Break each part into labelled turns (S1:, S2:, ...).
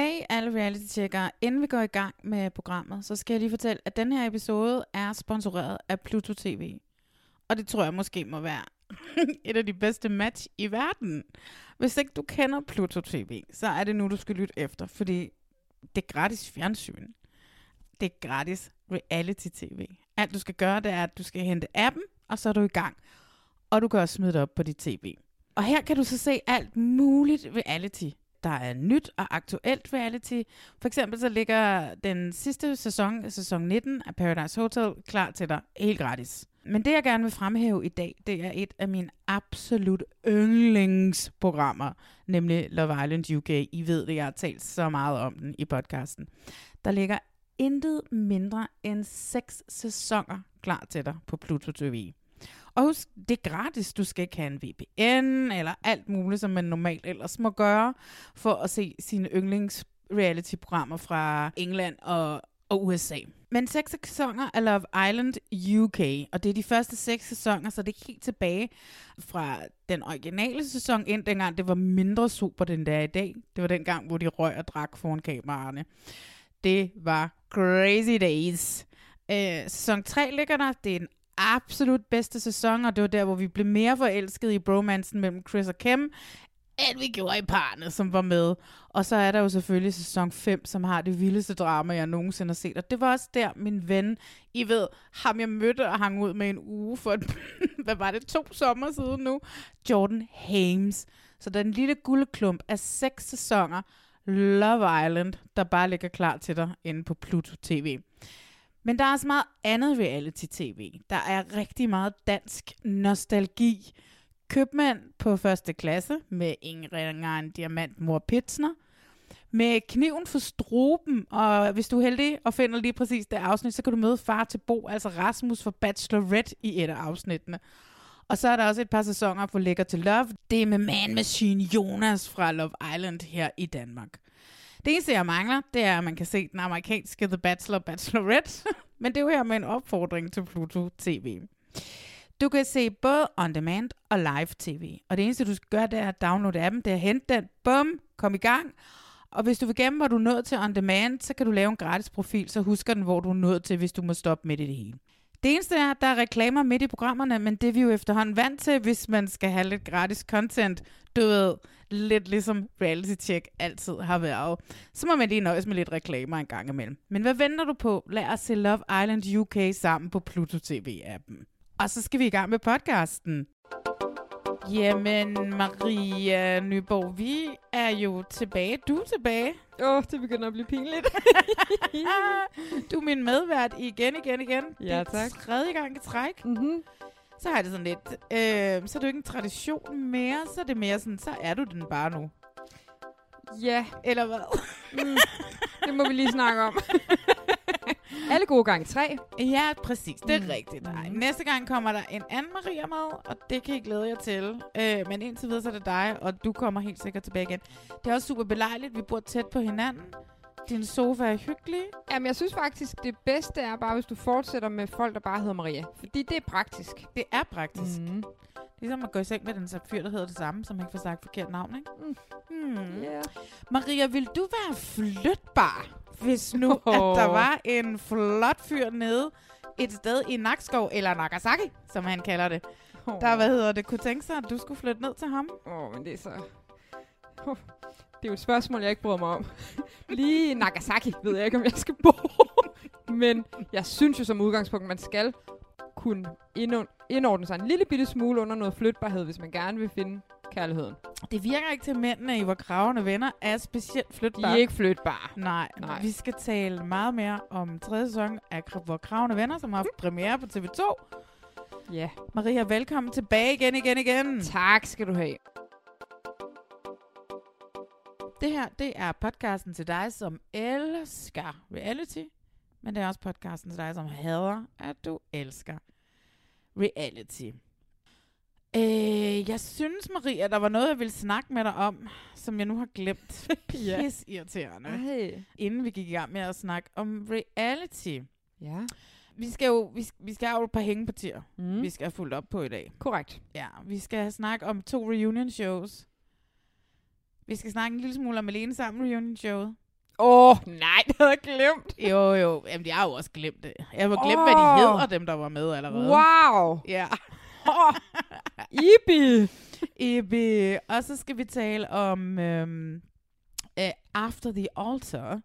S1: Hey alle reality-tjekkere, inden vi går i gang med programmet, så skal jeg lige fortælle, at den her episode er sponsoreret af Pluto TV. Og det tror jeg måske må være et af de bedste match i verden. Hvis ikke du kender Pluto TV, så er det nu, du skal lytte efter, fordi det er gratis fjernsyn. Det er gratis reality-tv. Alt du skal gøre, det er, at du skal hente appen, og så er du i gang. Og du kan også smide det op på dit tv. Og her kan du så se alt muligt reality. Der er nyt og aktuelt reality. For eksempel så ligger den sidste sæson, sæson 19 af Paradise Hotel, klar til dig helt gratis. Men det, jeg gerne vil fremhæve i dag, det er et af mine absolut yndlingsprogrammer, nemlig Love Island UK. I ved det, jeg har talt så meget om den i podcasten. Der ligger intet mindre end seks sæsoner klar til dig på Pluto TV. Og husk, det er gratis. Du skal ikke have en VPN eller alt muligt, som man normalt ellers må gøre, for at se sine yndlings reality-programmer fra England og, og USA. Men seks sæsoner af Love Island UK, og det er de første seks sæsoner, så det er helt tilbage fra den originale sæson ind, dengang det var mindre super end det er i dag. Det var dengang, hvor de røg og drak foran kameraerne. Det var crazy days. Øh, sæson 3 ligger der. Det er den absolut bedste sæson, og det var der, hvor vi blev mere forelskede i bromansen mellem Chris og Kim, end vi gjorde i parne, som var med. Og så er der jo selvfølgelig sæson 5, som har det vildeste drama, jeg nogensinde har set. Og det var også der, min ven, I ved, ham jeg mødte og hang ud med en uge for, et, hvad var det, to sommer siden nu, Jordan Hames. Så den lille guldklump af seks sæsoner, Love Island, der bare ligger klar til dig inde på Pluto TV. Men der er også meget andet reality-tv. Der er rigtig meget dansk nostalgi. Købmand på første klasse med Ingrid en Diamant Mor Pitsner. Med kniven for struben, og hvis du er heldig og finder lige præcis det afsnit, så kan du møde far til Bo, altså Rasmus fra Bachelorette i et af afsnittene. Og så er der også et par sæsoner for Lækker til Love. Det er med Man Machine Jonas fra Love Island her i Danmark. Det eneste, jeg mangler, det er, at man kan se den amerikanske The Bachelor Bachelorette. Men det er jo her med en opfordring til Pluto TV. Du kan se både on demand og live tv. Og det eneste, du skal gøre, det er at downloade appen. Det er at hente den. Bum, kom i gang. Og hvis du vil gemme, hvor du er nået til on demand, så kan du lave en gratis profil, så husker den, hvor du er nået til, hvis du må stoppe midt i det hele. Det eneste er, at der er reklamer midt i programmerne, men det er vi jo efterhånden vant til, hvis man skal have lidt gratis content. Du ved, lidt ligesom reality check altid har været. Så må man lige nøjes med lidt reklamer en gang imellem. Men hvad venter du på? Lad os se Love Island UK sammen på Pluto TV-appen. Og så skal vi i gang med podcasten. Jamen, Maria Nyborg, vi er jo tilbage. Du er tilbage.
S2: Åh, oh, det begynder at blive pinligt.
S1: Du er min medvært igen, igen, igen.
S2: Ja,
S1: det er
S2: tak.
S1: tredje gang i træk.
S2: mm-hmm.
S1: Så har jeg det sådan lidt. Øh, så er det jo ikke en tradition mere, så er det mere sådan, så er du den bare nu.
S2: Ja,
S1: Eller hvad?
S2: mm, det må vi lige snakke om. Alle gode gange tre.
S1: Ja, præcis. Det er mm.
S2: Mm.
S1: rigtigt. Nej.
S2: Mm.
S1: Næste gang kommer der en anden Maria med, og det kan I glæde jer til. Øh, men indtil videre, så er det dig, og du kommer helt sikkert tilbage igen. Det er også super belejligt. Vi bor tæt på hinanden. Din sofa er hyggelig.
S2: Jamen, jeg synes faktisk, det bedste er bare, hvis du fortsætter med folk, der bare hedder Maria. Fordi det er praktisk.
S1: Det er praktisk. Mm.
S2: Mm.
S1: Ligesom at gå i seng med den sapfyr, der hedder det samme, som ikke får sagt forkert navn, ikke? Mm.
S2: Mm.
S1: Hmm.
S2: Yeah.
S1: Maria, vil du være flytbar, hvis nu oh. at der var en flot fyr nede et sted i Nakskov, eller Nagasaki, som han kalder det,
S2: Oh.
S1: der, hvad hedder det, kunne tænke sig, at du skulle flytte ned til ham?
S2: Åh, oh, men det er så... Oh. Det er jo et spørgsmål, jeg ikke bryder mig om. Lige i Nagasaki ved jeg ikke, om jeg skal bo. Men jeg synes jo som udgangspunkt, man skal kunne indå- indordne sig en lille bitte smule under noget flytbarhed, hvis man gerne vil finde kærligheden.
S1: Det virker ikke til at mændene, I var kravende venner, er specielt
S2: De er
S1: flytbare.
S2: ikke flytbare.
S1: Nej, Nej,
S2: Nej.
S1: vi skal tale meget mere om tredje sæson af Kra- Hvor Kravende Venner, som har haft premiere på TV2.
S2: Ja.
S1: Maria, velkommen tilbage igen, igen, igen.
S2: Tak skal du have.
S1: Det her, det er podcasten til dig, som elsker reality, men det er også podcasten til dig, som hader, at du elsker reality. Øh, jeg synes, Maria, der var noget, jeg ville snakke med dig om, som jeg nu har glemt.
S2: Ja.
S1: Pis irriterende.
S2: Ej.
S1: Inden vi gik i gang med at snakke om reality.
S2: Ja.
S1: Vi skal jo, vi, vi skal have et par hængepartier, mm.
S2: Mm.
S1: vi skal have fulgt op på i dag.
S2: Korrekt.
S1: Ja, vi skal snakke om to reunion shows. Vi skal snakke en lille smule om Alene Sammen reunion showet.
S2: Åh, oh, nej, det havde jeg glemt.
S1: Jo, jo. Jamen, jeg har jo også glemt det. Jeg har glemt, oh. hvad de
S2: Åh.
S1: hedder, dem der var med allerede.
S2: Wow.
S1: Ja.
S2: Oh. Ibi.
S1: Ibi. Og så skal vi tale om øhm, øh, After the Altar.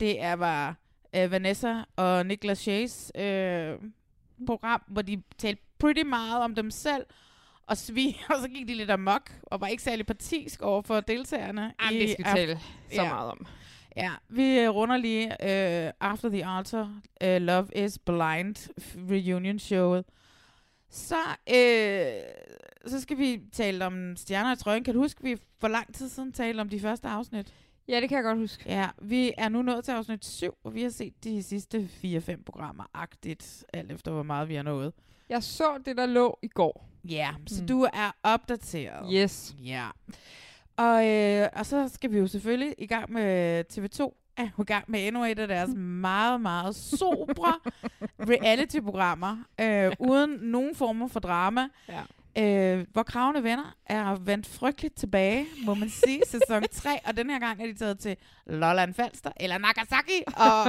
S1: Det er var øh, Vanessa og Niklas Shays øh, program, hvor de talte pretty meget om dem selv. Og svig, og så gik de lidt amok, og var ikke særlig partisk over for deltagerne.
S2: Jamen,
S1: i
S2: det skal vi
S1: After-
S2: tale så
S1: Ja.
S2: meget om.
S1: Ja, vi øh, runder lige øh, After the Altar, øh, Love is Blind f- reunion showet. Så, øh, så skal vi tale om stjerner i trøjen. Kan du huske, vi for lang tid siden talte om de første afsnit?
S2: Ja, det kan jeg godt huske.
S1: Ja, vi er nu nået til afsnit 7, og vi har set de sidste 4-5 programmer agtigt, alt efter hvor meget vi har nået.
S2: Jeg så det, der lå i går.
S1: Ja, yeah, så
S2: Mm.
S1: du er opdateret.
S2: Yes.
S1: Ja. Og, øh, og så skal vi jo selvfølgelig i gang med TV2 er jo Ah, i gang med endnu et af deres meget, meget sobre reality-programmer, øh, uden nogen former for drama.
S2: Ja.
S1: Øh, hvor Kravende Venner er vendt frygteligt tilbage, må man sige, sæson 3, og den her gang er de taget til Lolland Falster, eller Nagasaki, og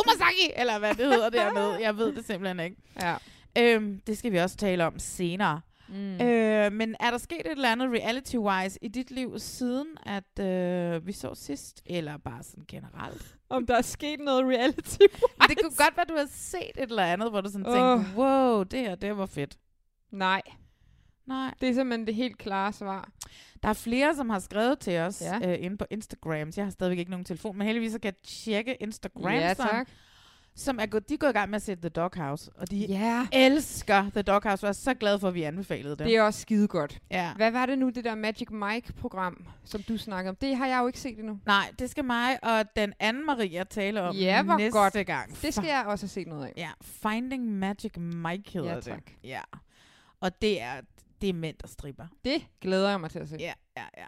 S1: Omasaki, eller hvad det hedder dernede. Jeg ved det simpelthen ikke.
S2: ja.
S1: Øh, det skal vi også tale om senere.
S2: Mm.
S1: Øh, men er der sket et eller andet reality-wise i dit liv, siden at øh, vi så sidst? Eller bare sådan generelt?
S2: Om der er sket noget reality.
S1: Men det kunne godt være, du har set et eller andet, hvor du sådan tænkte,
S2: Åh.
S1: wow, det her, det var fedt.
S2: Nej,
S1: Nej.
S2: det er simpelthen det helt klare svar.
S1: Der er flere, som har skrevet til os ja.
S2: Ja.
S1: øh, inde på Instagram. Jeg har stadigvæk ikke nogen telefon, men heldigvis så kan jeg tjekke Instagram,
S2: ja,
S1: som-
S2: tak.
S1: som er gået, de er gået i gang med at se The Doghouse, og de ja.
S2: Ja,
S1: elsker The Doghouse. Jeg er så glad for, at vi anbefalede det.
S2: det er også skide godt.
S1: ja.
S2: Hvad var det nu, det der Magic Mike-program, som du snakkede om? Det har jeg jo ikke set endnu.
S1: Nej, det skal mig og den anden Maria tale om
S2: Ja, hvor
S1: næste
S2: godt.
S1: gang.
S2: Det skal jeg også have set noget af.
S1: Ja, Finding Magic Mike hedder
S2: Ja,
S1: det.
S2: tak.
S1: Ja, Og det er, det er mænd, der stripper.
S2: Det glæder jeg mig til at se.
S1: Ja, ja, ja.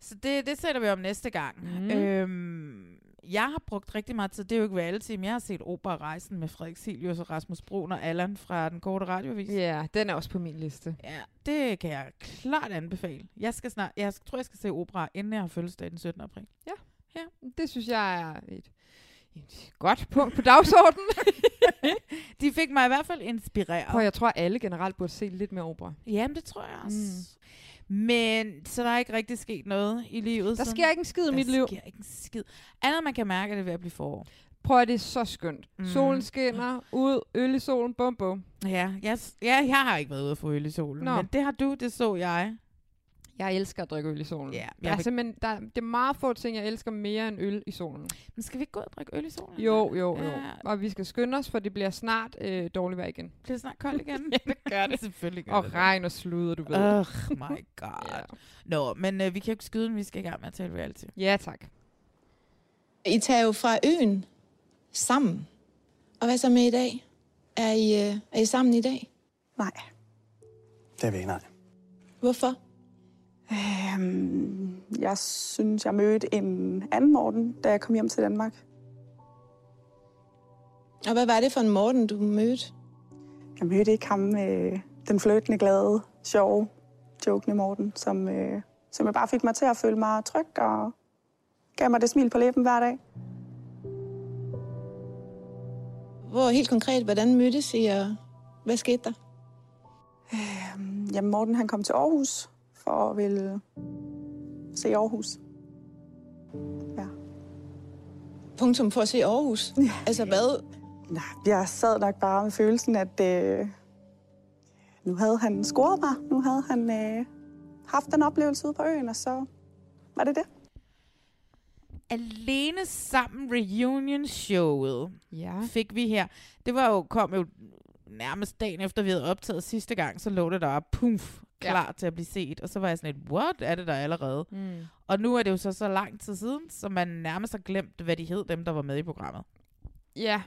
S1: Så det, det sætter vi om næste gang. Mm.
S2: Mm.
S1: Øhm, jeg har brugt rigtig meget tid, det er jo ikke reality, men jeg har set Opera Rejsen med Frederik Silius og Rasmus Brun og Allan fra Den Korte Radiovis.
S2: ja, den er også på min liste.
S1: Ja, det kan jeg klart anbefale. Jeg skal snart, jeg tror, jeg skal se opera, inden jeg har fødselsdag den 17. april.
S2: Det synes jeg er et, et godt punkt på dagsordenen.
S1: De fik mig i hvert fald inspireret.
S2: For jeg tror, alle generelt burde se lidt mere opera.
S1: Jamen, det tror jeg også. Mm. Men så der er ikke rigtig sket noget i livet.
S2: Der
S1: sådan.
S2: sker ikke en skid i mit liv.
S1: Der sker ikke en skid. Andet man kan mærke, at det er ved at blive forår.
S2: Prøv at det er så skønt.
S1: Mm.
S2: Mm. Solen skinner, ud, øl i solen, bum bum.
S1: Ja, jeg, s- ja, jeg har ikke været ude at få øl i solen, Nå.
S2: Nå.
S1: men det har du, det så jeg.
S2: Jeg elsker at drikke øl i solen.
S1: Ja,
S2: der
S1: jeg
S2: er
S1: vil-
S2: simpelthen, der, det er meget få ting, jeg elsker mere end øl i solen.
S1: Men skal vi ikke gå og drikke øl i solen?
S2: Jo, jo, jo.
S1: Ja.
S2: Og vi skal skynde os, for det bliver snart øh, dårligt vejr igen.
S1: Bliver det snart koldt igen? ja, det gør det. Selvfølgelig gør
S2: Og
S1: det det.
S2: regn og sludder, du ved.
S1: Oh my god.
S2: Ja.
S1: yeah. Nå, men øh, vi kan jo ikke skyde den, vi skal i gang med at tale reality.
S2: ja, tak.
S3: I tager jo fra øen sammen. Og hvad så med i dag? Er I, øh, er I sammen i dag?
S4: Nej.
S5: Det er vi ikke, nej.
S3: Hvorfor?
S4: Øhm, jeg synes, jeg mødte en anden Morten, da jeg kom hjem til Danmark.
S3: Og hvad var det for en Morten, du mødte?
S4: Jeg mødte ikke ham, øh, den fløjtende glade, sjove, jokende Morten, som, øh, som jeg bare fik mig til at føle mig tryg og gav mig det smil på læben hver dag.
S3: Hvor helt konkret, hvordan mødtes I, og hvad skete der?
S4: Øhm, Jamen, Morten han kom til Aarhus for at ville se Aarhus. Ja.
S3: Punktum for at se Aarhus. Altså hvad?
S4: Nej, jeg sad nok bare med følelsen, at øh, nu havde han scoret mig. Nu havde han øh, haft den oplevelse ude på øen, og så var det det.
S1: Alene sammen reunion showet.
S2: Ja.
S1: fik vi her. Det var jo, kom jo nærmest dagen efter, vi havde optaget sidste gang, så lå det der puff,
S2: Ja.
S1: klar ja. til at blive set. Og så var jeg sådan lidt, what er det der allerede?
S2: Mm.
S1: Og nu er det jo så så lang tid siden, så man nærmest har glemt, hvad de hed, dem der var med i programmet.
S2: Ja,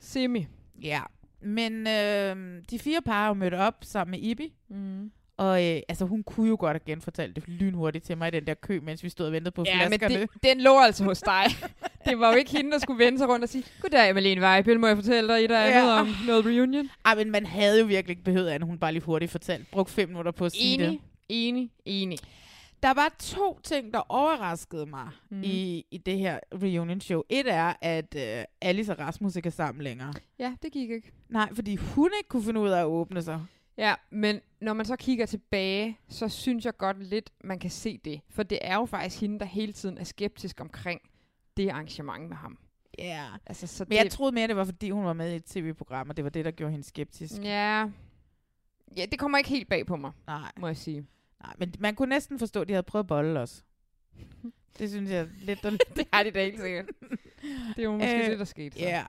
S2: semi.
S1: Ja. Men øh, de fire par er jo mødt op sammen med Ibi.
S2: Mm.
S1: Og øh, altså, hun kunne jo godt have genfortalt det lynhurtigt til mig i den der kø, mens vi stod og ventede på
S2: Ja, men
S1: flaskerne.
S2: det, den lå altså hos dig. det var jo ikke hende, der skulle vende sig rundt og sige, goddag, Malene Vejbøl, må jeg fortælle dig et eller andet
S1: Ja.
S2: om noget reunion?
S1: Ej, men man havde jo virkelig ikke behøvet, at hun bare lige hurtigt fortalte. Brugte fem minutter på at sige det.
S2: Enig, enig, enig.
S1: Der var to ting, der overraskede mig mm.
S2: Mhm.
S1: i, i det her reunion show. Et er, at øh, Alice og Rasmus ikke er sammen længere.
S2: Ja, det gik ikke.
S1: Nej, fordi hun ikke kunne finde ud af at åbne sig.
S2: Ja, men når man så kigger tilbage, så synes jeg godt lidt, man kan se det. For det er jo faktisk hende, der hele tiden er skeptisk omkring det arrangement med ham.
S1: Ja. Yeah.
S2: Altså, så
S1: Men jeg
S2: det,
S1: troede mere, det var, fordi hun var med i et tv-program, og det var det, der gjorde hende skeptisk. Mm.
S2: ja, ja, det kommer ikke helt bag på mig,
S1: Nej,
S2: må jeg sige.
S1: nej, men man kunne næsten forstå, at de havde prøvet at bolle os. Det synes jeg er lidt dårligt.
S2: det har de da helt sikkert. det var måske
S1: Øh,
S2: øh, det, der skete. Så.
S1: Ja. Yeah.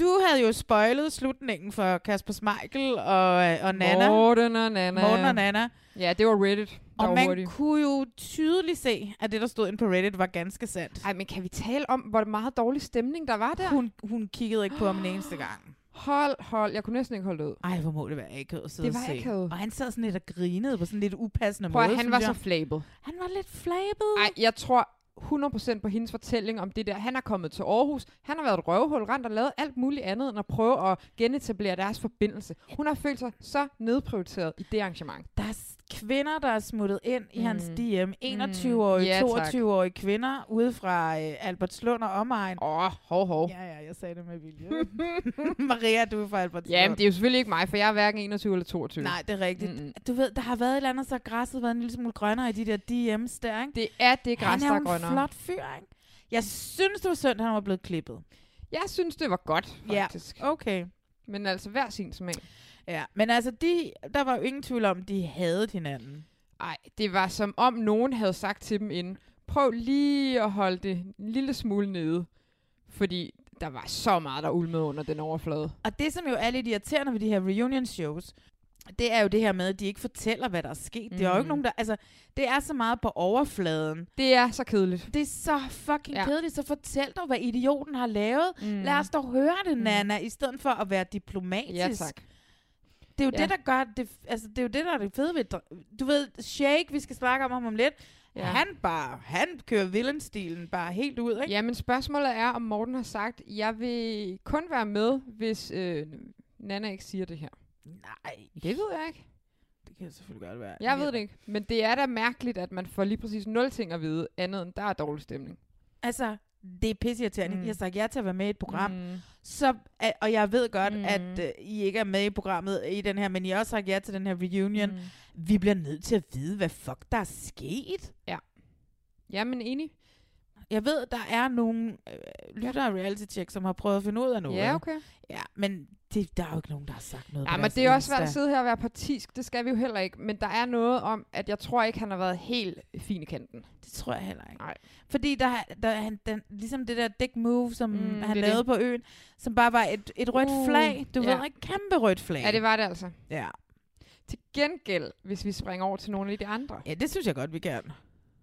S1: Du havde jo spoilet slutningen for Kasper Smeichel og, øh, og Nana.
S2: Morten og Nana.
S1: Morten og Nana.
S2: Ja, det var Reddit. Der
S1: Og
S2: var
S1: man
S2: hurtigt.
S1: kunne jo tydeligt se, at det, der stod inde på Reddit, var ganske sandt.
S2: Ej, men kan vi tale om, hvor meget dårlig stemning der var der?
S1: Hun, hun kiggede ikke på ham en eneste gang.
S2: Hold, hold. Jeg kunne næsten ikke holde det ud.
S1: Ej, hvor må det være akavet at sidde
S2: Det
S1: og
S2: var
S1: se.
S2: akavet.
S1: Og han sad sådan lidt og grinede på sådan lidt upassende
S2: Prøv,
S1: måde,
S2: at han var
S1: synes
S2: så
S1: jeg.
S2: flabet.
S1: Han var lidt flabet.
S2: Ej, jeg tror 100% på hendes fortælling om det der. Han er kommet til Aarhus, han har været et røvhul, rent og lavet alt muligt andet, end at prøve at genetablere deres forbindelse. Hun har følt sig så nedprioriteret i det arrangement.
S1: Der er s- kvinder, der er smuttet ind i hans
S2: Mm.
S1: DM. 21-årige,
S2: Ja, tak.
S1: 22-årige kvinder ude fra øh, Albertslund og omegn.
S2: Åh, oh, hov, hov. Ja.
S1: Ja, ja, jeg sagde det med vilje. Maria, du er fra Albertslund.
S2: Jamen, det er jo selvfølgelig ikke mig, for jeg er Mm. hverken 21 eller 22.
S1: Nej, det er rigtigt.
S2: Mm-mm.
S1: Du ved, der har været et eller andet, så har græsset været en lille smule grønnere i de der DM's der, ikke?
S2: Det er det græs,
S1: han er
S2: der
S1: jo
S2: er
S1: en
S2: grønnere.
S1: flot fyr, ikke? Jeg synes, det var synd, at han var blevet klippet.
S2: Jeg synes, det var godt,
S1: Ja.
S2: faktisk. Ja.
S1: Okay.
S2: Men altså, hver sin smag.
S1: Ja, men altså, de, der var jo ingen tvivl om, de havde hinanden.
S2: Ej, det var som om nogen havde sagt til dem inden, prøv lige at holde det en lille smule nede. Fordi der var så meget, der ulmede under den overflade.
S1: Og det, som jo er lidt irriterende ved de her reunion shows, det er jo det her med, at de ikke fortæller, hvad der er sket. Mm. Det er jo ikke
S2: Mhm.
S1: nogen, der... Altså, det er så meget på overfladen.
S2: Det er så kedeligt.
S1: Det er så fucking ja.
S2: Ja.
S1: kedeligt, så fortæl dog, hvad idioten har lavet. Mm.
S2: Mm.
S1: Lad os dog høre det, Nana, i stedet for at være diplomatisk.
S2: Ja, tak.
S1: Det er jo ja.
S2: Ja.
S1: det, der gør det, f- altså, det er jo det, der er det fede ved, dr- du ved, Shake, vi skal snakke om ham om lidt, ja.
S2: Ja.
S1: han bare, han kører villainstilen bare helt ud, ikke?
S2: Ja, men spørgsmålet er, om Morten har sagt, jeg vil kun være med, hvis øh, Nana ikke siger det her.
S1: Nej,
S2: Det ved jeg ikke.
S1: det kan selvfølgelig godt være.
S2: Jeg ved det ikke. Men det er da mærkeligt, at man får lige præcis nul ting at vide, andet end der er dårlig stemning.
S1: Altså, det er pisseirriterende. Mm.
S2: Mm.
S1: Jeg har sagt ja til at være med i et program, mm.
S2: Mm.
S1: så, øh, og jeg ved godt, mm.
S2: Mm.
S1: at øh, I ikke er med i programmet i den her, men I har også sagt ja til den her reunion. Mm.
S2: Mm.
S1: Vi bliver nødt til at vide, hvad fuck der er sket.
S2: Jamen, enig.
S1: Jeg ved, der er nogle øh, lyttere af reality check, som har prøvet at finde ud af noget.
S2: Ja, okay.
S1: Ja, men det, der er jo ikke nogen, der har sagt noget.
S2: Ja,
S1: på
S2: men
S1: deres
S2: det er også svært at
S1: Insta.
S2: sidde her og være partisk. Det skal vi jo heller ikke. Men der er noget om, at jeg tror ikke, han har været helt fin i kanten.
S1: Det tror jeg heller ikke.
S2: Nej.
S1: Fordi der, der han, den, ligesom det der dick move, som mm,
S2: Mm,
S1: han
S2: det er
S1: lavede det.
S2: det.
S1: på øen, som bare var et, et rødt
S2: Uh,
S1: flag. Du
S2: ja.
S1: ved, et kæmpe rødt flag.
S2: Ja, det var det altså.
S1: ja.
S2: Til gengæld, hvis vi springer over til nogle af de andre.
S1: ja, det synes jeg godt, vi kan.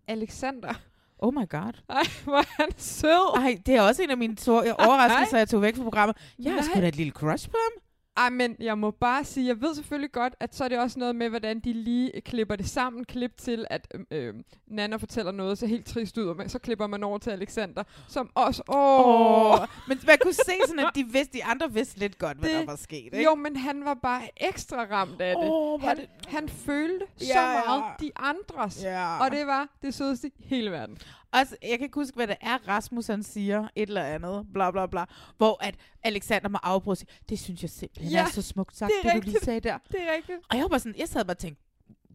S2: Alexander.
S1: Oh my god.
S2: Ej, hvor er han sød.
S1: Ej, det er også en af mine to- jeg- overraskelser, jeg tog væk fra programmet. Jeg har sgu
S2: Nej.
S1: da et lille crush på ham.
S2: Ej, men jeg må bare sige, jeg ved selvfølgelig godt, at så er det også noget med, hvordan de lige øh, klipper det sammen. Klip til, at øhm, øh, Nana fortæller noget, så helt trist ud, og man- så klipper man over til Alexander, som også... Åh,
S1: Åh, Men man kunne se sådan, at de, vidste, de andre vidste lidt godt, hvad
S2: Det-
S1: der var sket. Ikke?
S2: Jo, men han var bare ekstra ramt af det.
S1: Åh, hvor er
S2: han,
S1: det-
S2: han følte ja,
S1: Ja,
S2: så
S1: ja.
S2: meget de andres.
S1: Ja.
S2: Og det var det sødeste i hele verden.
S1: Også, jeg kan ikke huske, hvad det er, Rasmus han siger, et eller andet, bla bla bla, hvor at Alexander må afbryde og sige, det synes jeg simpelthen ja,
S2: Ja,
S1: er så smukt sagt,
S2: det er
S1: det, det du
S2: rigtigt.
S1: lige sagde der.
S2: Det er rigtigt.
S1: Og jeg var bare sådan, jeg sad bare og tænkte,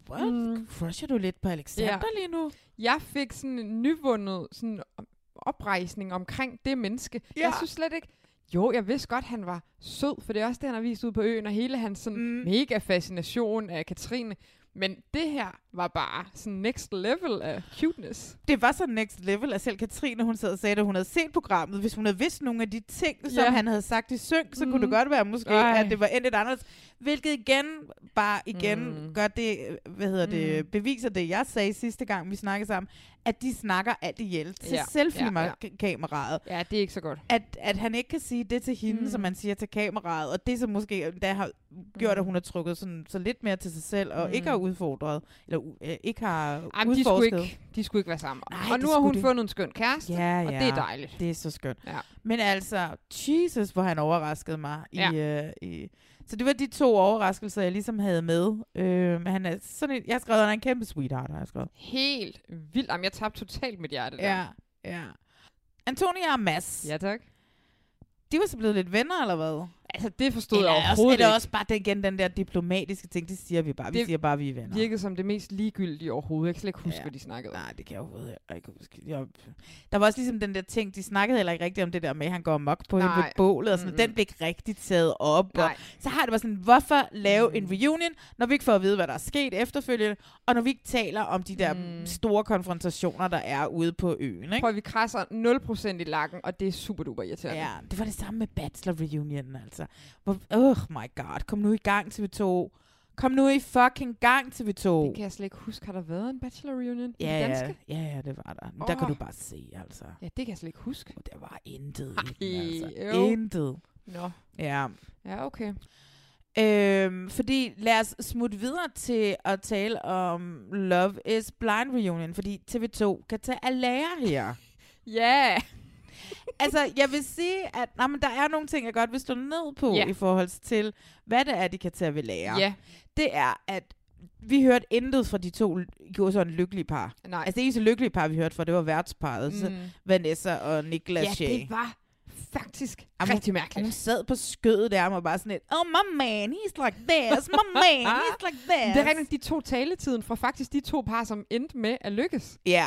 S1: what? Mm.
S2: Mm.
S1: Crusher du lidt på Alexander ja. lige nu?
S2: Jeg fik sådan en nyvundet sådan oprejsning omkring det menneske.
S1: Ja.
S2: Ja. Jeg synes slet ikke... Jo, jeg vidste godt, han var sød, for det er også det, han har vist ud på øen, og hele hans sådan
S1: Mm.
S2: mm. mega fascination af Katrine. Men det her var bare sådan next level af cuteness.
S1: Det var så next level, at selv Katrine, hun sad og sagde, at hun havde set programmet. Hvis hun havde vidst nogle af de ting, som
S2: Ja.
S1: han havde sagt i syng, så mm. kunne det
S2: Mhm.
S1: godt være måske, Ej.
S2: Ej.
S1: at det var endt lidt anderledes. Hvilket igen, bare igen, mm.
S2: Mm.
S1: gør det, øh, hvad hedder det,
S2: Mm.
S1: beviser det, jeg sagde sidste gang, vi snakkede sammen, at de snakker alt ihjel til ja.
S2: Ja, ja,
S1: selfie-kameraet.
S2: Ja, det er ikke så godt.
S1: At, at han ikke kan sige det til hende, mm.
S2: Mm.
S1: som man siger til kameraet, og det som måske endda har gjort, at hun har trukket sådan, så lidt mere til sig selv, og mm.
S2: Mm.
S1: ikke har udfordret, eller u- øh, ikke har
S2: Ej, men de skulle,
S1: udforsket.
S2: ikke, de skulle ikke være sammen.
S1: Nej,
S2: og
S1: det
S2: nu har
S1: skulle
S2: hun
S1: de.
S2: fundet en skøn kæreste,
S1: Ja, ja.
S2: og det er dejligt.
S1: Det er så skønt.
S2: Ja.
S1: Men altså, Jesus, hvor han overraskede mig. I,
S2: Ja.
S1: øh, i så det var de to overraskelser, jeg ligesom havde med. Øh, men han er sådan en, jeg har skrevet, han er en kæmpe sweetheart, har jeg skrevet.
S2: Helt vildt. Jamen, jeg tabte totalt mit hjerte der.
S1: Ja, ja. Antonia og Mads, ja.
S2: ja tak.
S1: de var så blevet lidt venner, eller hvad?
S2: Altså, det forstod
S1: Eller
S2: jeg
S1: er også, er
S2: overhovedet
S1: det
S2: ikke.
S1: også bare den, igen, den der diplomatiske ting, det siger vi bare. Vi det
S2: Det
S1: siger bare, vi er venner.
S2: virkede som det mest ligegyldige overhovedet. Jeg kan slet ikke huske,
S1: Ja.
S2: ja. hvad de snakkede om.
S1: Nej, det kan jeg overhovedet heller ikke huske. Jeg... Der var også ligesom den der ting, de snakkede heller ikke rigtigt om det der med, at han går amok på hende
S2: Nej.
S1: ved bålet, og sådan,
S2: Mm-mm.
S1: den blev ikke rigtig taget op. Og
S2: Nej,
S1: så har det bare sådan, hvorfor lave mm. en
S2: Mm.
S1: reunion, når vi ikke får at vide, hvad der er sket efterfølgende, og når vi ikke taler om de der mm.
S2: Mm.
S1: store konfrontationer, der er ude på øen, ikke?
S2: prøv at vi krasser 0% i lakken, og det er super duper irriterende.
S1: Ja, det var det samme med Bachelor Reunion, altså. Hvor, oh my god, kom nu i gang TV2. Kom nu i fucking gang TV2.
S2: Det kan jeg slet ikke huske. Har der været en bachelor reunion? i
S1: ja, ja,
S2: danske?
S1: ja, ja, det var der. Men Der
S2: Åh.
S1: kan du bare se, altså.
S2: ja, det kan jeg slet ikke huske.
S1: Og Der var intet i den,
S2: Ej,
S1: altså.
S2: øv.
S1: Intet.
S2: Nå.
S1: Ja.
S2: Ja, okay.
S1: Øhm, fordi lad os smutte videre til at tale om Love is Blind Reunion, fordi TV2 kan tage af lære her.
S2: Ja. Yeah.
S1: altså, jeg vil sige, at nej, men der er nogle ting, jeg godt vil stå ned på
S2: Ja.
S1: i forhold til, hvad det er, de kan tage ved lære.
S2: Ja.
S1: Det er, at vi hørte intet fra de to gjorde sådan lykkelige par.
S2: Nej.
S1: Altså, det eneste lykkelige par, vi hørte fra, det var værtsparet, mm.
S2: mm.
S1: Vanessa og Niklas
S2: Ja,
S1: Shea.
S2: det var faktisk
S1: Jamen,
S2: Jamen, rigtig
S1: Og hun
S2: mærkeligt.
S1: sad på skødet der, og var bare sådan lidt, oh my man, he's like this, my man, he's like this.
S2: Ah. Det er rent de to taletiden fra faktisk de to par, som endte med at lykkes.
S1: Ja,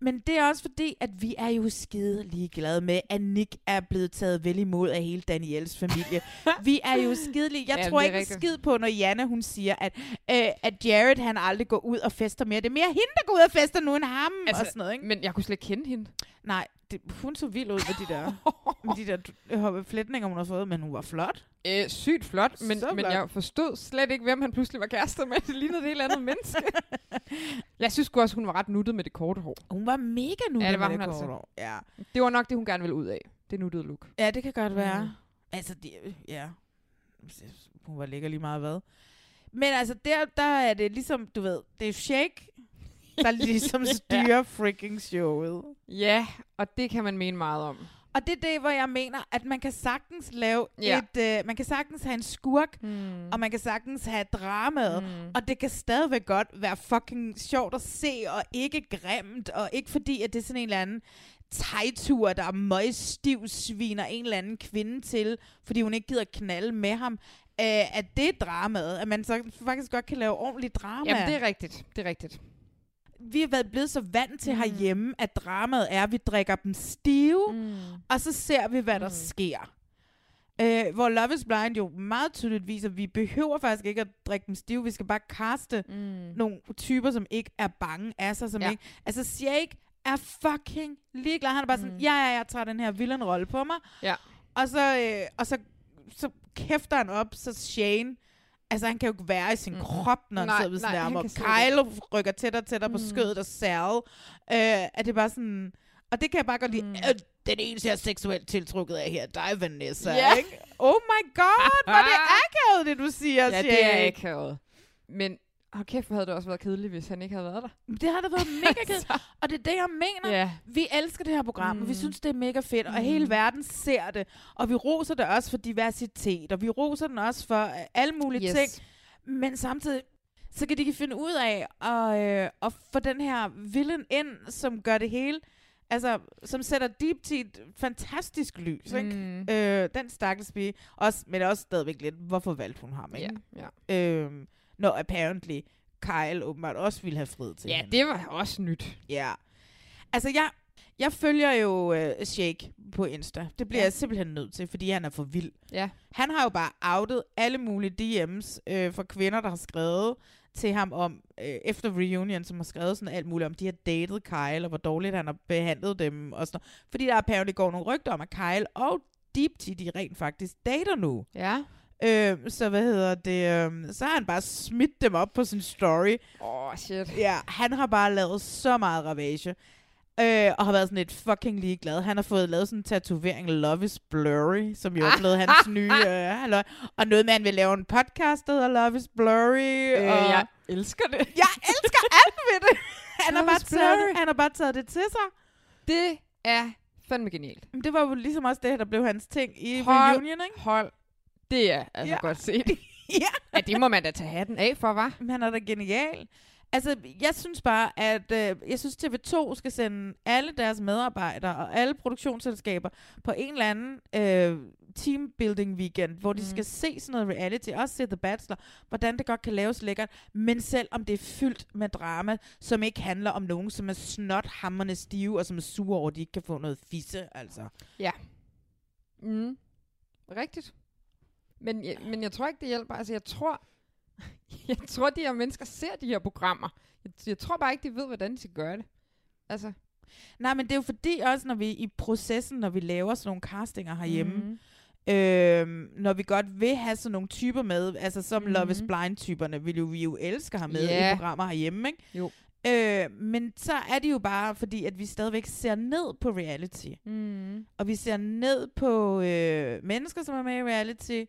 S1: men det er også fordi, at vi er jo skide ligeglade med, at Nick er blevet taget vel imod af hele Daniels familie. vi er jo skide lige. Jeg
S2: Ja,
S1: tror
S2: det er
S1: ikke en
S2: rigtigt.
S1: skid på, når Janne hun siger, at, øh, at Jared han aldrig går ud og fester mere. Det er mere hende, der går ud og fester nu end ham altså,
S2: Altså,
S1: og sådan noget, ikke?
S2: Men jeg kunne slet ikke kende hende.
S1: Nej, det, hun så vild ud med de der, med de der øh, flætninger, hun har fået, men hun var flot.
S2: Øh, sygt flot, men,
S1: Så
S2: men
S1: flot.
S2: jeg forstod slet ikke, hvem han pludselig var kærester med. Det lignede et helt andet menneske. Jeg synes sgu også, hun var ret nuttet med det korte hår.
S1: Hun var mega nu.
S2: Ja, det var hun altså.
S1: Ja.
S2: Det var nok det, hun gerne ville ud af. Det nuttede look.
S1: Ja, det kan godt være.
S2: Mm.
S1: Altså, det, ja. Hun var lækker lige meget hvad. Men altså, der, der er det ligesom, du ved, det er Shake, der ligesom styrer ja. freaking showet.
S2: Ja, og det kan man mene meget om.
S1: Og det er det, hvor jeg mener, at man kan sagtens lave ja.
S2: Ja.
S1: et, øh, man kan sagtens have en skurk,
S2: Hmm.
S1: og man kan sagtens have dramaet,
S2: Mm.
S1: Og det kan stadigvæk godt være fucking sjovt at se, og ikke grimt, og ikke fordi, at det er sådan en eller anden tegtur, der er møgstiv sviner en eller anden kvinde til, fordi hun ikke gider knalde med ham. Øh, at det er dramaet, at man så faktisk godt kan lave ordentligt drama.
S2: Jamen, det er rigtigt. Det er rigtigt.
S1: Vi har været blevet så vant til
S2: Hmm.
S1: herhjemme, at dramaet er, at vi drikker dem stive, mm.
S2: Mm.
S1: og så ser vi, hvad mm. der sker. Øh, hvor Love is Blind jo meget tydeligt viser, at vi behøver faktisk ikke at drikke dem stive, vi skal bare kaste
S2: Mm.
S1: nogle typer, som ikke er bange af sig. Som ja.
S2: Ja.
S1: ikke, altså, Shake er fucking ligeglad. Han er bare sådan, ja, ja, jeg tager den her villenrolle på mig.
S2: Mm. Ja.
S1: Og så, øh, og så, så kæfter han op, så Shane, altså han kan jo ikke være i sin mm. krop, når han
S2: Nej,
S1: sidder ved sådan
S2: nej,
S1: der,
S2: han
S1: og
S2: kan slet ikke.
S1: Kylo rykker tættere og tættere mm. på skødet og Sal. Øh, er det bare sådan, og det kan jeg bare godt lide. Mm. Øh, den eneste, jeg er seksuelt tiltrukket af her, er dig, Vanessa.
S2: Ja.
S1: Ikke? Oh my god, hvor er det akavet, det du siger,
S2: Ja,
S1: Shane.
S2: det er akavet. Men hold kæft, hvor havde det også været kedeligt, hvis han ikke havde været der.
S1: Det har da været mega kedeligt. Og det er det, jeg mener.
S2: Altså. Ja. Mm.
S1: Vi elsker det her program, mm. og vi synes, det er mega fedt, og hele verden ser det. Og vi roser det også for diversitet, og vi roser den også for øh, alle mulige yes.
S2: Yes.
S1: ting. Men samtidig, så kan de ikke finde ud af at, øh, at få den her villain ind, som gør det hele, altså, som sætter Deep Tea et fantastisk lys, ikke?
S2: Mm.
S1: Øh, den stakkels pige, også, men også stadigvæk lidt, hvorfor valgte hun ham,
S2: Ja,
S1: ikke?
S2: ja.
S1: Yeah. Øh, når apparently Kyle åbenbart også ville have fred til
S2: ja,
S1: hende.
S2: det var også nyt.
S1: Ja. Altså, jeg, jeg følger jo øh, Shake på Insta. Det bliver ja.
S2: Ja.
S1: jeg simpelthen nødt til, fordi han er for vild.
S2: Ja.
S1: Han har jo bare outet alle mulige DM's øh, fra kvinder, der har skrevet til ham om, øh, efter reunion, som har skrevet sådan alt muligt om, de har datet Kyle, og hvor dårligt han har behandlet dem, og sådan noget. Fordi der apparently går nogle rygter om, at Kyle og Deepti, de rent faktisk dater nu.
S2: Ja.
S1: Øh, så hvad hedder det? Øh, så har han bare smidt dem op på sin story,
S2: Åh, oh, shit.
S1: Ja, han har bare lavet så meget ravage. Øh, og har været sådan lidt fucking ligeglad. Han har fået lavet sådan en tatovering, Love is Blurry, som jo er blevet hans nye øh, halløj. Og noget med, at han vil lave en podcast, der hedder Love is Blurry.
S2: Øh,
S1: og...
S2: jeg elsker det.
S1: jeg elsker alt ved det. Han har,
S2: Love
S1: bare
S2: is
S1: taget,
S2: blurry.
S1: han har bare taget det til sig.
S2: Det er fandme genialt.
S1: Men det var jo ligesom også det, der blev hans ting i
S2: Hold-
S1: reunion, ikke?
S2: Hold. Det er altså
S1: Ja.
S2: ja. godt set.
S1: ja.
S2: ja, det må man da tage hatten af for, var.
S1: Men han er da genial. Altså, jeg synes bare, at øh, jeg synes TV2 skal sende alle deres medarbejdere og alle produktionsselskaber på en eller anden øh, teambuilding weekend, hvor de
S2: Mm.
S1: skal se sådan noget reality, også se The Bachelor, hvordan det godt kan laves lækkert, men selv om det er fyldt med drama, som ikke handler om nogen, som er snot hammerne stive, og som er sure over, at de ikke kan få noget fisse, altså.
S2: Mm. Rigtigt. Men jeg, men jeg tror ikke, det hjælper. Altså, jeg tror, jeg tror, de her mennesker ser de her programmer. Jeg, jeg tror bare ikke, de ved, hvordan de skal gøre det. Altså,
S1: Nej, men det er jo fordi også, når vi i processen, når vi laver sådan nogle castinger herhjemme,
S2: Mm.
S1: Øhm, når vi godt vil have sådan nogle typer med, altså som mm-hmm. Love is
S2: Mhm.
S1: Blind-typerne, vil jo, vi jo elske ham med yeah.
S2: Ja.
S1: i programmer herhjemme, ikke?
S2: Jo.
S1: Øh, men så er det jo bare, fordi at vi stadigvæk ser ned på reality,
S2: Mm.
S1: og vi ser ned på øh, mennesker, som er med i reality,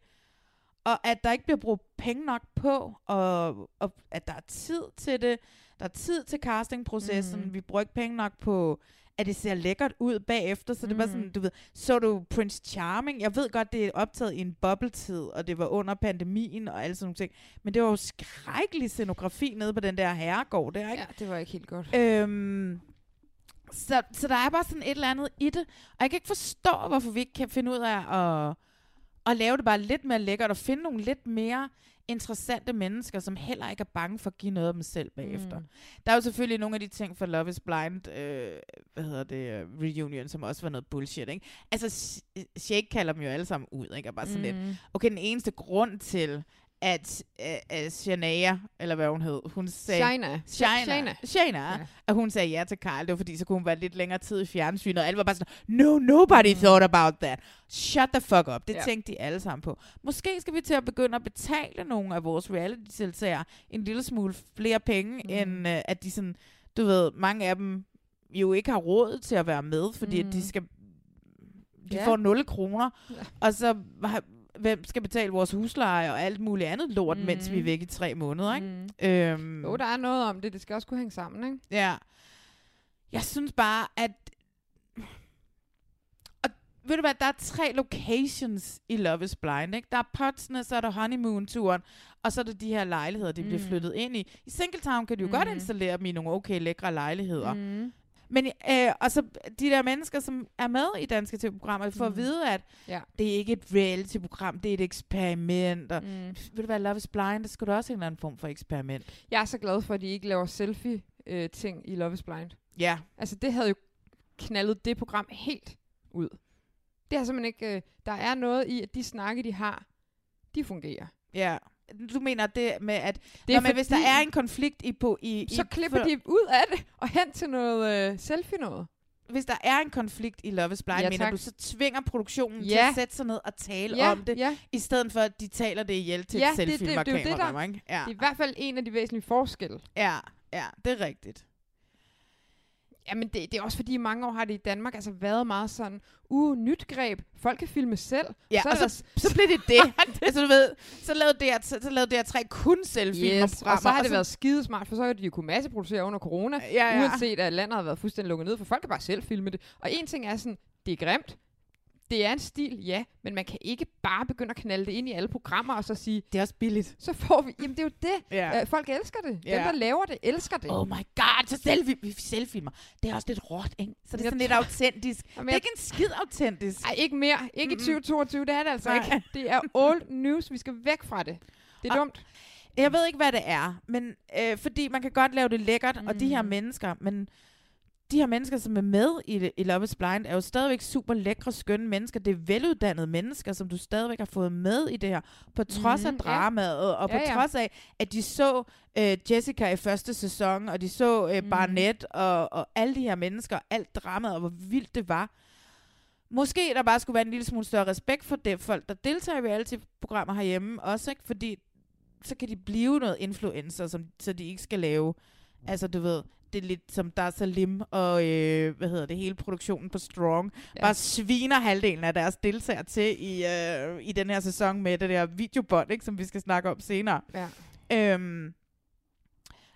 S1: og at der ikke bliver brugt penge nok på, og, og at der er tid til det, der er tid til castingprocessen, mm.
S2: Mhm.
S1: vi bruger ikke penge nok på, at det ser lækkert ud bagefter, så det var
S2: Mhm.
S1: sådan, du ved, så du Prince Charming, jeg ved godt, det er optaget i en bobletid, og det var under pandemien og alle sådan nogle ting, men det var jo skrækkelig scenografi nede på den der herregård der, ikke?
S2: Ja, det var ikke helt godt.
S1: Øhm, så, så der er bare sådan et eller andet i det. Og jeg kan ikke forstå, hvorfor vi ikke kan finde ud af at, at lave det bare lidt mere lækkert og finde nogle lidt mere interessante mennesker, som heller ikke er bange for at give noget af dem selv bagefter. Mm.
S2: Mm.
S1: Der er jo selvfølgelig nogle af de ting fra Love is Blind, øh, hvad hedder det, øh, Reunion, som også var noget bullshit, ikke? Altså, Sh- Shake kalder dem jo alle sammen ud, ikke? Og bare sådan mm. lidt,
S2: Mm.
S1: okay, den eneste grund til, at øh, øh, Shania, eller hvad hun hed, hun sagde...
S2: China.
S1: Shana. Shana.
S2: Shana.
S1: Shana. Ja.
S2: Ja.
S1: At hun sagde ja til Karl, det var fordi, så kunne hun være lidt længere tid i fjernsynet, og alle var bare sådan, no, nobody thought about that. Shut the fuck up. Det Mm. ja.
S2: Ja.
S1: tænkte de alle sammen på. Måske skal vi til at begynde at betale nogle af vores reality-deltagere en lille smule flere penge, mm.
S2: Mhm.
S1: end øh, at de sådan, du ved, mange af dem jo ikke har råd til at være med, fordi mm. at de
S2: Mhm.
S1: skal, de ja.
S2: Ja.
S1: får 0 kroner, ja.
S2: Ja.
S1: og så har, hvem skal betale vores husleje og alt muligt andet lort, mm. mens vi er
S2: Mhm.
S1: væk i tre måneder, ikke?
S2: Mm.
S1: Mm. Øhm,
S2: Jo, der er noget om det. Det skal også kunne hænge sammen, ikke?
S1: Ja. Jeg synes bare, at... Og ved du hvad, der er tre locations i Love is Blind, ikke? Der er potsene, så er der honeymoon-turen, og så er der de her lejligheder, de bliver
S2: Mm.
S1: flyttet ind i. I Singletown kan de jo mm. godt
S2: Mhm.
S1: installere dem i nogle okay lækre lejligheder. Mm.
S2: Mm.
S1: Men, øh, og så de der mennesker, som er med i danske tv-programmer, får at
S2: Mm.
S1: vide, at
S2: Ja.
S1: det er ikke et reality-program, det er et eksperiment. Og,
S2: Mm.
S1: Pff, Ved du hvad, Love is Blind, der skulle da også en eller anden form for eksperiment.
S2: Jeg er så glad for, at de ikke laver selfie-ting i Love is Blind.
S1: Ja,
S2: Altså, det havde jo knaldet det program helt ud. Det er simpelthen ikke... Øh, der er noget i, at de snakke, de har, de fungerer.
S1: ja. Du mener det med, at
S2: Det
S1: Det er Nå, men hvis der er en konflikt i på i,
S2: Så
S1: i
S2: klipper
S1: for-
S2: de ud af det og hen til noget øh, selfie-noget.
S1: hvis der er en konflikt i Love is Blind, ja,
S2: Ja,
S1: mener
S2: tak.
S1: du, så tvinger produktionen ja. til
S2: Ja.
S1: at sætte sig ned og tale
S2: Ja,
S1: om det,
S2: ja.
S1: i stedet for at de taler det ihjel til
S2: Ja,
S1: et
S2: det- det-
S1: selfie
S2: det er jo det, der-
S1: kamera, ikke? Ja,
S2: Det er i hvert fald en af de væsentlige forskelle.
S1: ja, ja, det er rigtigt.
S2: Jamen, det, det er også fordi, i mange år har det i Danmark altså været meget sådan, uh, nyt greb, folk kan filme selv.
S1: Ja,
S2: så er
S1: og
S2: der
S1: så, så blev det det. altså, du ved, så lavede det, så, så lavede det at tre kun selfie
S2: Yes, og så har det været skidesmart, for så har de jo kunne masseproducere under corona,
S1: ja, ja.
S2: uanset at landet har været fuldstændig lukket ned, for folk kan bare selv filme det. Og en ting er sådan, det er grimt, det er en stil, ja, men man kan ikke bare begynde at knalde det ind i alle programmer og så sige,
S1: Det er også billigt.
S2: så får vi, jamen det er jo det,
S1: Ja.
S2: ja. øh, folk elsker det,
S1: Ja.
S2: ja. dem der laver det, elsker det.
S1: Oh my god, så selfie, vi selvfilmer. Det er også lidt råt, ikke? Så det er
S2: Jeg
S1: sådan lidt
S2: tror-
S1: autentisk. Det
S2: Jamen,
S1: er
S2: jeg-
S1: ikke en skid autentisk.
S2: Ej, ikke mere, ikke i
S1: Mm-mm.
S2: 2022, det er det altså
S1: Nej.
S2: ikke. Det er old news, vi skal væk fra det. Det er
S1: Og-
S2: dumt.
S1: Jeg ved ikke, hvad det er, men øh, fordi man kan godt lave det lækkert, mm. og de her
S2: Mm.
S1: mennesker, men de her mennesker, som er med i, i Love is Blind, er jo stadigvæk super lækre, skønne mennesker. Det er veluddannede mennesker, som du stadigvæk har fået med i det her. På trods
S2: Mhm,
S1: af
S2: ja.
S1: dramaet, og på
S2: Ja, ja.
S1: trods af, at de så øh, Jessica i første sæson, og de så øh,
S2: Mhm.
S1: Barnett, og, og alle de her mennesker, og alt dramaet, og hvor vildt det var. Måske der bare skulle være en lille smule større respekt for det, folk, der deltager i reality-programmer herhjemme også, ikke? fordi så kan de blive noget influencer, som, så de ikke skal lave. Altså, du ved, det er lidt som der er Salim og, øh, hvad hedder det, hele produktionen på Strong,
S2: Ja.
S1: ja. bare sviner halvdelen af deres deltagere til i, øh, i den her sæson med det der videobånd, ikke, som vi skal snakke om senere.
S2: Ja.
S1: Øhm,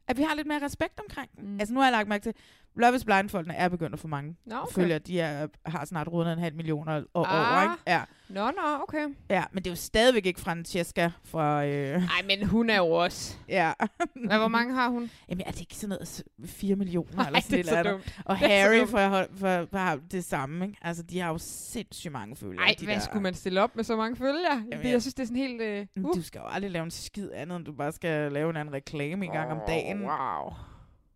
S1: at vi har lidt mere respekt omkring den.
S2: Mm.
S1: Mm. Altså, nu har jeg lagt mærke til, Love is Blind-folkene er begyndt at få mange
S2: Nå,
S1: okay.
S2: okay.
S1: følger. De er, har snart rundet en halv million og, og
S2: Ah.
S1: over, ikke? Ja,
S2: Nå, nå, okay.
S1: ja, men det er jo stadigvæk ikke Francesca fra... Øh,
S2: Ej, men hun er jo også.
S1: ja.
S2: Men hvor mange har hun?
S1: Jamen, er det ikke sådan noget 4 millioner
S2: Ej,
S1: eller sådan et eller andet?
S2: dumt.
S1: Og
S2: Det er så
S1: Harry
S2: dumt.
S1: fra, Hol- fra, fra det samme, ikke? Altså, de har jo sindssygt mange følger.
S2: Ej,
S1: de
S2: hvad
S1: der.
S2: skulle man stille op med så mange følgere? Det,
S1: ja.
S2: jeg synes, det er sådan helt... Øh,
S1: Du skal jo aldrig lave en skid andet, end du bare skal lave en anden reklame en gang om dagen.
S2: Wow.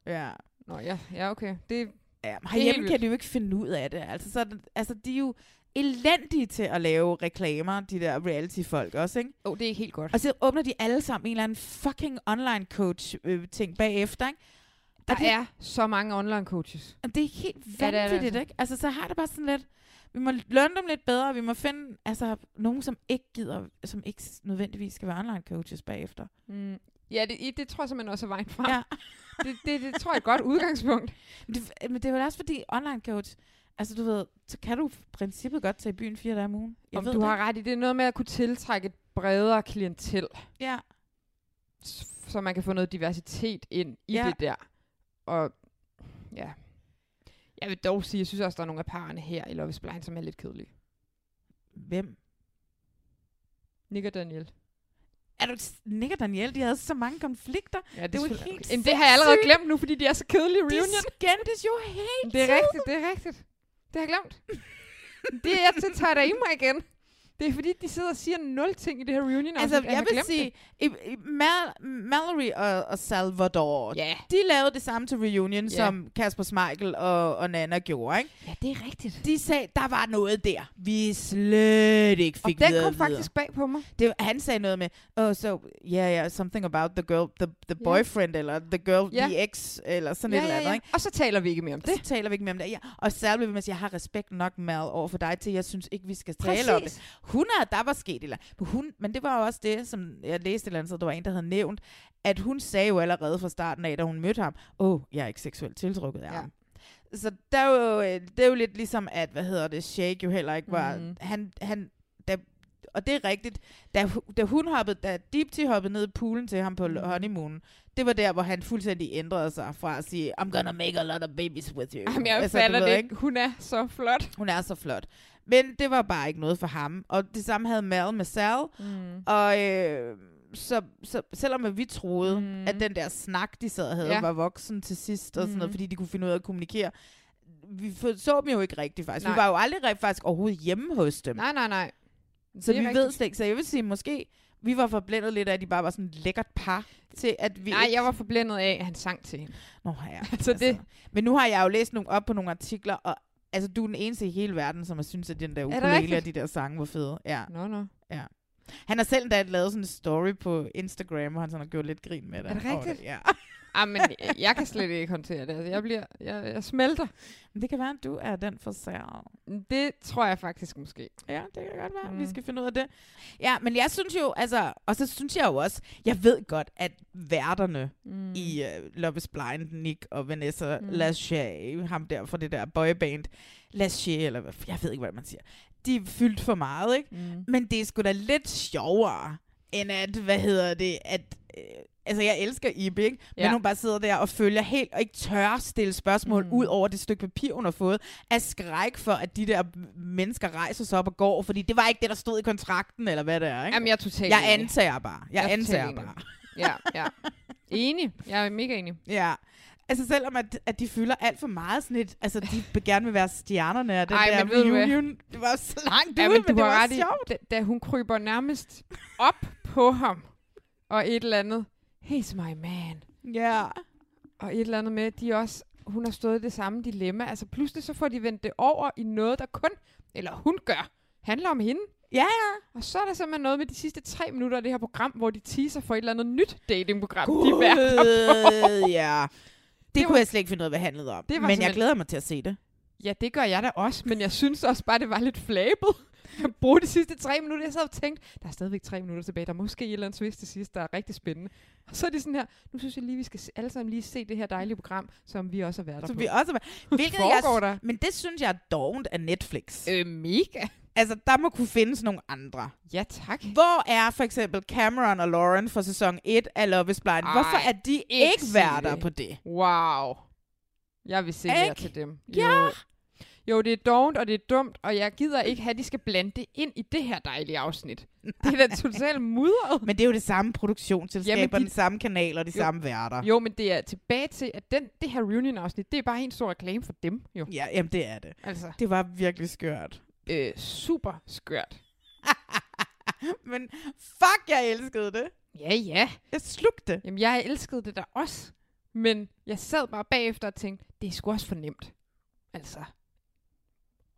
S1: Ja.
S2: Nå, ja, ja okay. Det,
S1: ja men
S2: helt
S1: herhjemme
S2: vildt.
S1: kan de jo ikke finde ud af det. Altså, så, er det- altså, de er jo elendige til at lave reklamer, de der reality-folk også, ikke?
S2: oh, det er ikke helt godt.
S1: Og så åbner de alle sammen en eller anden fucking online coach-ting bagefter, ikke? Og
S2: Der
S1: det-
S2: er så mange online coaches.
S1: Jamen, det er helt
S2: Ja, det er det
S1: vanvittigt,
S2: altså.
S1: ikke? Altså, så har det bare sådan lidt... Vi må lønne dem lidt bedre, og vi må finde altså, nogen, som ikke gider, som ikke nødvendigvis skal være online coaches bagefter.
S2: Mm. Ja, det, i- det tror jeg simpelthen også er vejen frem.
S1: Ja.
S2: Det, det, det tror jeg er et godt udgangspunkt.
S1: Men det, men det er jo også fordi, online coach, altså du ved, så kan du i princippet godt tage i byen fire dage om ugen. Jeg
S2: Om
S1: ved
S2: du
S1: det
S2: har
S1: ikke.
S2: ret i, det er noget med at kunne tiltrække et bredere klientel,
S1: Ja,
S2: s- så man kan få noget diversitet ind i
S1: Ja.
S2: det der. Og ja, jeg vil dog sige, jeg synes også, der er nogle af parerne her i Love is Blind, som er lidt kedelige.
S1: hvem?
S2: Nick og Daniel.
S1: Er du Nick og Daniel, de havde så mange konflikter.
S2: Ja,
S1: Det er jo
S2: selvfølgelig
S1: helt
S2: rigtigt. Jamen, det har jeg allerede
S1: sindssygt.
S2: glemt nu, fordi de er så kedelige i
S1: De
S2: reunion.
S1: skændtes jo helt
S2: Det er rigtigt, det er rigtigt. Det har jeg glemt. det er jeg til tager dig i mig igen. Det er fordi, de sidder og siger nul ting i det her reunion.
S1: Altså,
S2: afsnit, at
S1: jeg
S2: har
S1: vil
S2: glemt
S1: sige, i, i Mal- Mallory og, og Salvador,
S2: det. Ja.
S1: de lavede det samme til reunion,
S2: Ja.
S1: som Kasper Smeichel og, og Nana gjorde, ikke?
S2: ja, det er rigtigt.
S1: De sagde, der var noget der, vi slet ikke
S2: Og
S1: fik
S2: den
S1: videre
S2: kom
S1: videre.
S2: faktisk bag på mig.
S1: Det, han sagde noget med, oh, so, yeah, yeah, something about the girl, the, the
S2: Ja.
S1: boyfriend, eller the girl,
S2: Ja.
S1: the ex, eller sådan et eller andet, ikke?
S2: Og så taler vi ikke mere om det.
S1: Så taler vi ikke mere om det. Ja. Og særligt vil man sige, jeg har respekt nok, Mal, over for dig, til jeg synes ikke, vi skal Altså, tale om det. Hun er, der var sket et eller andet. Men hun, men det var jo også det, som jeg læste et eller andet, sted, der var en, der havde nævnt, at hun sagde jo allerede fra starten af, da hun mødte ham, åh, oh, jeg er ikke seksuelt tiltrukket af
S2: Ja.
S1: ja. ham. Så der er jo, øh, det er jo lidt ligesom, at, hvad hedder det, Shake jo heller ikke var,
S2: Mhm.
S1: mm. han, han, da, og det er rigtigt, da, hu- da hun hoppede, da Deepti hoppede ned i poolen til ham på
S2: Mhm.
S1: mm. honeymoonen, det var der, hvor han fuldstændig ændrede sig fra at sige, I'm gonna make a lot of babies with you.
S2: Jamen, jeg
S1: Altså, du
S2: fatter
S1: ved,
S2: det
S1: ikke?
S2: ikke. Hun er så flot.
S1: Hun er så flot. Men det var bare ikke noget for ham. Og det samme havde Mal med Sal.
S2: Mm.
S1: Og øh, så, så, selvom at vi troede,
S2: Mhm.
S1: mm. at den der snak, de sad og havde,
S2: Ja.
S1: ja. var voksen til sidst, og sådan noget,
S2: Mhm.
S1: fordi de kunne finde ud af at kommunikere, vi for- så dem jo ikke rigtigt faktisk.
S2: Nej.
S1: Vi var jo aldrig rigt- faktisk overhovedet hjemme hos dem.
S2: Nej, nej, nej.
S1: så
S2: det
S1: vi
S2: er
S1: ved
S2: rigtigt.
S1: slet ikke. Så jeg vil sige, måske vi var forblændet lidt af, at de bare var sådan et lækkert par til, at vi
S2: Nej,
S1: ikke...
S2: jeg var forblændet af, at han sang til hende.
S1: Nå, ja,
S2: Altså, det-
S1: Men nu har jeg jo læst nogle op på nogle artikler, og altså, du er den eneste i hele verden, som har syntes, at den der
S2: det
S1: ukulele og de
S2: rigtigt?
S1: der sange var fede. Ja.
S2: Nå, nå.
S1: Han har selv endda lavet sådan en story på Instagram, hvor han sådan har gjort lidt grin med det.
S2: Er det
S1: over
S2: rigtigt?
S1: Det, ja.
S2: Ah, men jeg kan slet ikke håndtere det. Altså, Jeg, bliver, jeg, jeg smelter.
S1: Men det kan være, at du er den for sær.
S2: Det tror jeg faktisk måske.
S1: Ja, det kan godt være. Mm. Vi
S2: Mm.
S1: skal finde ud af det. Ja, men jeg synes jo, altså, og så synes jeg jo også, jeg ved godt, at værterne
S2: Mm.
S1: i uh, Love is Blind, Nick og Vanessa
S2: Mm.
S1: mm. Lachey, ham der fra det der boyband, Lachey, eller hvad, jeg ved ikke, hvad man siger, de er fyldt for meget, ikke?
S2: Mm.
S1: Men det er sgu da lidt sjovere, end at, hvad hedder det, at... Øh, altså, jeg elsker Ibe, ikke? Men
S2: Ja.
S1: hun bare sidder der og følger helt, og ikke tør stille spørgsmål
S2: Mm.
S1: mm. ud over det stykke papir, hun har fået, af skræk for, at de der mennesker rejser sig op og går, fordi det var ikke det, der stod i kontrakten, eller hvad det er, ikke?
S2: Jamen, jeg er totalt
S1: jeg
S2: enig.
S1: antager bare. Jeg,
S2: Jeg er
S1: jeg antager
S2: totalt enig.
S1: bare.
S2: Ja, ja. Enig. Jeg er mega enig.
S1: Ja. Altså selvom at, at de fylder alt for meget sådan et, altså de vil gerne vil være stjernerne af den
S2: Ej,
S1: der
S2: men ved du hvad?
S1: reunion. Det var så langt
S2: Ja,
S1: ude,
S2: men
S1: men,
S2: du
S1: det
S2: har
S1: var
S2: ret i-
S1: sjovt.
S2: Da, da hun kryber nærmest op på ham, og et eller andet, he's my man,
S1: Ja.
S2: og et eller andet med, de er også, hun har stået i det samme dilemma. Altså pludselig så får de vendt det over i noget, der kun, eller hun gør, handler om hende.
S1: Ja,
S2: ja. Og så er der simpelthen noget med de sidste tre minutter af det her program, hvor de teaser for et eller andet nyt datingprogram. De værker på.
S1: ja. Det,
S2: Det
S1: det
S2: var-
S1: kunne jeg slet ikke finde ud af, hvad handlede om.
S2: Det var
S1: Men jeg
S2: simpelthen-
S1: glæder mig til at se det.
S2: Ja, det gør jeg da også, men jeg synes også bare, det var lidt flabet. Jeg brugte de sidste tre minutter, jeg sad og tænkte, der er stadigvæk tre minutter tilbage, der er måske et eller andet twist til sidst, der er rigtig spændende. Og så er det sådan her, nu synes jeg lige, vi skal se- alle sammen lige se det her dejlige program, som vi også har været der
S1: Som
S2: på.
S1: vi også var. Hvilket
S2: Foregår
S1: jeg,
S2: der?
S1: men det synes jeg er dovent af Netflix. Øh.
S2: Øh, mega.
S1: Altså, der må kunne findes nogle andre.
S2: Ja, tak.
S1: Hvor er for eksempel Cameron og Lauren fra sæson 1 af Love is Blind?
S2: Ej,
S1: Hvorfor er de ikke,
S2: ikke sig
S1: værter
S2: det.
S1: på det?
S2: Wow. Jeg vil se mere
S1: Ikke?
S2: til dem.
S1: Ja.
S2: Jo. jo, det er dovent, og det er dumt, og jeg gider ikke have, at de skal blande det ind i det her dejlige afsnit. Det er da totalt mudret.
S1: Men det er jo det samme produktionsselskab
S2: Jamen,
S1: Jamen, de...
S2: de-
S1: og den samme kanal og de
S2: Jo.
S1: jo. samme værter. Jo.
S2: Jo, men det er tilbage til, at den, det her reunion-afsnit, det er bare en stor reklame for dem, jo.
S1: Ja, jamen det er det.
S2: Altså,
S1: Det var virkelig skørt.
S2: øh, super skørt.
S1: Men fuck, jeg elskede det.
S2: Ja, ja.
S1: Jeg slugte det.
S2: Jamen, jeg elskede det der også. Men jeg sad bare bagefter og tænkte, det er sgu også for nemt. Altså.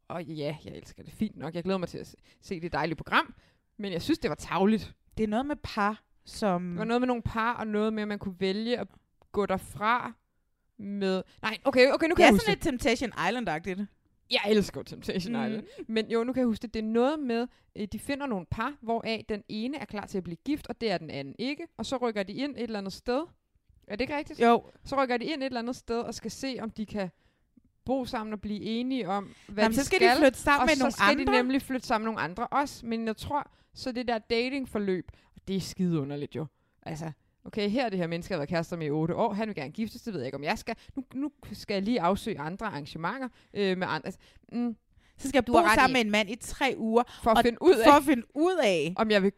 S2: Og ja, jeg elsker det fint nok. Jeg glæder mig til at se- se det dejlige program. Men jeg synes, det var tavligt.
S1: Det er noget med par, som...
S2: Det var noget med nogle par, og noget med, at man kunne vælge at gå derfra med... Nej, okay, okay, nu kan
S1: det
S2: jeg
S1: er
S2: huske
S1: sådan
S2: det.
S1: lidt Temptation Island-agtigt.
S2: Jeg elsker jo Temptation
S1: Mhm.
S2: Island. Men jo, nu kan jeg huske det. Det er noget med, øh, de finder nogle par, hvoraf den ene er klar til at blive gift, og det er den anden ikke. Og så rykker de ind et eller andet sted. Er det ikke rigtigt?
S1: Jo,
S2: Så rykker de ind et eller andet sted og skal se, om de kan bo sammen og blive enige om, hvad
S1: Jamen,
S2: de
S1: så skal,
S2: skal
S1: de flytte sammen
S2: og
S1: med
S2: så
S1: nogle
S2: skal
S1: andre.
S2: de nemlig flytte sammen med nogle andre også. Men jeg tror, så det der datingforløb, det er skide underligt jo. Altså, okay, her er det her menneske, jeg har været kærester med i otte år. Han vil gerne giftes, det ved jeg ikke, om jeg skal. Nu, nu skal jeg lige afsøge andre arrangementer øh, med andre. Altså, mm,
S1: Så skal jeg
S2: Du
S1: bo
S2: har ret
S1: sammen
S2: i.
S1: med en mand i tre uger.
S2: for at
S1: Og
S2: finde ud af,
S1: For at finde ud af.
S2: om jeg vil...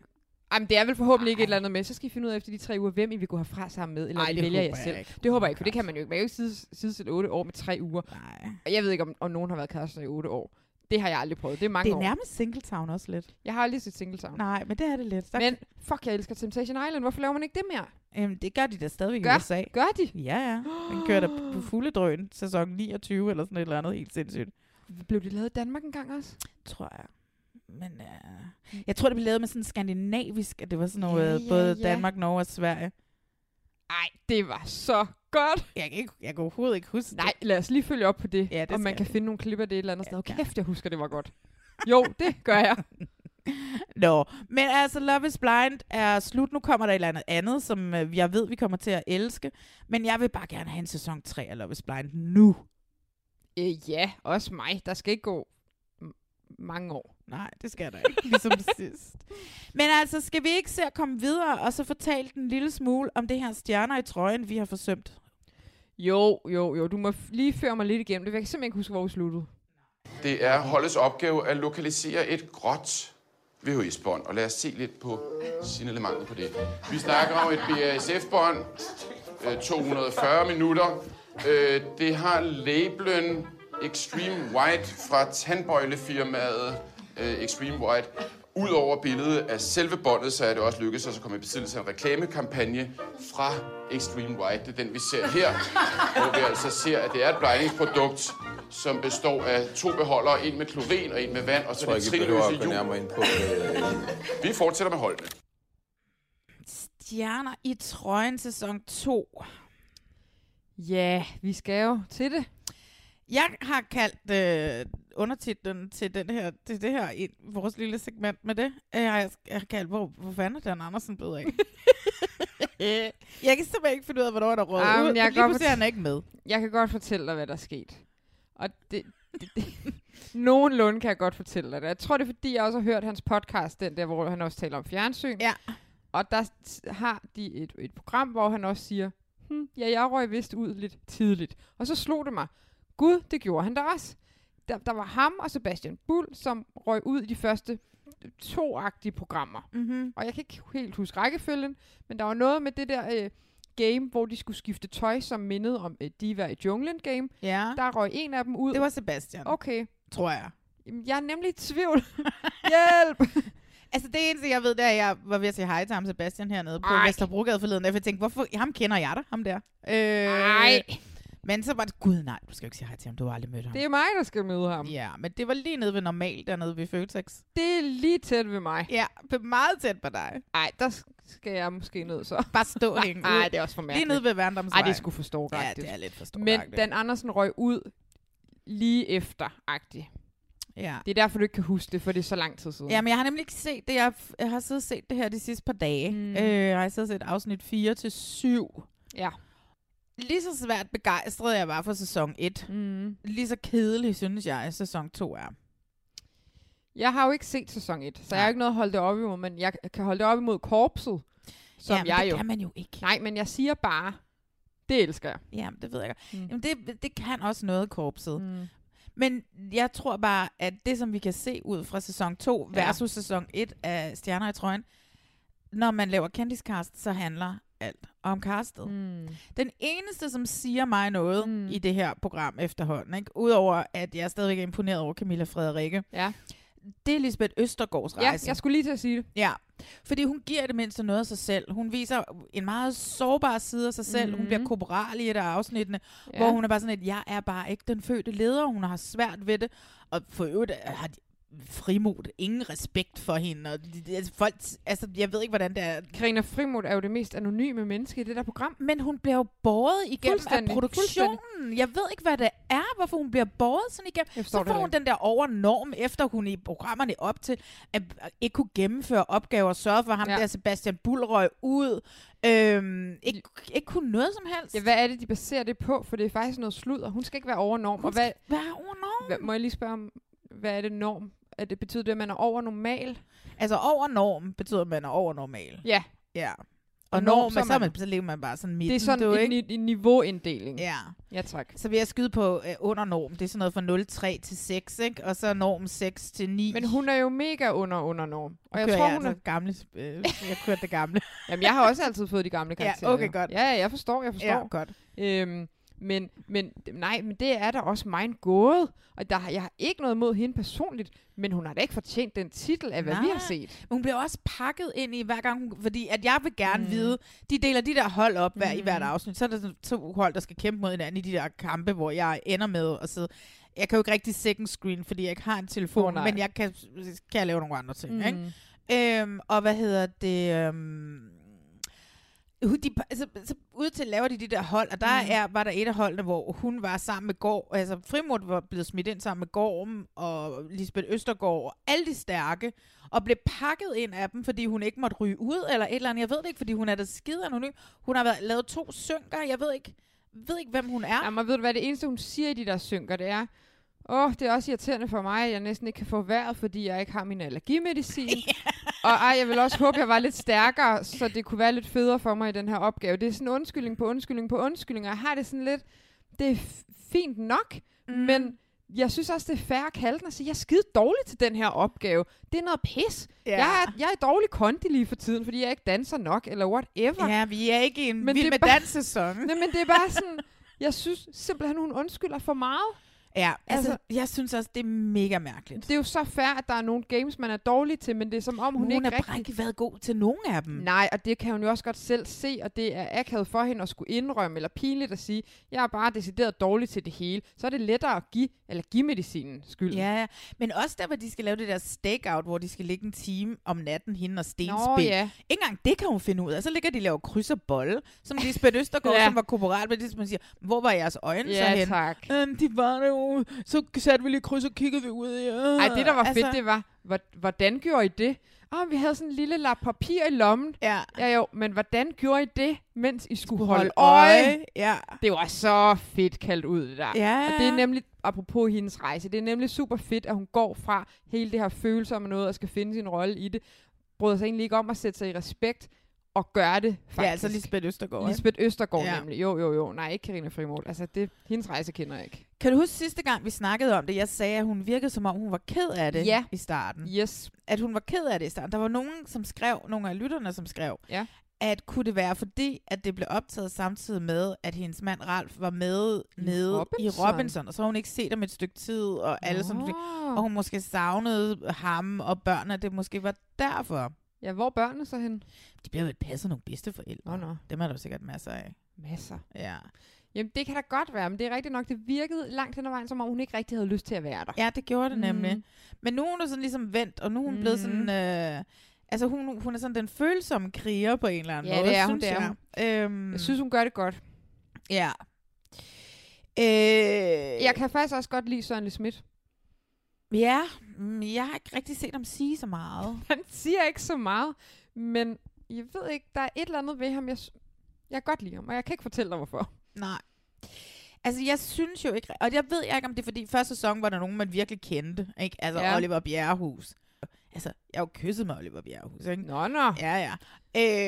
S2: Jamen, det er vel forhåbentlig ikke et eller andet med. Så skal I finde ud af efter de tre uger, hvem I vil gå herfra sammen med, eller
S1: Ej, det
S2: vælger
S1: håber jeg
S2: selv.
S1: ikke. Altså.
S2: Det håber jeg ikke, for det kan man jo ikke. Man kan jo ikke sides- sidestille otte år med tre uger.
S1: Nej.
S2: Og jeg ved ikke, om, om nogen har været kærester i otte år. Det har jeg aldrig prøvet. Det er mange
S1: Det
S2: år.
S1: er nærmest Singletown også lidt.
S2: Jeg har aldrig set Singletown.
S1: Nej, men det er det lidt. Der,
S2: Men fuck, jeg elsker Temptation Island. Hvorfor laver man ikke det mere?
S1: øhm, det gør de da stadigvæk
S2: Gør-
S1: i USA.
S2: Gør de?
S1: Ja, ja. Den kører da på fulde drøn, sæson 29 eller sådan et eller andet helt sindssygt.
S2: Blev de lavet i Danmark engang også?
S1: Tror jeg. Men øh, jeg tror, det blev lavet med sådan skandinavisk, at det var sådan noget,
S2: Ja,
S1: ja,
S2: ja,
S1: ja, både
S2: ja.
S1: Danmark, Norge og Sverige.
S2: Nej, det var så godt.
S1: Jeg kan, ikke, jeg kan overhovedet ikke huske
S2: Nej, lad os lige følge op på det.
S1: Ja, det
S2: om man
S1: skal
S2: kan
S1: vi.
S2: finde nogle klip af det et eller andet sted.
S1: Ja.
S2: Kæft, jeg husker, det var godt. Jo, det gør jeg.
S1: Nå, men altså Love is Blind er slut. Nu kommer der et eller andet andet, som øh, jeg ved, vi kommer til at elske. Men jeg vil bare gerne have en sæson 3 af Love is Blind nu.
S2: Øh, ja, også mig. Der skal ikke gå m- mange år.
S1: Nej, det skal der ikke, ligesom sidst. Men altså, skal vi ikke se at komme videre, og så fortælle en lille smule om det her stjerner i trøjen, vi har forsømt?
S2: Jo, jo, jo. Du må f- lige føre mig lidt igennem det. for Jeg kan simpelthen ikke huske, hvor vi sluttede.
S6: Det er holdets opgave at lokalisere et gråt VHS-bånd, og lad os se lidt på signalementet på det. Vi snakker om et BASF-bånd, øh, 240 minutter. Øh, Det har labelen Extreme White fra tandbøjlefirmaet øh, Extreme White. Udover billedet af selve båndet, så er det også lykkedes os at komme i besiddelse af en reklamekampagne fra Extreme White. Det er den, vi ser her, hvor vi altså ser, at det er et blegningsprodukt, som består af to beholdere, en med klorin og en med vand, og så det trinløse hjul.
S7: nærmere ind på. Øh,
S6: Vi fortsætter med holdene.
S1: Stjerner i trøjen sæson 2.
S2: Ja, vi skal jo til det.
S1: Jeg har kaldt øh, undertitlen til, den her, til det her, i vores lille segment med det, øh, har jeg, jeg har kaldt, hvor, hvor fanden er Dan Andersen blevet af? jeg kan simpelthen ikke finde ud af, hvornår der råd
S2: Ej, men
S1: ud.
S2: jeg
S1: Jeg
S2: kan
S1: lige
S2: godt
S1: pludselig er han ikke med.
S2: Jeg kan godt fortælle dig, hvad der er sket. Og det, det, det, nogenlunde kan jeg godt fortælle dig det. Jeg tror, det er, fordi jeg også har hørt hans podcast, den der, hvor han også taler om fjernsyn.
S1: Ja.
S2: Og der s- har de et, et program, hvor han også siger, hm, ja, jeg røg vist ud lidt tidligt. Og så slog det mig. Gud, det gjorde han da også. Der, der var ham og Sebastian Bull, som røg ud i de første toagtige programmer
S1: Mm-hmm.
S2: og jeg kan ikke helt huske rækkefølgen, men der var noget med det der øh, game, hvor de skulle skifte tøj, som mindede om øh, Diva i junglen game.
S1: Ja,
S2: Der røg en af dem ud.
S1: det var Sebastian, okay.
S2: Okay,
S1: tror jeg.
S2: Jamen, jeg er nemlig i tvivl. Hjælp!
S1: Altså det eneste, jeg ved, det er, at jeg var ved at sige hej til ham Sebastian hernede på
S2: Ej.
S1: Vesterbrogade forleden. dag, for Jeg tænkte, hvorfor, ham kender jeg da, ham der. Øh,
S2: Nej.
S1: Men så var det, gud nej, du skal jo ikke sige hej til ham, du har aldrig mødt ham.
S2: Det er mig, der skal møde ham.
S1: Ja, men det var lige nede ved normal, dernede ved Føtex.
S2: Det er lige tæt ved mig.
S1: Ja, det er meget tæt på dig.
S2: Ej, der skal jeg måske ned så.
S1: Bare stå og hænge ud.
S2: Ej, det er også for
S1: Lige
S2: mærkeligt.
S1: nede ved Værendomsvej.
S2: Ej, det skulle forstå
S1: Ja,
S2: rigtigt.
S1: det er lidt for stort.
S2: Men Dan Andersen røg ud lige efter agtig.
S1: Ja.
S2: Det er derfor, du ikke kan huske det, for det er så lang tid siden.
S1: Jamen, jeg har nemlig ikke set det. Jeg, har- jeg har siddet og set det her de sidste par dage.
S2: Mm.
S1: Mm. Øh, og jeg har siddet og set afsnit 4 til 7.
S2: Ja.
S1: Lige så svært begejstret jeg var for sæson 1.
S2: Mm.
S1: Lige så kedelig synes jeg, at sæson 2 er.
S2: Jeg har jo ikke set sæson 1, så jeg har
S1: Nej.
S2: ikke noget at holde det op imod, men jeg kan holde det op imod korpset, som
S1: Jamen,
S2: jeg
S1: det
S2: jo...
S1: kan man jo ikke.
S2: Nej, men jeg siger bare, det elsker jeg.
S1: Jamen, det ved jeg godt.
S2: Mm.
S1: Jamen, det, det kan også noget korpset. Mm.
S2: Mm.
S1: Men jeg tror bare, at det, som vi kan se ud fra sæson 2
S2: Ja.
S1: versus ja. sæson 1 af Stjerner i Trøjen, når man laver kendiscast, så handler alt om castet.
S2: Mm.
S1: Den eneste, som siger mig noget
S2: Mm.
S1: mm. i det her program efterhånden, ikke? udover at jeg stadigvæk er imponeret over Camilla Frederikke,
S2: Ja.
S1: det er Lisbeth Østergaards
S2: ja,
S1: rejse.
S2: jeg skulle lige til at sige det.
S1: ja. Fordi hun giver i det mindste noget af sig selv. Hun viser en meget sårbar side af sig selv. Mm. Hun bliver korporal i et af afsnittene,
S2: Ja.
S1: ja. hvor hun er bare sådan, at jeg er bare ikke den fødte leder. Hun har svært ved det. Og for øvrigt øh, har de frimod ingen respekt for hende. Og de- de- altså, folk, altså, jeg ved ikke, hvordan det er.
S2: Karina Frimod er jo det mest anonyme menneske i det der program.
S1: Men hun bliver jo båret igennem af
S2: Fuldstændig,
S1: produktionen. Jeg ved ikke, hvad det er, hvorfor hun bliver båret sådan igennem.
S2: Jeg forstår
S1: Så
S2: det
S1: får hun
S2: heller
S1: den der overnorm, efter hun i programmerne op til, at at ikke kunne gennemføre opgaver, sørge for ham
S2: Ja.
S1: ja. der Sebastian Bullrøg ud, øhm, ikke, ikke kunne noget som helst.
S2: Ja, hvad er det, de baserer det på? For det er faktisk noget sludder. Hun skal ikke være over norm.
S1: Hun
S2: Og hvad,
S1: skal være overnorm.
S2: hvad, må jeg lige spørge om, hvad er det norm? Er det, betyder det, at man er over normal?
S1: Altså overnorm betyder, at man er over normal.
S2: Ja,
S1: Ja.
S2: Og
S1: Og
S2: norm,
S1: norm,
S2: så er
S1: så, så,
S2: man-
S1: man, så ligger man bare sådan midt.
S2: det er sådan
S1: du,
S2: en,
S1: ikke?
S2: ni- en niveauinddeling.
S1: Ja.
S2: ja tak.
S1: Så vil jeg skyde på øh, under norm. Det er sådan noget fra 0,3 til 6, ikke? Og så norm 6 til 9.
S2: Men hun er jo mega under under norm. Og jeg
S1: kører
S2: tror,
S1: jeg
S2: hun er...
S1: altså gamle, øh, jeg kørte det gamle.
S2: Jamen, jeg har også altid fået de gamle karakterer.
S1: okay,
S2: jo.
S1: godt.
S2: Ja, ja, jeg forstår, jeg forstår.
S1: godt.
S2: Øhm, men, men nej, men det er da også mig en gåde. Og der, har- jeg har ikke noget mod hende personligt, men hun har da ikke fortjent den titel af, hvad vi har
S1: Nej.
S2: set.
S1: Men hun bliver også pakket ind i hver gang, hun, fordi at jeg vil gerne mm. vide, de deler de der hold op hver, mm. i hvert afsnit. Så er der sådan to hold, der skal kæmpe mod hinanden i de der kampe, hvor jeg ender med at sidde. Jeg kan jo ikke rigtig second screen, fordi jeg ikke har en
S2: Åh,
S1: telefon,
S2: nej.
S1: oh, men jeg kan, kan jeg lave nogle andre ting. Mm. Ikke? Øhm, og hvad hedder det? Øhm, hun- de, altså, så ud til laver de de der hold, og der mm. er, var der et af holdene, hvor hun var sammen med Gård, altså Frimod var blevet smidt ind sammen med Gorm og Lisbeth Østergaard og alle de stærke, og blev pakket ind af dem, fordi hun ikke måtte ryge ud eller et eller andet. Jeg ved det ikke, fordi hun er da skide anonym. Hun har været, lavet to synker, jeg ved ikke, ved ikke hvem hun er.
S2: Jamen, ved du hvad, det eneste, hun siger i de der synker, det er, åh, det er også irriterende for mig, at jeg næsten ikke kan få vejret, fordi jeg ikke har min allergimedicin. Og ej, jeg vil også håbe, jeg var lidt stærkere, så det kunne være lidt federe for mig i den her opgave. Det er sådan undskyldning på undskyldning på undskyldning, og jeg har det sådan lidt, det er f- fint nok, mm. men jeg synes også, det er fair at kalde den og sige, jeg er skide dårlig til den her opgave. Det er noget pis.
S1: Ja.
S2: Jeg, er, jeg er dårlig kondi lige for tiden, fordi jeg ikke danser nok, eller whatever.
S1: Ja, vi er ikke i en
S2: Men det
S1: vild
S2: er
S1: med
S2: bare-
S1: danssæson.
S2: Nej, men det er bare sådan, jeg synes simpelthen, hun undskylder for meget.
S1: Ja, altså,
S2: Altså-
S1: altså, jeg synes også, det er mega mærkeligt.
S2: Det er jo så fair, at der er nogle games, man er dårlig til, men det er som om, hun,
S1: hun,
S2: ikke
S1: har
S2: rigtig...
S1: bare ikke været god til nogen af dem.
S2: Nej, og det kan hun jo også godt selv se, og det er akavet for hende at skulle indrømme, eller pinligt at sige, jeg er bare decideret dårlig til det hele. Så er det lettere at give, eller give medicinen skyld.
S1: Ja, ja. men også der, hvor de skal lave det der stakeout, hvor de skal ligge en time om natten, hende og stenspil.
S2: Nå, ja.
S1: Ikke engang det kan hun finde ud af. Så ligger de og laver kryds og bolle, som Lisbeth Østergaard,
S2: Ja.
S1: ja. som var korporal, men det som hun siger, hvor var jeres øjne så
S2: ja
S1: hen?
S2: tak.
S1: Øhm, de var der jo. Så satte vi lige kryds og kiggede vi ud. øh." Ja.
S2: Ej, det der var altså... fedt, det var, hvor- hvordan gjorde I det? Åh, vi havde sådan en lille lap papir i lommen.
S1: Ja.
S2: Ja jo, men hvordan gjorde I det, mens I skulle
S1: Hold
S2: holde øje?
S1: Ja.
S2: Det var så fedt kaldt ud, det der.
S1: Ja.
S2: Og det er nemlig, apropos hendes rejse, det er nemlig super fedt, at hun går fra hele det her følelse om noget, og skal finde sin rolle i det, bryder sig egentlig ikke om at sætte sig i respekt, og gøre det, faktisk.
S1: Ja, altså Lisbeth Østergaard. ikke?
S2: Lisbeth Østergaard ja.
S1: Ja.
S2: nemlig. Jo, jo, jo. Nej, ikke Karina Frimod. Altså, det, hendes rejse kender jeg ikke.
S1: Kan du huske sidste gang, vi snakkede om det, jeg sagde, at hun virkede som om, hun var ked af det
S2: Ja.
S1: i starten.
S2: Yes.
S1: at hun var ked af det i starten. Der var nogen, som skrev, nogle af lytterne, som skrev,
S2: Ja.
S1: at kunne det være fordi, at det blev optaget samtidig med, at hendes mand Ralf var med
S2: I
S1: nede i
S2: Robinson?
S1: Robinson, og så har hun ikke set ham et stykke tid, og alle sådan nogle ting. Og hun måske savnede ham og børnene, at det måske var derfor.
S2: Ja, hvor er børnene så hen?
S1: De bliver jo et passet nogle bedsteforældre.
S2: Nå, nå.
S1: Dem er der jo sikkert masser af.
S2: Masser.
S1: Ja.
S2: Jamen, det kan da godt være, men det er rigtigt nok. Det virkede langt hen ad vejen, som om hun ikke rigtig havde lyst til at være der.
S1: Ja, det gjorde det nemlig.
S2: Mm.
S1: Men nu er hun jo sådan ligesom vendt, og nu er hun blevet
S2: Mhm.
S1: sådan... Øh, altså, hun, hun er sådan den følsomme kriger på en eller anden
S2: Ja,
S1: måde,
S2: det er hun,
S1: synes
S2: det er
S1: jeg. Øhm,
S2: Jeg synes, hun gør det godt.
S1: Ja. Øh,
S2: Jeg kan faktisk også godt lide Søren Le Schmidt.
S1: Ja, mm, jeg har ikke rigtig set ham sige så meget.
S2: Han siger ikke så meget, men jeg ved ikke, der er et eller andet ved ham, jeg, s- jeg kan godt lide ham, og jeg kan ikke fortælle dig, hvorfor.
S1: Nej. Altså, jeg synes jo ikke... Og jeg ved ikke, om det er, fordi første sæson var der nogen, man virkelig kendte. Ikke? Altså,
S2: Ja.
S1: ja. Oliver Bjerrehus. Altså, jeg har jo kysset med Oliver Bjerrehus, ikke?
S2: Nå, nå.
S1: Ja, ja.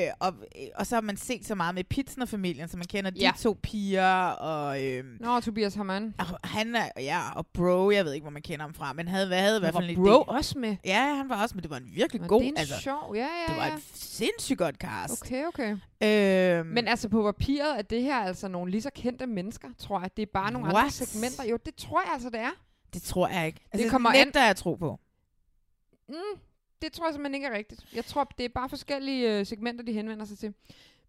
S1: Øh, og, og så har man set så meget med Pitsner-familien, så man kender de
S2: Ja.
S1: to piger, og... Øh,
S2: Nå, Tobias Hamann.
S1: og han er, ja, og Bro, jeg ved ikke, hvor man kender ham fra, men havde, havde i hvert fald en
S2: bro
S1: idé.
S2: også med.
S1: Ja, han var også, men det var en virkelig
S2: Nå,
S1: god,
S2: det er en
S1: altså,
S2: sjov, ja, ja,
S1: det var
S2: ja.
S1: et sindssygt godt cast.
S2: Okay, okay.
S1: Okay. Øhm,
S2: Men altså på papiret er det her altså nogle lige så kendte mennesker, tror jeg. Det er bare nogle andre
S1: What?
S2: segmenter. Jo, det tror jeg altså, det er.
S1: det tror jeg ikke. Altså, det
S2: kommer
S1: kommer det
S2: an-
S1: nægter jeg at tro på.
S2: Mm, det tror jeg simpelthen ikke er rigtigt. Jeg tror, det er bare forskellige øh, segmenter, de henvender sig til.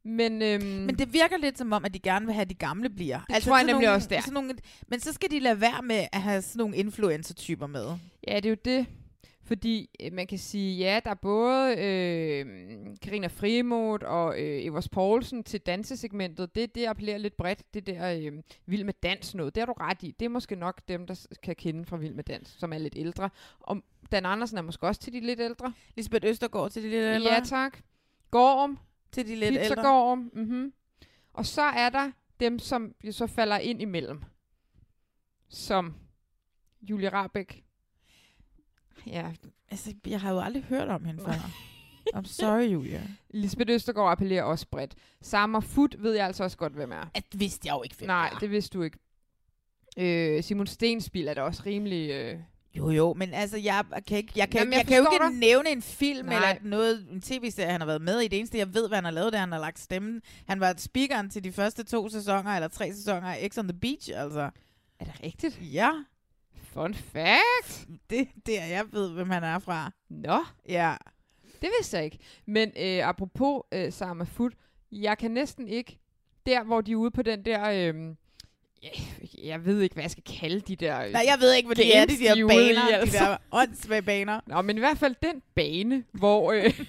S2: Men, øhm,
S1: Men det virker lidt som om, at de gerne vil have, at de gamle bliver. Det
S2: tror jeg
S1: sådan
S2: nemlig
S1: nogle,
S2: også, det er.
S1: Sådan nogle, men så skal de lade være med at have sådan nogle influencer-typer med.
S2: Ja, det er jo det. Fordi øh, man kan sige, ja, der er både øh, Karina Frimodt og øh, Evers Poulsen til dansesegmentet. Det, det appellerer lidt bredt. Det der øh, Vild med Dans noget, det har du ret i. Det er måske nok dem, der s- kan kende fra Vild med Dans, som er lidt ældre. Og Dan Andersen er måske også til de lidt ældre.
S1: Lisbeth Østergaard til de lidt ældre.
S2: Ja, tak. Gorm,
S1: til de lidt ældre.
S2: Pizzagorm. Mm-hmm. Og så er der dem, som jo så falder ind imellem. Som Julie Rabeck. Ja,
S1: Altså, jeg har jo aldrig hørt om hende før. I'm sorry, Julia.
S2: Lisbeth Østergaard appellerer også bredt. Sammer Fut ved jeg altså også godt, hvem er.
S1: At vidste jeg jo ikke, hvem
S2: Nej,
S1: er.
S2: det vidste du ikke. Øh, Simon Stenspil er da også rimelig... Øh,
S1: Jo, jo, men altså, jeg kan, ikke, jeg kan, Jamen,
S2: Jamen, jeg
S1: jeg jeg kan jo
S2: forstår
S1: ikke
S2: dig.
S1: nævne en film
S2: Nej.
S1: Nej. eller noget, en tv-serie, han har været med i. Det eneste, jeg ved, hvad han har lavet, det er, han har lagt stemmen. Han var speakeren til de første to sæsoner, eller tre sæsoner af X on the Beach, altså.
S2: er det rigtigt?
S1: Ja,
S2: Fun fact!
S1: det, det er jeg ved, hvem han er fra.
S2: Nå,
S1: Ja.
S2: det vidste jeg ikke. Men øh, apropos øh, Sammer Fut, jeg kan næsten ikke... Der, hvor de er ude på den der... Øh, jeg, jeg ved ikke, hvad jeg skal kalde de der... Øh,
S1: Nej, jeg ved ikke, hvad det er, de
S2: Games,
S1: der
S2: de er ude i,
S1: baner, de
S2: altså.
S1: der åndssvage baner.
S2: Nå, men i hvert fald den bane, hvor, øh,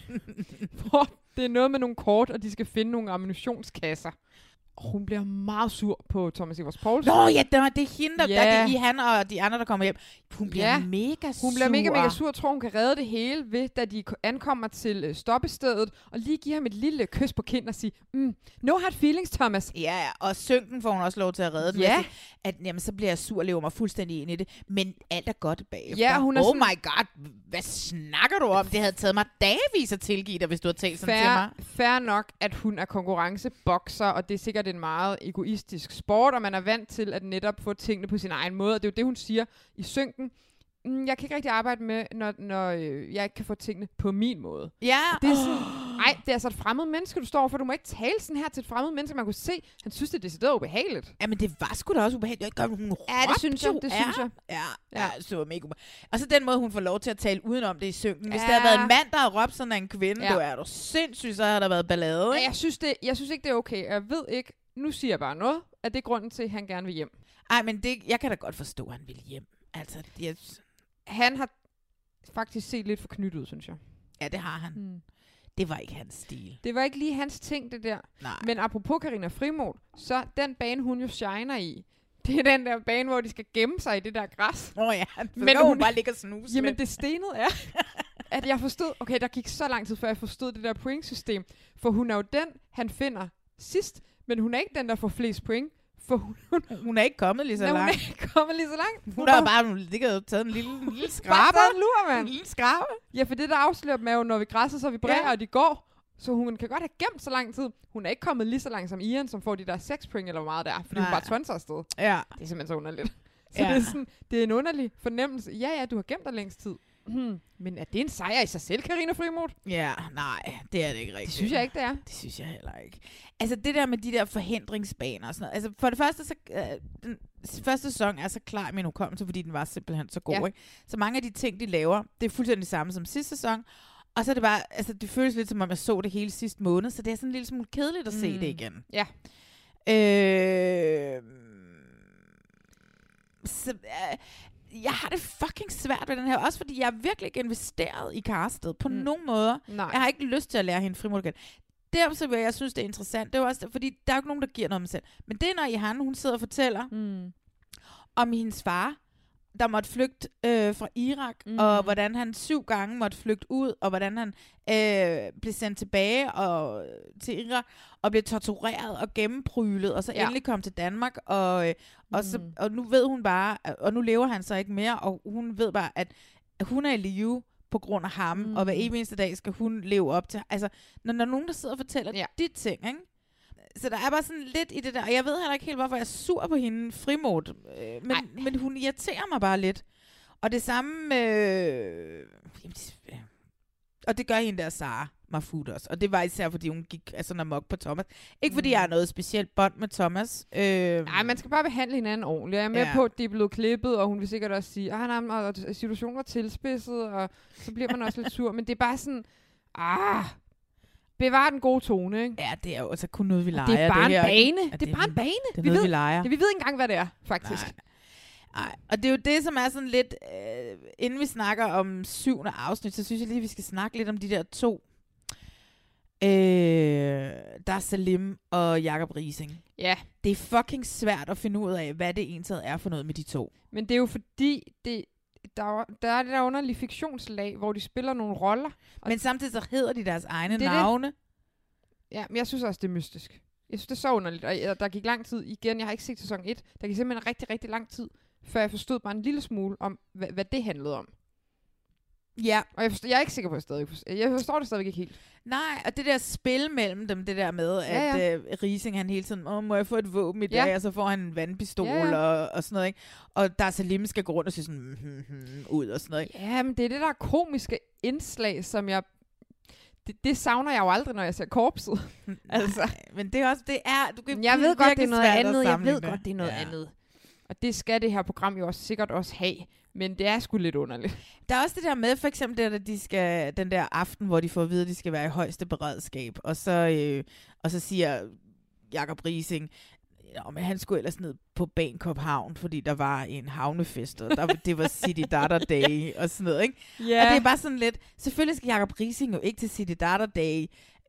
S2: hvor det er noget med nogle kort, og de skal finde nogle ammunitionskasser. Og hun bliver meget sur på Thomas Evers Poulsen.
S1: Nå ja, der, det er hende, der,
S2: Ja.
S1: der er det i han og de andre, der kommer hjem. Hun bliver
S2: Ja.
S1: mega sur.
S2: Hun bliver mega, mega sur og tror, hun kan redde det hele ved, da de ko- ankommer til øh, stoppestedet, og lige giver ham et lille kys på kind og siger, mm, no hard feelings, Thomas.
S1: Ja, ja, og synken får hun også lov til at redde den.
S2: Ja.
S1: ved at sige, At, jamen, så bliver jeg sur og lever mig fuldstændig ind i det. Men alt er godt bagefter.
S2: Ja, hun er
S1: oh
S2: sådan-
S1: my god, hvad snakker du om? Det havde taget mig dagvis at tilgive dig, hvis du havde talt sådan til mig.
S2: Fair, fair nok, at hun er konkurrencebokser, og det er sikkert en meget egoistisk sport, og man er vant til at netop få tingene på sin egen måde, og det er jo det, hun siger i synken. "Mm, Jeg kan ikke rigtig arbejde med, når, når øh, jeg ikke kan få tingene på min måde.
S1: Ja,
S2: Det er sådan, nej, det er altså et fremmed menneske, du står for. Du må ikke tale sådan her til et fremmed menneske. Man kunne se, han synes, det er decideret ubehageligt.
S1: Jamen, det var sgu da også ubehageligt. Jeg gør, hun
S2: Ja, det synes jeg,
S1: råbte
S2: det
S1: jo
S2: synes
S1: af
S2: jeg.
S1: Ja,
S2: Ja.
S1: ja. ja det var mega ubehageligt. Og så den måde, hun får lov til at tale udenom det i synken. Hvis
S2: Ja.
S1: ja. der havde været en mand, der havde råbt sådan af en kvinde,
S2: Ja.
S1: ja. du er du sindssyg, så havde der været ballade.
S2: Og
S1: Ikke?
S2: jeg synes, det, jeg synes ikke, det er okay. og Jeg ved ikke, nu siger jeg bare noget, at det er grunden til, at han gerne vil hjem.
S1: Ej, men det, jeg kan da godt forstå, at han ville hjem. Altså, jeg,
S2: Han har faktisk set lidt for knyttet ud, synes jeg.
S1: ja, det har han.
S2: Hmm.
S1: Det var ikke hans stil.
S2: Det var ikke lige hans ting, det der.
S1: Nej.
S2: Men apropos Karina Frimod, så den bane, hun jo shiner i, det er den der bane, hvor de skal gemme sig i det der græs.
S1: Åh oh, ja, så
S2: Men
S1: men hun,
S2: hun-
S1: hun bare ligge og snuse
S2: Jamen
S1: lidt.
S2: det stenede er, at jeg forstod, okay, der gik så lang tid, før jeg forstod det der pointsystem. For hun er jo den, han finder sidst, men hun er ikke den, der får flest point. For hun, hun,
S1: Hun er ikke kommet lige så
S2: hun
S1: langt.
S2: er ikke kommet lige så langt.
S1: Hun har bare hun ligger og taget en lille, en lille
S2: bare
S1: skraber.
S2: taget en lur,
S1: En
S2: mand.
S1: lille skraber.
S2: Ja, for det der afslører dem er jo, når vi græsser, så vibrerer, ja.
S1: Ja.
S2: og de går. Så hun kan godt have gemt så lang tid. Hun er ikke kommet lige så langt som Ian, som får de der 6 point, eller hvor meget der er, fordi Nej. hun
S1: Nej.
S2: bare tonser afsted.
S1: Ja.
S2: Det er simpelthen så underligt. Så ja.
S1: Ja.
S2: det, er sådan, det er en underlig fornemmelse. Ja, ja, du har gemt dig længst tid. Hmm. Men er det en sejr i sig selv, Karina Frimod?
S1: Ja, nej, det er det ikke rigtigt.
S2: Det synes jeg ikke, det er.
S1: Det synes jeg heller ikke. Altså det der med de der forhindringsbaner og sådan noget. Altså for det første, så, øh, den s- første sæson er så klar i min hukommelse, fordi den var simpelthen så god.
S2: Ja.
S1: Ja. Ikke? Så mange af de ting, de laver, det er fuldstændig det samme som sidste sæson. Og så er det bare, altså det føles lidt som om jeg så det hele sidste måned, så det er sådan en lille smule kedeligt at mm. se
S2: Mm.
S1: det igen.
S2: Ja.
S1: Øh, så, øh, jeg har det fucking svært ved den her, også fordi jeg er virkelig ikke investeret i castet på mm.
S2: Mm.
S1: nogen måder.
S2: Nej.
S1: Jeg har ikke lyst til at lære hende frimodgæld. Derfor så vil jeg, jeg synes, det er interessant. Det er jo også, fordi der er jo ikke nogen, der giver noget om sig selv. Men det er, når Ihan, hun sidder og fortæller
S2: Mm.
S1: om hendes far, der måtte flygte øh, fra Irak, mm.
S2: Mm.
S1: og hvordan han syv gange måtte flygte ud, og hvordan han øh, blev sendt tilbage og, øh, til Irak, og blev tortureret og gennemprylet, og så ja.
S2: Ja.
S1: endelig kom til Danmark, og, øh, og, så,
S2: Mm.
S1: og nu ved hun bare, og nu lever han så ikke mere, og hun ved bare, at hun er i live på grund af ham, mm. og hver
S2: Mm.
S1: evig eneste dag skal hun leve op til. Altså, når der er nogen, der sidder og fortæller ja.
S2: Ja.
S1: de ting, ikke? Så der er bare sådan lidt i det der, og jeg ved heller ikke helt, hvorfor jeg er sur på hende frimod, øh,
S2: Ej.
S1: men, men hun irriterer mig bare lidt. Og det samme, øh, jamen, det- ja. og det gør hende der Sara Mafut også, og det var især, fordi hun gik altså, amok på Thomas. Ikke fordi
S2: Mm.
S1: jeg har noget specielt bånd med Thomas. Øh,
S2: Nej, man skal bare behandle hinanden ordentligt. Jeg er med
S1: Ja.
S2: Hmm. ja. på, at det er blevet klippet, og hun vil sikkert også sige, at nej, men, og- og situationen var tilspidset, og så bliver man også lidt sur. Men det er bare sådan, ah, bevar den gode tone, ikke?
S1: Ja, det er jo altså kun noget, vi leger.
S2: det er bare
S1: her,
S2: en
S1: ikke?
S2: bane.
S1: Ja,
S2: Det er bare en bane.
S1: Det er
S2: Vi
S1: noget, vi,
S2: ved-
S1: leger.
S2: Ja, vi ved ikke engang, hvad det er, faktisk.
S1: Nej. Nej, og det er jo det, som er sådan lidt, øh, inden vi snakker om syvende afsnit, så synes jeg lige, vi skal snakke lidt om de der to. Øh, der er Salim og Jakob Rising.
S2: Ja,
S1: Det er fucking svært at finde ud af, hvad det ensagede er for noget med de to.
S2: men det er jo fordi, det, der, er jo- der er det der underlige fiktionslag, hvor de spiller nogle roller.
S1: Men samtidig så hedder de deres egne
S2: Det er det.
S1: navne.
S2: Ja, men jeg synes også, det er mystisk. Jeg synes, det er så underligt, og jeg, der gik lang tid igen. Jeg har ikke set sæson 1. Der gik simpelthen rigtig, rigtig lang tid, før jeg forstod bare en lille smule om, hvad, hvad det handlede om.
S1: Ja,
S2: Og jeg, forstår, jeg er ikke sikker på, at jeg stadig forstår, jeg forstår det stadigvæk ikke helt.
S1: nej, og det der spil mellem dem, det der med,
S2: Ja,
S1: at Øh, Rising han hele tiden, Åh, må jeg få et våben i
S2: Ja.
S1: dag, og så får han en vandpistol
S2: Ja, ja.
S1: Og, og sådan noget, ikke? Og der er Salim skal gå rundt og sige sådan, mm, mm, mm, ud og sådan noget, ikke?
S2: Ja, men det er det der komiske indslag, som jeg... Det, det savner jeg jo aldrig, når jeg ser korpset.
S1: Altså, men det er også, det er, du kan
S2: Men jeg
S1: det
S2: ved
S1: er
S2: godt, det
S1: virkelig
S2: er noget
S1: svært at
S2: andet. Jeg ved
S1: sammenligne.
S2: godt, det er noget
S1: Ja.
S2: ja. andet. Og det skal det her program jo også sikkert også have. Men det er sgu lidt underligt.
S1: Der er også det der med, for eksempel der, at de skal, den der aften, hvor de får at vide, at de skal være i højeste beredskab, og så, øh, og så siger Jakob Rising, Nå, men han skulle ellers ned på Bankop Havn, fordi der var en havnefest, og der, det var City Data Day og sådan noget, ikke? Ja. Og det er bare sådan lidt, selvfølgelig skal Jacob Rising jo ikke til City Data Day.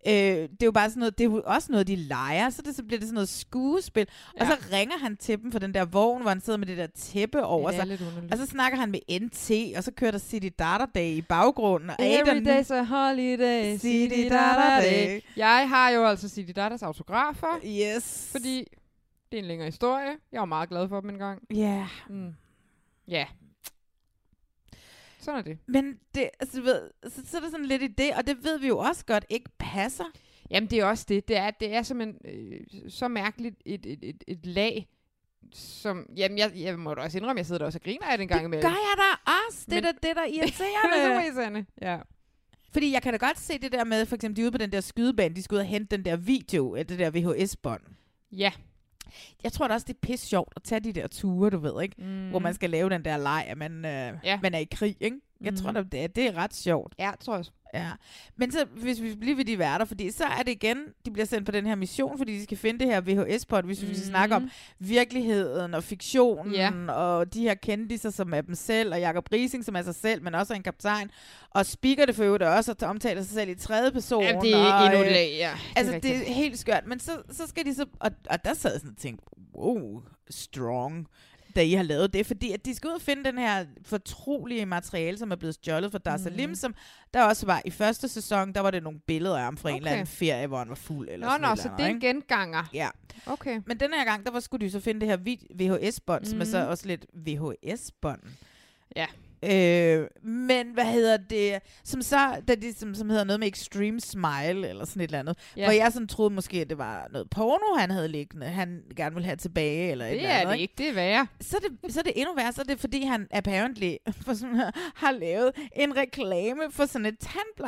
S1: Øh, det er jo bare sådan noget, det er jo også noget, de leger, så, det, så bliver det sådan noget skuespil. Ja. Og
S2: Ja.
S1: så ringer han til dem fra den der vogn, hvor han sidder med det der tæppe over
S2: ja, det
S1: sig.
S2: er lidt underligt.
S1: Og så snakker han med NT, og så kører der City Data Day i baggrunden. Og
S2: Every
S1: Adam,
S2: day's a holiday,
S1: City
S2: city
S1: Dada
S2: dada
S1: day.
S2: day. Jeg har jo altså City Dadas autografer,
S1: Yes.
S2: fordi det er en længere historie. Jeg var meget glad for dem engang.
S1: Ja, yeah.
S2: Mm. Ja. Sådan er det.
S1: men det, altså, du ved, så, så er der sådan lidt i det, og det ved vi jo også godt ikke passer.
S2: Jamen, det er også det. Det er, det er simpelthen øh, så mærkeligt et, et, et, et lag, som... Jamen, jeg, jeg må da også indrømme, jeg sidder der også og griner af det en gang
S1: Det
S2: imellem.
S1: gør jeg da også. Det er
S2: Men-
S1: da det, der irriterer
S2: det er
S1: mig.
S2: så irriterende. Ja.
S1: Fordi jeg kan da godt se det der med, for eksempel, de er ude på den der skydebane, de skal ud og hente den der video af det der VHS-bånd.
S2: Ja.
S1: Jeg tror da også, det er pisse sjovt at tage de der ture, du ved, ikke? Mm. Hvor man skal lave den der leg, at man, øh, ja.
S2: Mhm. Ja.
S1: man er i krig, ikke? Jeg mm.
S2: Mhm.
S1: tror da, det er, det er ret sjovt.
S2: Ja, tror jeg også.
S1: Ja. Men så, hvis vi bliver ved de værter, fordi så er det igen, de bliver sendt på den her mission, fordi de skal finde det her VHS-bånd, hvis mm. vi skal snakke om virkeligheden og fiktionen, ja.
S2: Mhm. Ja.
S1: og de her kendiser, som er dem selv, og Jakob Rising, som er sig selv, men også er en kaptajn, og speaker det for øvrigt også, og omtaler sig selv i tredje person.
S2: Jamen, det er
S1: og,
S2: endnu
S1: øh,
S2: et lag, ja.
S1: Altså,
S2: rigtigt.
S1: det er helt skørt, men så, så skal de så, og, og der sad jeg sådan og tænkte, wow, strong, da I har lavet det, fordi at de skal ud og finde den her fortrolige materiale, som er blevet stjålet fra Dar Salim, mm. som der også var i første sæson, der var det nogle billeder af ham fra okay. en eller
S2: Okay.
S1: anden ferie, hvor han var fuld eller
S2: Nå,
S1: sådan
S2: nå,
S1: et
S2: så
S1: eller
S2: det er
S1: andet,
S2: en
S1: ikke?
S2: genganger.
S1: Ja,
S2: Okay.
S1: men den her gang, der var, skulle de så finde det her vid- VHS-bånd, mm. som er så
S2: Mhm.
S1: også lidt VHS-bånd.
S2: Ja.
S1: Øh, men hvad hedder det, som så, da de, som, som hedder noget med Extreme Smile, eller sådan et eller andet, ja.
S2: Ja.
S1: hvor jeg sådan troede måske, at det var noget porno, han havde liggende, han gerne ville have tilbage, eller et
S2: Det
S1: eller
S2: er
S1: andet.
S2: det ikke, det er værre.
S1: Så, er det, så er det endnu værre, så er det fordi, han apparently for sådan, her, har lavet en reklame for sådan et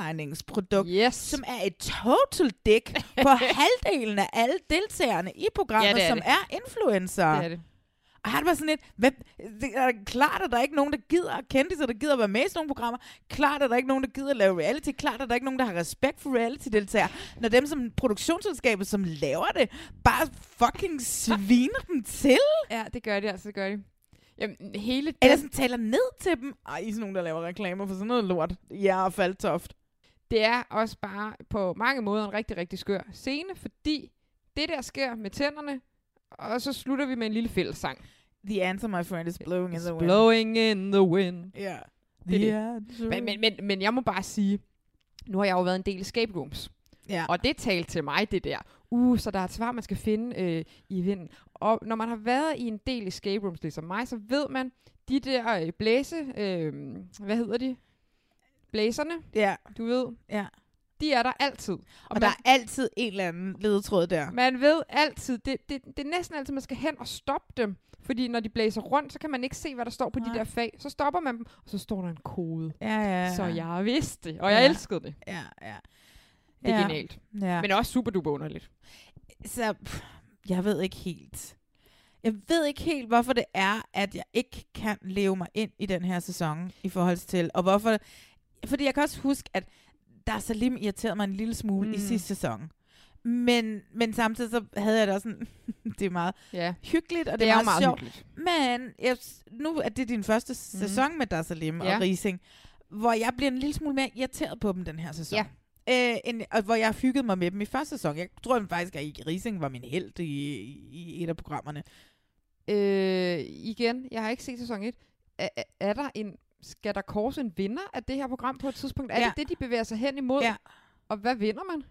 S1: tandplejningsprodukt,
S2: Yes.
S1: som er et total dick på halvdelen af alle deltagerne i programmet,
S2: Ja, det er
S1: som
S2: det.
S1: er influencer.
S2: Det er det.
S1: Og har det bare sådan lidt, hvad, det er da klart, at der er ikke nogen, der gider at kende det, så der gider at være med i sådan nogle programmer. Klart, at der er ikke nogen, der gider at lave reality. Klart, at der er ikke nogen, der har respekt for reality-deltagere. Når dem som produktionsselskabet, som laver det, bare fucking sviner dem til.
S2: Ja, det gør de altså, det gør de. Jamen, hele den,
S1: Eller sådan taler ned til dem. Ej, I er sådan nogen, der laver reklamer for sådan noget lort. Ja, og faldtoft.
S2: det er også bare på mange måder en rigtig, rigtig skør scene, fordi det der sker med tænderne, og så slutter vi med en lille fællessang.
S1: The answer, my friend, is blowing in the wind.
S2: Blowing in the wind.
S1: Ja.
S2: Det er det.
S1: answer.
S2: Men, men, men, men jeg må bare sige, nu har jeg jo været en del escape rooms.
S1: Ja.
S2: Og det talte til mig, det der. Uh, så der er et svar, man skal finde øh, i vinden. Og når man har været i en del escape rooms, ligesom mig, så ved man, de der øh, blæse, øh, hvad hedder de? Blæserne,
S1: ja.
S2: du ved.
S1: Ja.
S2: De er der altid. Og,
S1: Og
S2: man,
S1: der er altid en eller anden ledetråd der.
S2: man ved altid, det, det, det er næsten altid, man skal hen og stoppe dem. Fordi når de blæser rundt, så kan man ikke se, hvad der står på
S1: Nej.
S2: de der fag. Så stopper man dem, og så står der en kode.
S1: Ja, ja.
S2: Ja. Så jeg vidste det, og jeg
S1: Ja.
S2: elskede det.
S1: Ja, ja.
S2: Det er
S1: ja.
S2: ja. genialt.
S1: Ja. Men
S2: Men også super duper underligt.
S1: så, pff, jeg ved ikke helt. Jeg ved ikke helt, hvorfor det er, at jeg ikke kan leve mig ind i den her sæson i forhold til, og hvorfor... Fordi jeg kan også huske, at der Salim irriterede mig en lille smule mm. i
S2: Mm.
S1: sidste sæson. Men, men samtidig så havde jeg det også sådan, det er meget
S2: Ja.
S1: hyggeligt, og
S2: Det
S1: det,
S2: er jo
S1: meget,
S2: meget
S1: sjovt.
S2: hyggeligt.
S1: Men jeg, nu er det din første sæson med Darsalim ja.
S2: Mhm. Ja.
S1: og Rising, hvor jeg bliver en lille smule mere irriteret på dem den her sæson.
S2: Ja.
S1: Øh, end, og hvor jeg hyggede mig med dem i første sæson. Jeg tror faktisk, at Rising var min held i, i et af programmerne.
S2: Øh, igen, jeg har ikke set sæson 1. Er, er- er der en, skal der korse en vinder af det her program på et tidspunkt? Er
S1: Ja.
S2: ja. det det, de bevæger sig hen imod?
S1: Ja.
S2: Og hvad vinder man?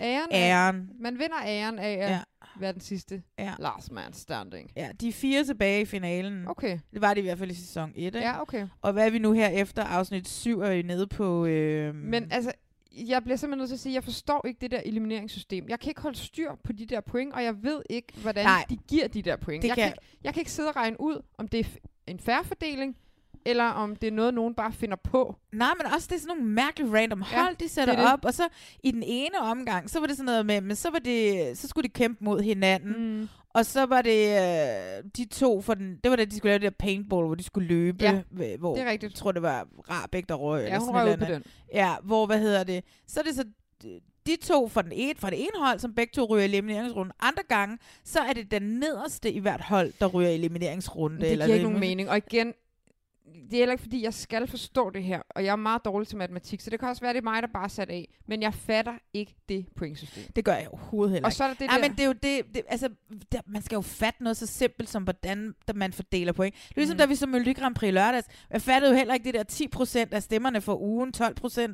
S2: Æren? af-
S1: Æren.
S2: Man vinder æren af at
S1: Ja.
S2: ja. være den sidste
S1: Ja. Mm.
S2: last man standing.
S1: Ja, de er fire tilbage i finalen. Okay.
S2: Okay,
S1: Det var det Mm. i hvert fald i sæson 1. Ikke?
S2: ja okay.
S1: Og hvad er vi nu her efter afsnit 7 er vi nede på... Øh,
S2: Men altså, jeg bliver simpelthen nødt til at sige, at jeg forstår ikke det der elimineringssystem. Jeg kan ikke holde styr på de der point, og jeg ved ikke, hvordan
S1: Nej.
S2: Nej, de giver de der point.
S1: Det
S2: jeg,
S1: kan-
S2: kan ikke, jeg kan ikke sidde og regne ud, om det er f- en færre fordeling, eller om det er noget, nogen bare finder på.
S1: Nej, men også det er sådan nogle mærkelige random
S2: Ja,
S1: hold, ja, de sætter
S2: det er det.
S1: op. Og så i den ene omgang, så var det sådan noget med, men så, var det, så skulle de kæmpe mod hinanden.
S2: Mm.
S1: Og så var det øh, de to for den... Det var da, de skulle lave det der paintball, hvor de skulle løbe.
S2: Ja,
S1: hv- hvor,
S2: Det er
S1: jeg
S2: rigtigt.
S1: tror, det var Rabeck, der røg.
S2: Ja,
S1: eller
S2: hun
S1: sådan et
S2: røg ud
S1: eller
S2: på
S1: andet.
S2: den.
S1: Ja, hvor, hvad hedder det? Så er det så øh, de to fra, den ene, fra det ene hold, som begge to ryger i elimineringsrunden. Andre gange, så er det den nederste i hvert hold, der ryger i elimineringsrunde.
S2: Det, det
S1: eller
S2: giver ikke nogen mening. Og igen, det er heller ikke, fordi jeg skal forstå det her, og jeg er meget dårlig til matematik, så det kan også være, det er mig, der bare er sat af. Men jeg fatter ikke det pointsystem.
S1: Det gør jeg overhovedet heller
S2: Og
S1: ikke.
S2: så er der det
S1: Ja,
S2: der...
S1: men det er jo det, det altså, der, man skal jo fatte noget så simpelt som, hvordan der- man fordeler point. Det er ligesom, mm.
S2: Mhm.
S1: da vi så Melodi Grand Prix i lørdags, jeg fattede jo heller ikke det der 10% af stemmerne fra ugen, 12%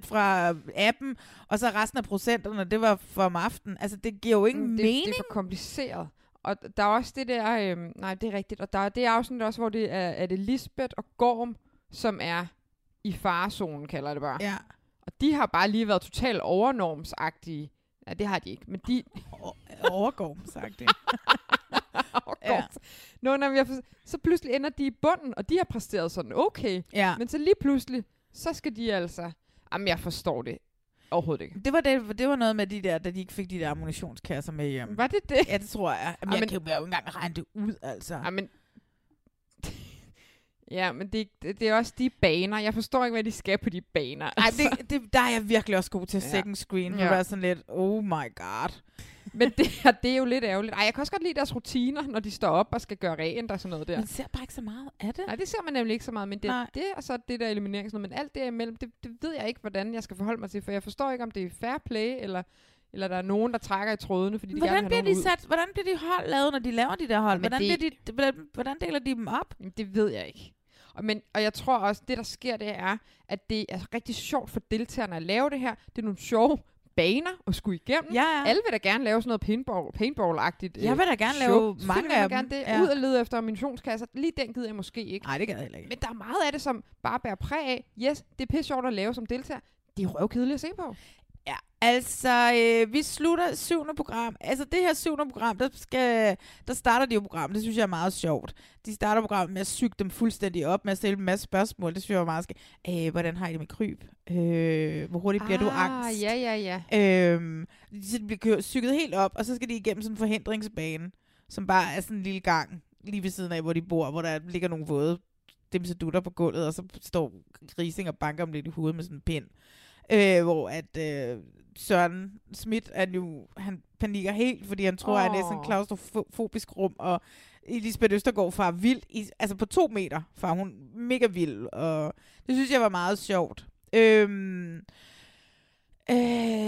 S1: fra appen, og så resten af procenterne, det var for om aftenen. Altså, det giver jo ingen
S2: Mm,
S1: det,
S2: det,
S1: mening.
S2: Det er for kompliceret. Og d- der er også det der, øhm, nej, det er rigtigt, og der er det afsnit også, hvor det er, er det Lisbeth og Gorm, som er i farezonen, kalder jeg det bare. Ja.
S1: ja.
S2: Og de har bare lige været totalt overnormsagtige. Ja, det har de ikke, men de...
S1: Overgår, sagt det.
S2: Åh,
S1: Ja.
S2: Gorm. Nå, nej, men jeg for... Så pludselig ender de i bunden, og de har præsteret sådan, okay.
S1: Ja.
S2: Men så lige pludselig, så skal de altså... Jamen, jeg forstår det overhovedet ikke.
S1: Det var, det, det var noget med de der, da de ikke fik de der ammunitionskasser med hjem.
S2: Var det det?
S1: Ja, det tror jeg. Jamen,
S2: Ej,
S1: jeg
S2: men-
S1: kan jo jeg har jo ikke engang regne det ud, altså.
S2: Ja, men... ja, men det, det, det er også de baner. Jeg forstår ikke, hvad de skal på de baner.
S1: Ej, det, det, der er jeg virkelig også god til
S2: Ja.
S1: second screen. Ja. Det
S2: Ja.
S1: var sådan lidt, oh my god.
S2: Men det, her, det er jo lidt ærgerligt. Ej, jeg kan også godt lide deres rutiner, når de står op og skal gøre rent og sådan noget der.
S1: Man ser bare ikke så meget af det.
S2: Nej, det ser man nemlig ikke så meget, men det er
S1: Nej.
S2: det, og så det der eliminering, og sådan noget. men alt det imellem, det, det ved jeg ikke, hvordan jeg skal forholde mig til, for jeg forstår ikke, om det er fair play, eller, eller der er nogen, der trækker i trådene, fordi de
S1: Hvordan
S2: gerne vil
S1: bliver
S2: have nogen
S1: de sat? Hvordan bliver de hold lavet, når de laver de der hold?
S2: Jamen,
S1: Hvordan,
S2: det-
S1: bliver de, hvordan, hvordan deler de dem op?
S2: ud. Jamen, det ved jeg ikke. Og, men, og jeg tror også, det der sker, det er, at det er rigtig sjovt for deltagerne at lave det her. Det er nogle sjove baner at skulle igennem.
S1: Ja,
S2: Ja. Mm. Alle øh, vil da gerne lave sådan noget paintball, paintball-agtigt.
S1: Jeg vil da gerne lave mange af dem.
S2: gerne det.
S1: Ja.
S2: Ja. Ud og lede efter ammunitionskasser. Lige den gider jeg måske ikke.
S1: Nej, det kan jeg heller ikke.
S2: Men der er meget af det, som bare bærer præg af. Yes, det er pisse sjovt at lave som deltager. Det er røvkedeligt at se på.
S1: Ja, altså, øh, vi slutter syvende program. Altså, det her syvende program, der, skal, der starter de jo programmet. Det synes jeg er meget sjovt. De starter programmet med at syge dem fuldstændig op, med at stille en masse spørgsmål. Det synes jeg er meget skægt. Øh, hvordan har I det med kryb? Øh, hvor hurtigt bliver du angst?
S2: Ah, Ja, ja, ja.
S1: Øhm, så de bliver kørt, cyklet helt op, og så skal de igennem sådan en forhindringsbane, som bare er sådan en lille gang lige ved siden af, hvor de bor, hvor der ligger nogle våde dimsedutter på gulvet, og så står Rising og banker om lidt i hovedet med sådan en pind. Øh, hvor at øh, Søren Schmidt er nu, han panikker helt, fordi han tror, oh. at det er sådan
S2: Åh.
S1: et klaustrofobisk rum, og Elisabeth Østergaard far vild, i, altså på to meter far hun mega vild, og det synes jeg var meget sjovt. Øhm,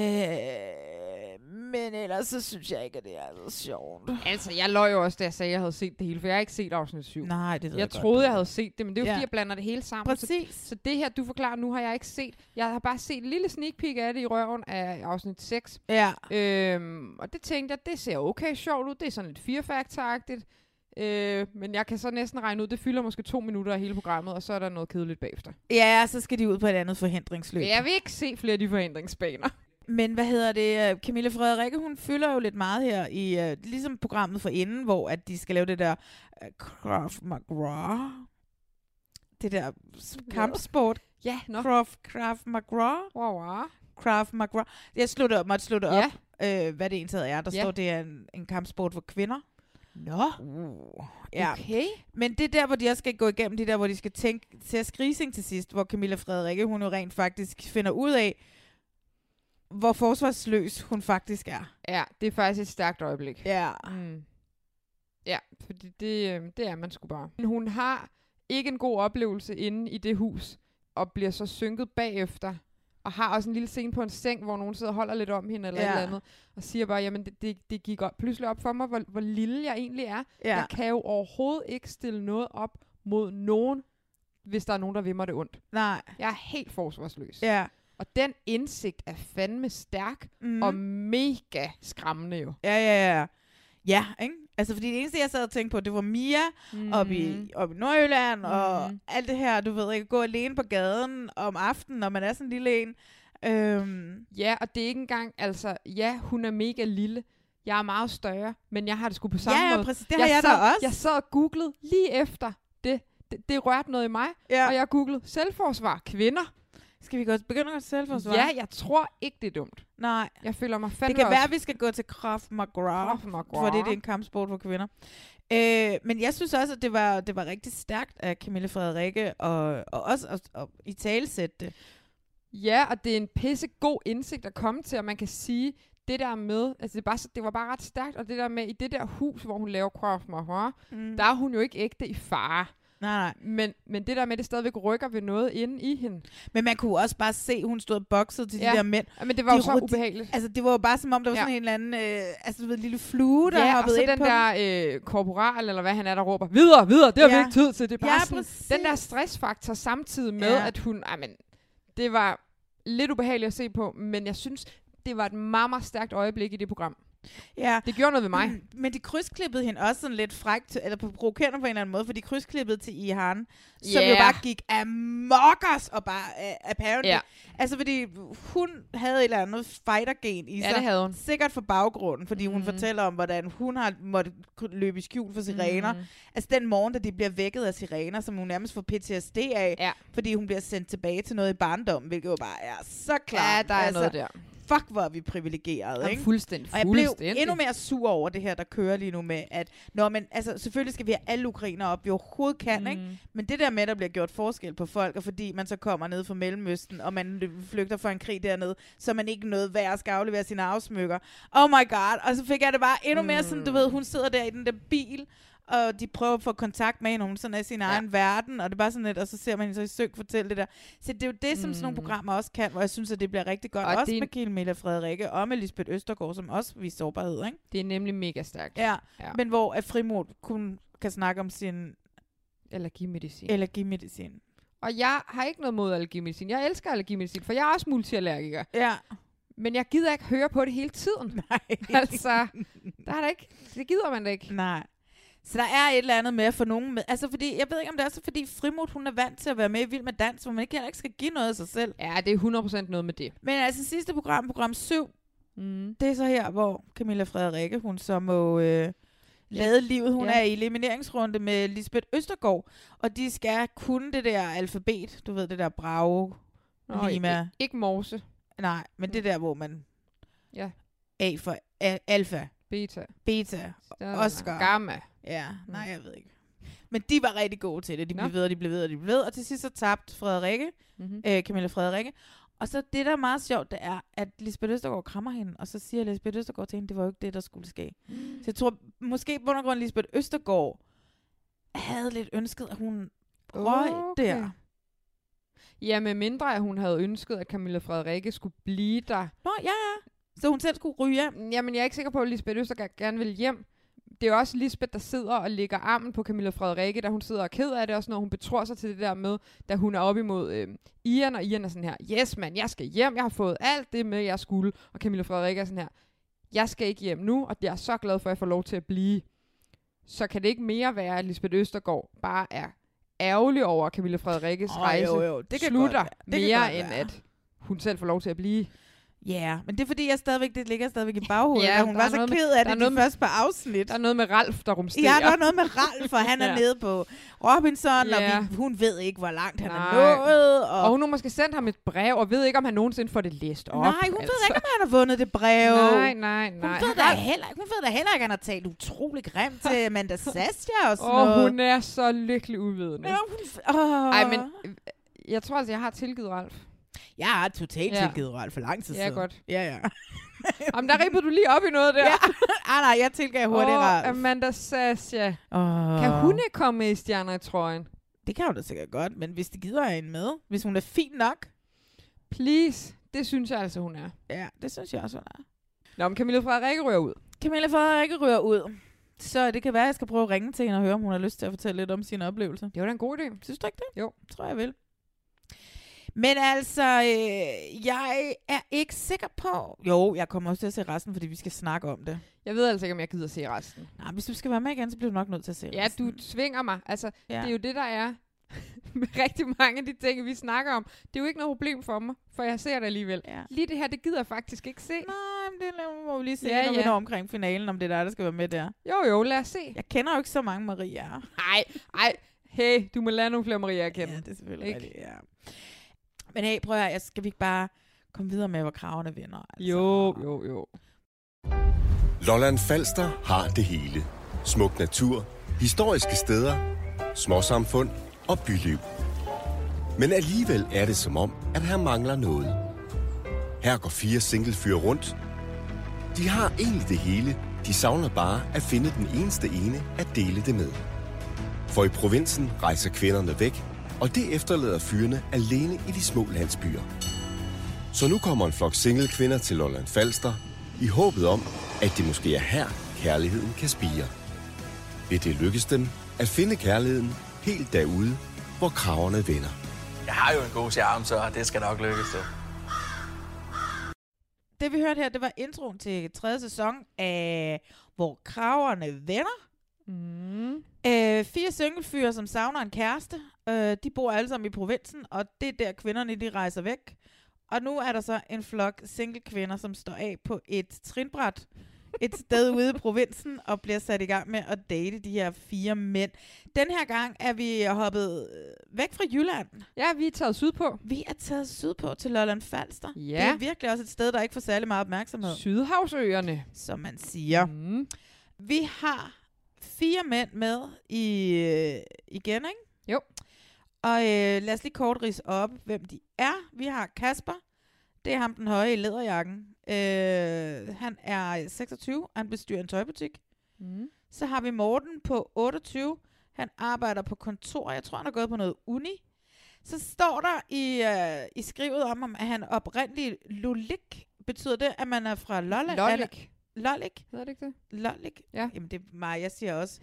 S1: øh, men ellers så synes jeg ikke, at det er så sjovt.
S2: Altså, jeg løj jo også, da jeg sagde, at jeg havde set det hele, for jeg har ikke set afsnit 7.
S1: Nej, det ved jeg,
S2: jeg
S1: godt,
S2: troede,
S1: du
S2: jeg
S1: ved.
S2: havde set det, men det er jo,
S1: Ja.
S2: fordi jeg blander det hele sammen. Så,
S1: Præcis.
S2: så det her, du forklarer nu, har jeg ikke set. Jeg har bare set en lille sneak peek af det i røven af afsnit 6.
S1: Ja.
S2: Øhm, og det tænkte jeg, det ser okay sjovt ud. Det er sådan lidt firefactor-agtigt. Øh, men jeg kan så næsten regne ud, det fylder måske to minutter af hele programmet, og så er der noget kedeligt bagefter.
S1: ja, så skal de ud på et andet forhindringsløb.
S2: Men jeg vil ikke se flere af de forhindringsbaner.
S1: Men hvad hedder det? øh, Camilla Frederikke, hun fylder jo lidt meget her i, øh, ligesom programmet for inden, hvor at de skal lave det der øh, Krav Maga. Det der s- kampsport.
S2: Ja, nå.
S1: Krav, Krav Maga.
S2: Wow, wow.
S1: Krav Maga. Jeg slutter, måtte slutte op,
S2: Ja.
S1: ja. øh, hvad det egentlig er. Der
S2: Ja.
S1: ja. står, det er en, en kampsport for kvinder. Nå.
S2: Uh.
S1: Ja.
S2: Okay.
S1: Men det er der, hvor de også skal gå igennem, det er der, hvor de skal tænke til at skrising til sidst, hvor Camilla Frederikke, hun jo rent faktisk finder ud af, hvor forsvarsløs hun faktisk er.
S2: Ja, det er faktisk et stærkt øjeblik.
S1: Ja.
S2: Mm. Ja, fordi det, øh, det er man sgu bare. Men Hun har ikke en god oplevelse inde i det hus, og bliver så synket bagefter, og har også en lille scene på en seng, hvor nogen sidder og holder lidt om hende eller ja.
S1: Ja.
S2: et eller andet, og siger bare, jamen det, det, det gik op, pludselig op for mig, hvor, hvor lille jeg egentlig er. Ja.
S1: ja.
S2: Jeg kan jo overhovedet ikke stille noget op mod nogen, hvis der er nogen, der vil mig det ondt.
S1: Nej.
S2: Jeg er helt forsvarsløs.
S1: Ja.
S2: Og den indsigt er fandme stærk
S1: Mm.
S2: mm. og mega skræmmende jo.
S1: Ja, ja, ja. Ja, ikke? Altså, fordi det eneste, jeg sad og tænkte på, det var Mia mm. oppe, i, oppe i Nordjylland, mm. og
S2: Mhm.
S1: alt det her, du ved ikke, gå alene på gaden om aftenen, når man er sådan en lille en. Øhm,
S2: Ja, og det er ikke engang, altså, ja, hun er mega lille. Jeg er meget større, men jeg har det sgu på samme
S1: ja, ja,
S2: måde.
S1: præcis. Det har jeg, jeg da
S2: sad,
S1: også.
S2: Jeg sad og googlede lige efter det. Det, det rørte noget i mig,
S1: ja.
S2: og jeg googlede selvforsvar kvinder.
S1: Skal vi godt begynde at gå til selvforsvar?
S2: Ja, jeg tror ikke, det er dumt.
S1: Nej.
S2: Jeg føler mig fandme
S1: Det kan
S2: også
S1: være, at vi skal gå til Krav Maga,
S2: Krav Maga.
S1: for det, det er en kampsport for kvinder. Øh, men jeg synes også, at det var, det var rigtig stærkt af Camille Frederikke, og, og også at, at i talesætte det.
S2: Ja, og det er en pisse god indsigt at komme til, og man kan sige, det der med, altså det, er bare, så- det var bare ret stærkt, og det der med, i det der hus, hvor hun laver Krav Maga,
S1: Mm.
S2: der er hun jo ikke ægte i fare.
S1: Nej, nej.
S2: Men, men det der med, at det stadigvæk rykker ved noget inde i hende.
S1: Men man kunne også bare se, at hun stod og boxede til ja.
S2: Ja.
S1: de der mænd.
S2: Ja, Men det var
S1: De
S2: jo så
S1: rudi-
S2: ubehageligt.
S1: Altså, det var jo bare som om, der var
S2: Ja.
S1: sådan en eller anden, øh, altså, du ved, lille flue, der
S2: ja, og
S1: hoppede
S2: så
S1: ind
S2: den
S1: på dem.
S2: der øh, korporal, eller hvad han er, der råber, videre, videre, det har ja.
S1: Ja.
S2: vi ikke tid til. Det er bare
S1: Ja,
S2: sådan,
S1: præcis.
S2: den der stressfaktor samtidig med,
S1: Ja.
S2: ja. at hun, ej, men, det var lidt ubehageligt at se på, men jeg synes, det var et meget, meget stærkt øjeblik i det program.
S1: Ja.
S2: Det gjorde noget ved mig. Mm.
S1: Mm, Men de krydsklippede hende også sådan lidt frækt, til- eller provokerende på en eller anden måde, for de krydsklippede til Ihan, som
S2: Ja.
S1: jo bare gik amokers og bare uh, apparently.
S2: Ja.
S1: Altså, fordi hun havde et eller andet fightergen i
S2: Ja,
S1: sig.
S2: det havde hun.
S1: Sikkert for baggrunden, fordi mm. hun
S2: Mhm.
S1: fortæller om, hvordan hun har måttet k- løbe i skjul for sirener.
S2: Mhm.
S1: Mm. Altså den morgen, da de bliver vækket af sirener, som hun nærmest får PTSD af,
S2: Ja.
S1: fordi hun bliver sendt tilbage til noget i barndommen, hvilket jo bare er så klart.
S2: Ja, der er altså, noget der.
S1: Fuck, hvor er vi privilegerede,
S2: Jamen,
S1: ikke?
S2: fuldstændig,
S1: Og jeg blev
S2: fuldstændig.
S1: endnu mere sur over det her, der kører lige nu med, at nå, men, altså, selvfølgelig skal vi have alle ukrainer op, vi overhovedet kan, mm. ikke? Men det der med, at der bliver gjort forskel på folk, og fordi man så kommer ned fra Mellemøsten, og man lø- flygter fra en krig dernede, så er man ikke noget værd at skal aflevere sine afsmykker. Oh my god! Og så fik jeg det bare endnu mere sådan, du ved, hun sidder der i den der bil, og de prøver at få kontakt med hende, og hun sådan er i sin ja. egen verden, og det er bare sådan lidt, og så ser man hende så i synk fortælle det der. Så det er jo det, som sådan nogle programmer også kan, hvor jeg synes, at det bliver rigtig godt.
S2: Og
S1: Mm. Og også
S2: det er
S1: det...
S2: en-
S1: med Camilla Frederikke og med Lisbeth Østergaard, som også viser sårbarhed, ikke?
S2: Det er nemlig mega stærkt.
S1: Ja.
S2: Ja.
S1: ja. Men hvor at frimod kun kan snakke om sin
S2: Allergimedicin.
S1: allergimedicin.
S2: Og jeg har ikke noget mod allergimedicin. Jeg elsker allergimedicin, for jeg er også multiallergiker.
S1: Ja.
S2: Men jeg gider ikke høre på det hele tiden.
S1: Nej.
S2: altså, der er der ikke. Det gider man da ikke.
S1: Nej. Så der er et eller andet med at få nogen med. Altså, fordi, jeg ved ikke, om det er så, fordi Frimod, hun er vant til at være med i Vild med Dans, hvor man ikke heller ikke skal give noget af sig selv.
S2: Ja, det er 100% noget med det.
S1: Men altså, sidste program, program 7,
S2: Mm.
S1: det er så her, hvor Camilla Frederikke, hun så må øh, lade livet. Hun
S2: Ja.
S1: ja. er i elimineringsrunde med Lisbeth Østergaard, og de skal kunne det der alfabet. Du ved, det der bravo.
S2: Nå,
S1: Lima.
S2: Ikke, ikke morse.
S1: Nej, men det der, hvor man...
S2: Mm. Ja.
S1: A for a- alfa.
S2: Beta.
S1: Beta.
S2: Stjerne.
S1: Oscar.
S2: Gamma.
S1: Ja, nej, jeg ved ikke. Men de var rigtig gode til det. De blev
S2: Mm. Nå.
S1: ved, og de blev ved, og de blev ved. Og til sidst så tabte Frederikke,
S2: Mm-hmm.
S1: øh, Camilla Frederikke. Og så det, der er meget sjovt, det er, at Lisbeth Østergaard krammer hende, og så siger Lisbeth Østergaard til hende, det var jo ikke det, der skulle ske. Så jeg tror, måske på grund Lisbeth Østergaard havde lidt ønsket, at hun røg okay.
S2: Okay.
S1: der.
S2: Ja, med mindre at hun havde ønsket, at Camilla Frederikke skulle blive der.
S1: Nå, ja, ja. Så hun selv skulle ryge hjem.
S2: Jamen, jeg er ikke sikker på, at Lisbeth Østergaard gerne vil hjem. Det er jo også Lisbeth, der sidder og lægger armen på Camilla Frederikke, da hun sidder og er ked af det, også når hun betror sig til det der med, da hun er op imod øh, Ian, og Ian er sådan her, yes mand, jeg skal hjem, jeg har fået alt det med, jeg skulle. Og Camilla Frederikke er sådan her, jeg skal ikke hjem nu, og jeg er så glad for, at jeg får lov til at blive. Så kan det ikke mere være, at Lisbeth Østergaard bare er ærgerlig over Camilla Frederikkes
S1: Åh,
S2: rejse,
S1: jo, det kan
S2: slutter
S1: godt være.
S2: det
S1: kan
S2: mere
S1: godt
S2: end
S1: være.
S2: at hun selv får lov til at blive.
S1: Ja, yeah, men det er fordi, jeg stadigvæk, det ligger stadigvæk i baghovedet,
S2: Ja,
S1: ja, hun
S2: der
S1: var
S2: er
S1: så
S2: noget med-
S1: ked af
S2: der er
S1: det
S2: noget
S1: de
S2: med-
S1: første par afsnit.
S2: Der er noget med Ralf, der rumsterer.
S1: Ja, der er noget med Ralf, for han er
S2: Ja.
S1: nede på Robinson,
S2: Ja.
S1: og vi, hun ved ikke, hvor langt han er
S2: Nej.
S1: nået. Og,
S2: og hun har måske sendt ham et brev, og ved ikke, om han nogensinde får det læst op. altså.
S1: nej, hun ved ikke, om han har vundet det brev.
S2: Nej, nej,
S1: Hun
S2: nej.
S1: ved, da heller, ikke- hun ved da heller ikke, at han har talt utrolig grimt til Amanda Saskia og sådan
S2: Og
S1: noget.
S2: hun er så lykkelig uvidende.
S1: Ja, hun oh.
S2: Ej, men øh, jeg tror altså, jeg har tilgivet Ralf.
S1: Jeg har totalt
S2: Ja.
S1: tilgivet Ralf for lang tid
S2: Ja,
S1: siden.
S2: godt.
S1: Ja, ja.
S2: Jamen, der rippede du lige op i noget der.
S1: Ja, ah, nej, jeg tilgav hurtigt
S2: Åh,
S1: Ralf.
S2: Amanda Sasha.
S1: Oh.
S2: Kan hun ikke komme med i stjerner i trøjen?
S1: Det kan hun da sikkert godt, men hvis de gider have hende med, hvis hun er fin nok.
S2: Please. Det synes jeg altså, hun er.
S1: Ja, det synes jeg også, hun er.
S2: Nå, men Camilla Frederikke rører ud.
S1: Camilla Frederikke rører ud. Så det kan være, at jeg skal prøve at ringe til hende og høre, om hun har lyst til at fortælle lidt om sine oplevelser.
S2: Det var da en god idé.
S1: Synes du ikke det?
S2: Jo.
S1: Tror jeg vel. Men altså, øh, jeg er ikke sikker på... Jo, jeg kommer også til at se resten, fordi vi skal snakke om det.
S2: Jeg ved altså ikke, om jeg gider se resten.
S1: Nej, hvis du skal være med igen, så bliver du nok nødt til at se
S2: Ja,
S1: resten.
S2: du tvinger mig. Altså,
S1: Ja.
S2: Ja. Det er jo det, der er med rigtig mange af de ting, vi snakker om. Det er jo ikke noget problem for mig, for jeg ser det alligevel.
S1: Ja.
S2: Lige det her, det gider jeg faktisk ikke se.
S1: Nej, men det må vi lige se,
S2: Ja,
S1: når vi
S2: ja.
S1: når omkring finalen, om det er dig, der skal være med der.
S2: Jo, jo, lad os se.
S1: Jeg kender jo ikke så mange Mariaer.
S2: Nej, nej. Hey, du må lade nogle flere Maria kende.
S1: Ja, altså. det
S2: Ja.
S1: er selvfølgelig
S2: Ikke?
S1: rigtigt, ja. Men hey, prøv at høre, jeg- skal vi ikke bare komme videre med, hvor kravene vinder? Altså?
S2: Jo, jo, jo.
S7: Lolland Falster har det hele. Smuk natur, historiske steder, småsamfund og byliv. Men alligevel er det som om, at her mangler noget. Her går fire singlefyre rundt. De har egentlig det hele. De savner bare at finde den eneste ene at dele det med. For i provinsen rejser kvinderne væk, og det efterlader fyrene alene i de små landsbyer. Så nu kommer en flok singlekvinder til Lolland Falster, i håbet om, at det måske er her, kærligheden kan spire. Vil det lykkes dem at finde kærligheden helt derude, hvor kraverne vender?
S5: Jeg har jo en god charme, så det skal nok lykkes det.
S1: Det vi hørte her, det var introen til tredje sæson af Hvor kraverne venner.
S2: Mm.
S1: Øh, fire singlefyre, som savner en kæreste. Øh, de bor alle sammen i provinsen, og det er der kvinderne de rejser væk. Og nu er der så en flok single kvinder, som står af på et trinbræt et sted ude i provinsen og bliver sat i gang med at date de her fire mænd. Den her gang er vi hoppet øh, væk fra Jylland.
S2: Ja, vi er taget sydpå.
S1: Vi er taget sydpå til Lolland Falster.
S2: Ja.
S1: Det er virkelig også et sted, der ikke får særlig meget opmærksomhed,
S2: Sydhavsøerne.
S1: som man siger.
S2: Mm.
S1: Vi har fire mænd med i øh, igen, ikke?
S2: Jo.
S1: Og øh, lad os lige kort rise op, hvem de er. Vi har Kasper. Det er ham den høje i læderjakken. Øh, han er 26, og han bestyrer en tøjbutik.
S2: Mm.
S1: Så har vi Morten på 28. Han arbejder på kontor. Jeg tror, han har gået på noget uni. Så står der i, øh, i skrivet om, om, at han er oprindelig lulik. Betyder det, at man er fra Lolland?
S2: Lollik.
S1: Lollik?
S2: Hedder det ikke det?
S1: Lollik?
S2: Ja.
S1: Jamen det er mig, jeg siger også,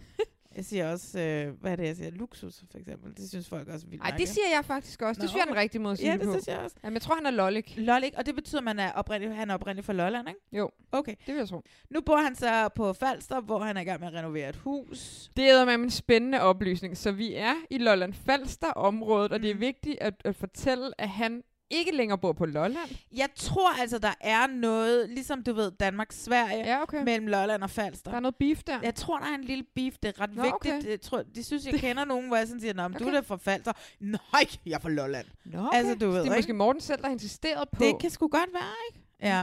S1: jeg siger også, øh, hvad er det, jeg siger, luksus for eksempel. Det synes folk også er vildt
S2: Nej, det
S1: mærkeligt.
S2: siger jeg faktisk også.
S1: Nå,
S2: det synes jeg er den
S1: okay.
S2: rigtige måde at sige
S1: Ja,
S2: det
S1: det
S2: på.
S1: synes jeg også.
S2: Jamen, jeg tror, han er lollik.
S1: Lollik, og det betyder, at man er oprindelig, han er oprindelig fra Lolland, ikke?
S2: Jo.
S1: Okay.
S2: Det vil jeg tro.
S1: Nu bor han så på Falster, hvor han er i gang med at renovere et hus.
S2: Det er med en spændende oplysning. Så vi er i Lolland Falster-området, og det er
S1: Mm.
S2: vigtigt at, at fortælle, at han ikke længere bor på Lolland.
S1: Jeg tror altså, der er noget, ligesom du ved, Danmark-Sverige,
S2: Ja, okay. Men
S1: mellem Lolland og
S2: der
S1: Falster.
S2: er noget beef der.
S1: Jeg tror, der er en lille beef. Det er ret
S2: Nå,
S1: vigtigt.
S2: okay.
S1: Jeg tror, de synes, jeg kender nogen, hvor jeg sådan siger, Nå, men okay. du er
S2: Okay.
S1: da fra Falster. Nej, jeg er fra Lolland.
S2: Nå, okay.
S1: Altså, du ved,
S2: det er måske
S1: ikke?
S2: Morten selv, der har insisteret på.
S1: Mm. Det kan sgu godt være, ikke? Ja.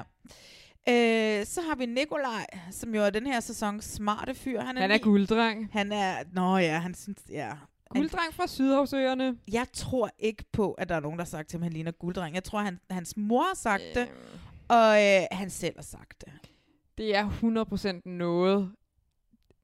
S1: Øh, så har vi Nikolaj, som jo er den her sæsons smarte fyr. Han er,
S2: Han er
S1: ni.
S2: gulddreng.
S1: Han er, nå ja, han synes, ja.
S2: Gulddreng fra Sydhavsøerne.
S1: Jeg tror ikke på, at der er nogen, der har sagt til ham, at han ligner gulddreng. Jeg tror, han, hans mor har sagt det,
S2: Øhm,
S1: og øh, han selv har sagt det.
S2: Det er 100% noget,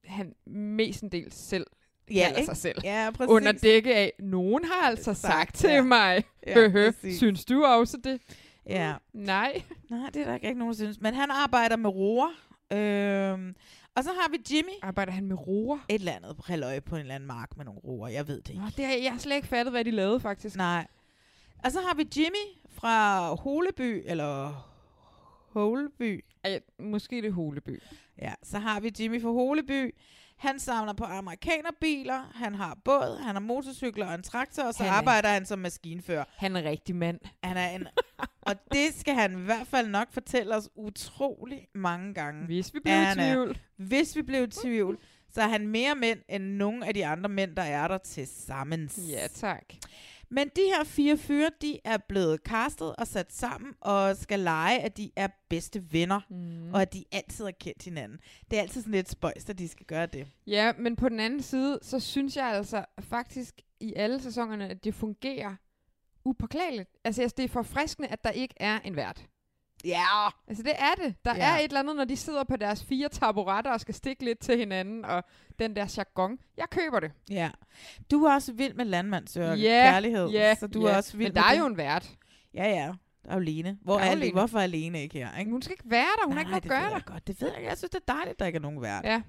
S2: han mestendels selv
S1: Ja,
S2: kalder
S1: ikke?
S2: sig selv.
S1: Ja, præcis.
S2: Under dække af, nogen har altså sagt,
S1: Sagt,
S2: sagt til
S1: ja.
S2: mig,
S1: Ja,
S2: ja,
S1: præcis.
S2: synes du også det?
S1: ja.
S2: Nej.
S1: Nej, det er der ikke rigtig nogen, der synes. Men han arbejder med roer. Øhm, og så har vi Jimmy.
S2: Arbejder han med roer?
S1: Et eller andet halløj på en eller anden mark med nogle roer. Jeg ved det ikke.
S2: Nå, det har, jeg har slet ikke fattet, hvad de lavede, faktisk.
S1: Nej. Og så har vi Jimmy fra Holeby, eller Holeby.
S2: Ej, måske det er Holeby.
S1: Ja, så har vi Jimmy fra Holeby. Han samler på amerikanerbiler, han har båd, han har motorcykler og en traktor, og så
S2: Han
S1: han
S2: er-
S1: arbejder han som maskinfører.
S2: Han er en rigtig mand.
S1: Han er en... og det skal han i hvert fald nok fortælle os utrolig mange gange.
S2: Hvis vi bliver i
S1: Han er-
S2: tvivl.
S1: Hvis vi blev i tvivl, så er han mere mænd end nogen af de andre mænd, der er der til sammen.
S2: Ja, tak.
S1: Men de her fire fyre, de er blevet castet og sat sammen og skal lege, at de er bedste venner. Mm. Og at de altid har kendt hinanden. Det er altid sådan lidt spøjst, at de skal gøre det.
S2: Ja, men på den anden side, så synes jeg altså faktisk i alle sæsonerne, at det fungerer upåklageligt. Altså, altså det er forfriskende, at der ikke er en vært.
S1: Ja.
S2: Altså, det er det. Der
S1: Ja.
S2: ja. er et eller andet, når de sidder på deres fire taburetter og skal stikke lidt til hinanden, og den der jargon. Jeg køber det.
S1: Ja. Du er også vild med landmandsørke.
S2: Ja,
S1: Kærlighed.
S2: ja,
S1: så du
S2: ja.
S1: er også vild
S2: Men der
S1: med
S2: er
S1: det.
S2: jo en vært.
S1: Ja, ja. Der er jo Lene. Hvor
S2: Der er
S1: er
S2: jo
S1: Lene.
S2: Lene.
S1: Hvorfor er Lene ikke her? Ikke?
S2: Hun skal ikke være der. Hun har ikke
S1: Nej,
S2: noget
S1: det
S2: at gøre
S1: ved
S2: der.
S1: jeg godt. Det ved jeg. Jeg synes, det er dejligt, at der ikke er nogen værd.
S2: Ja.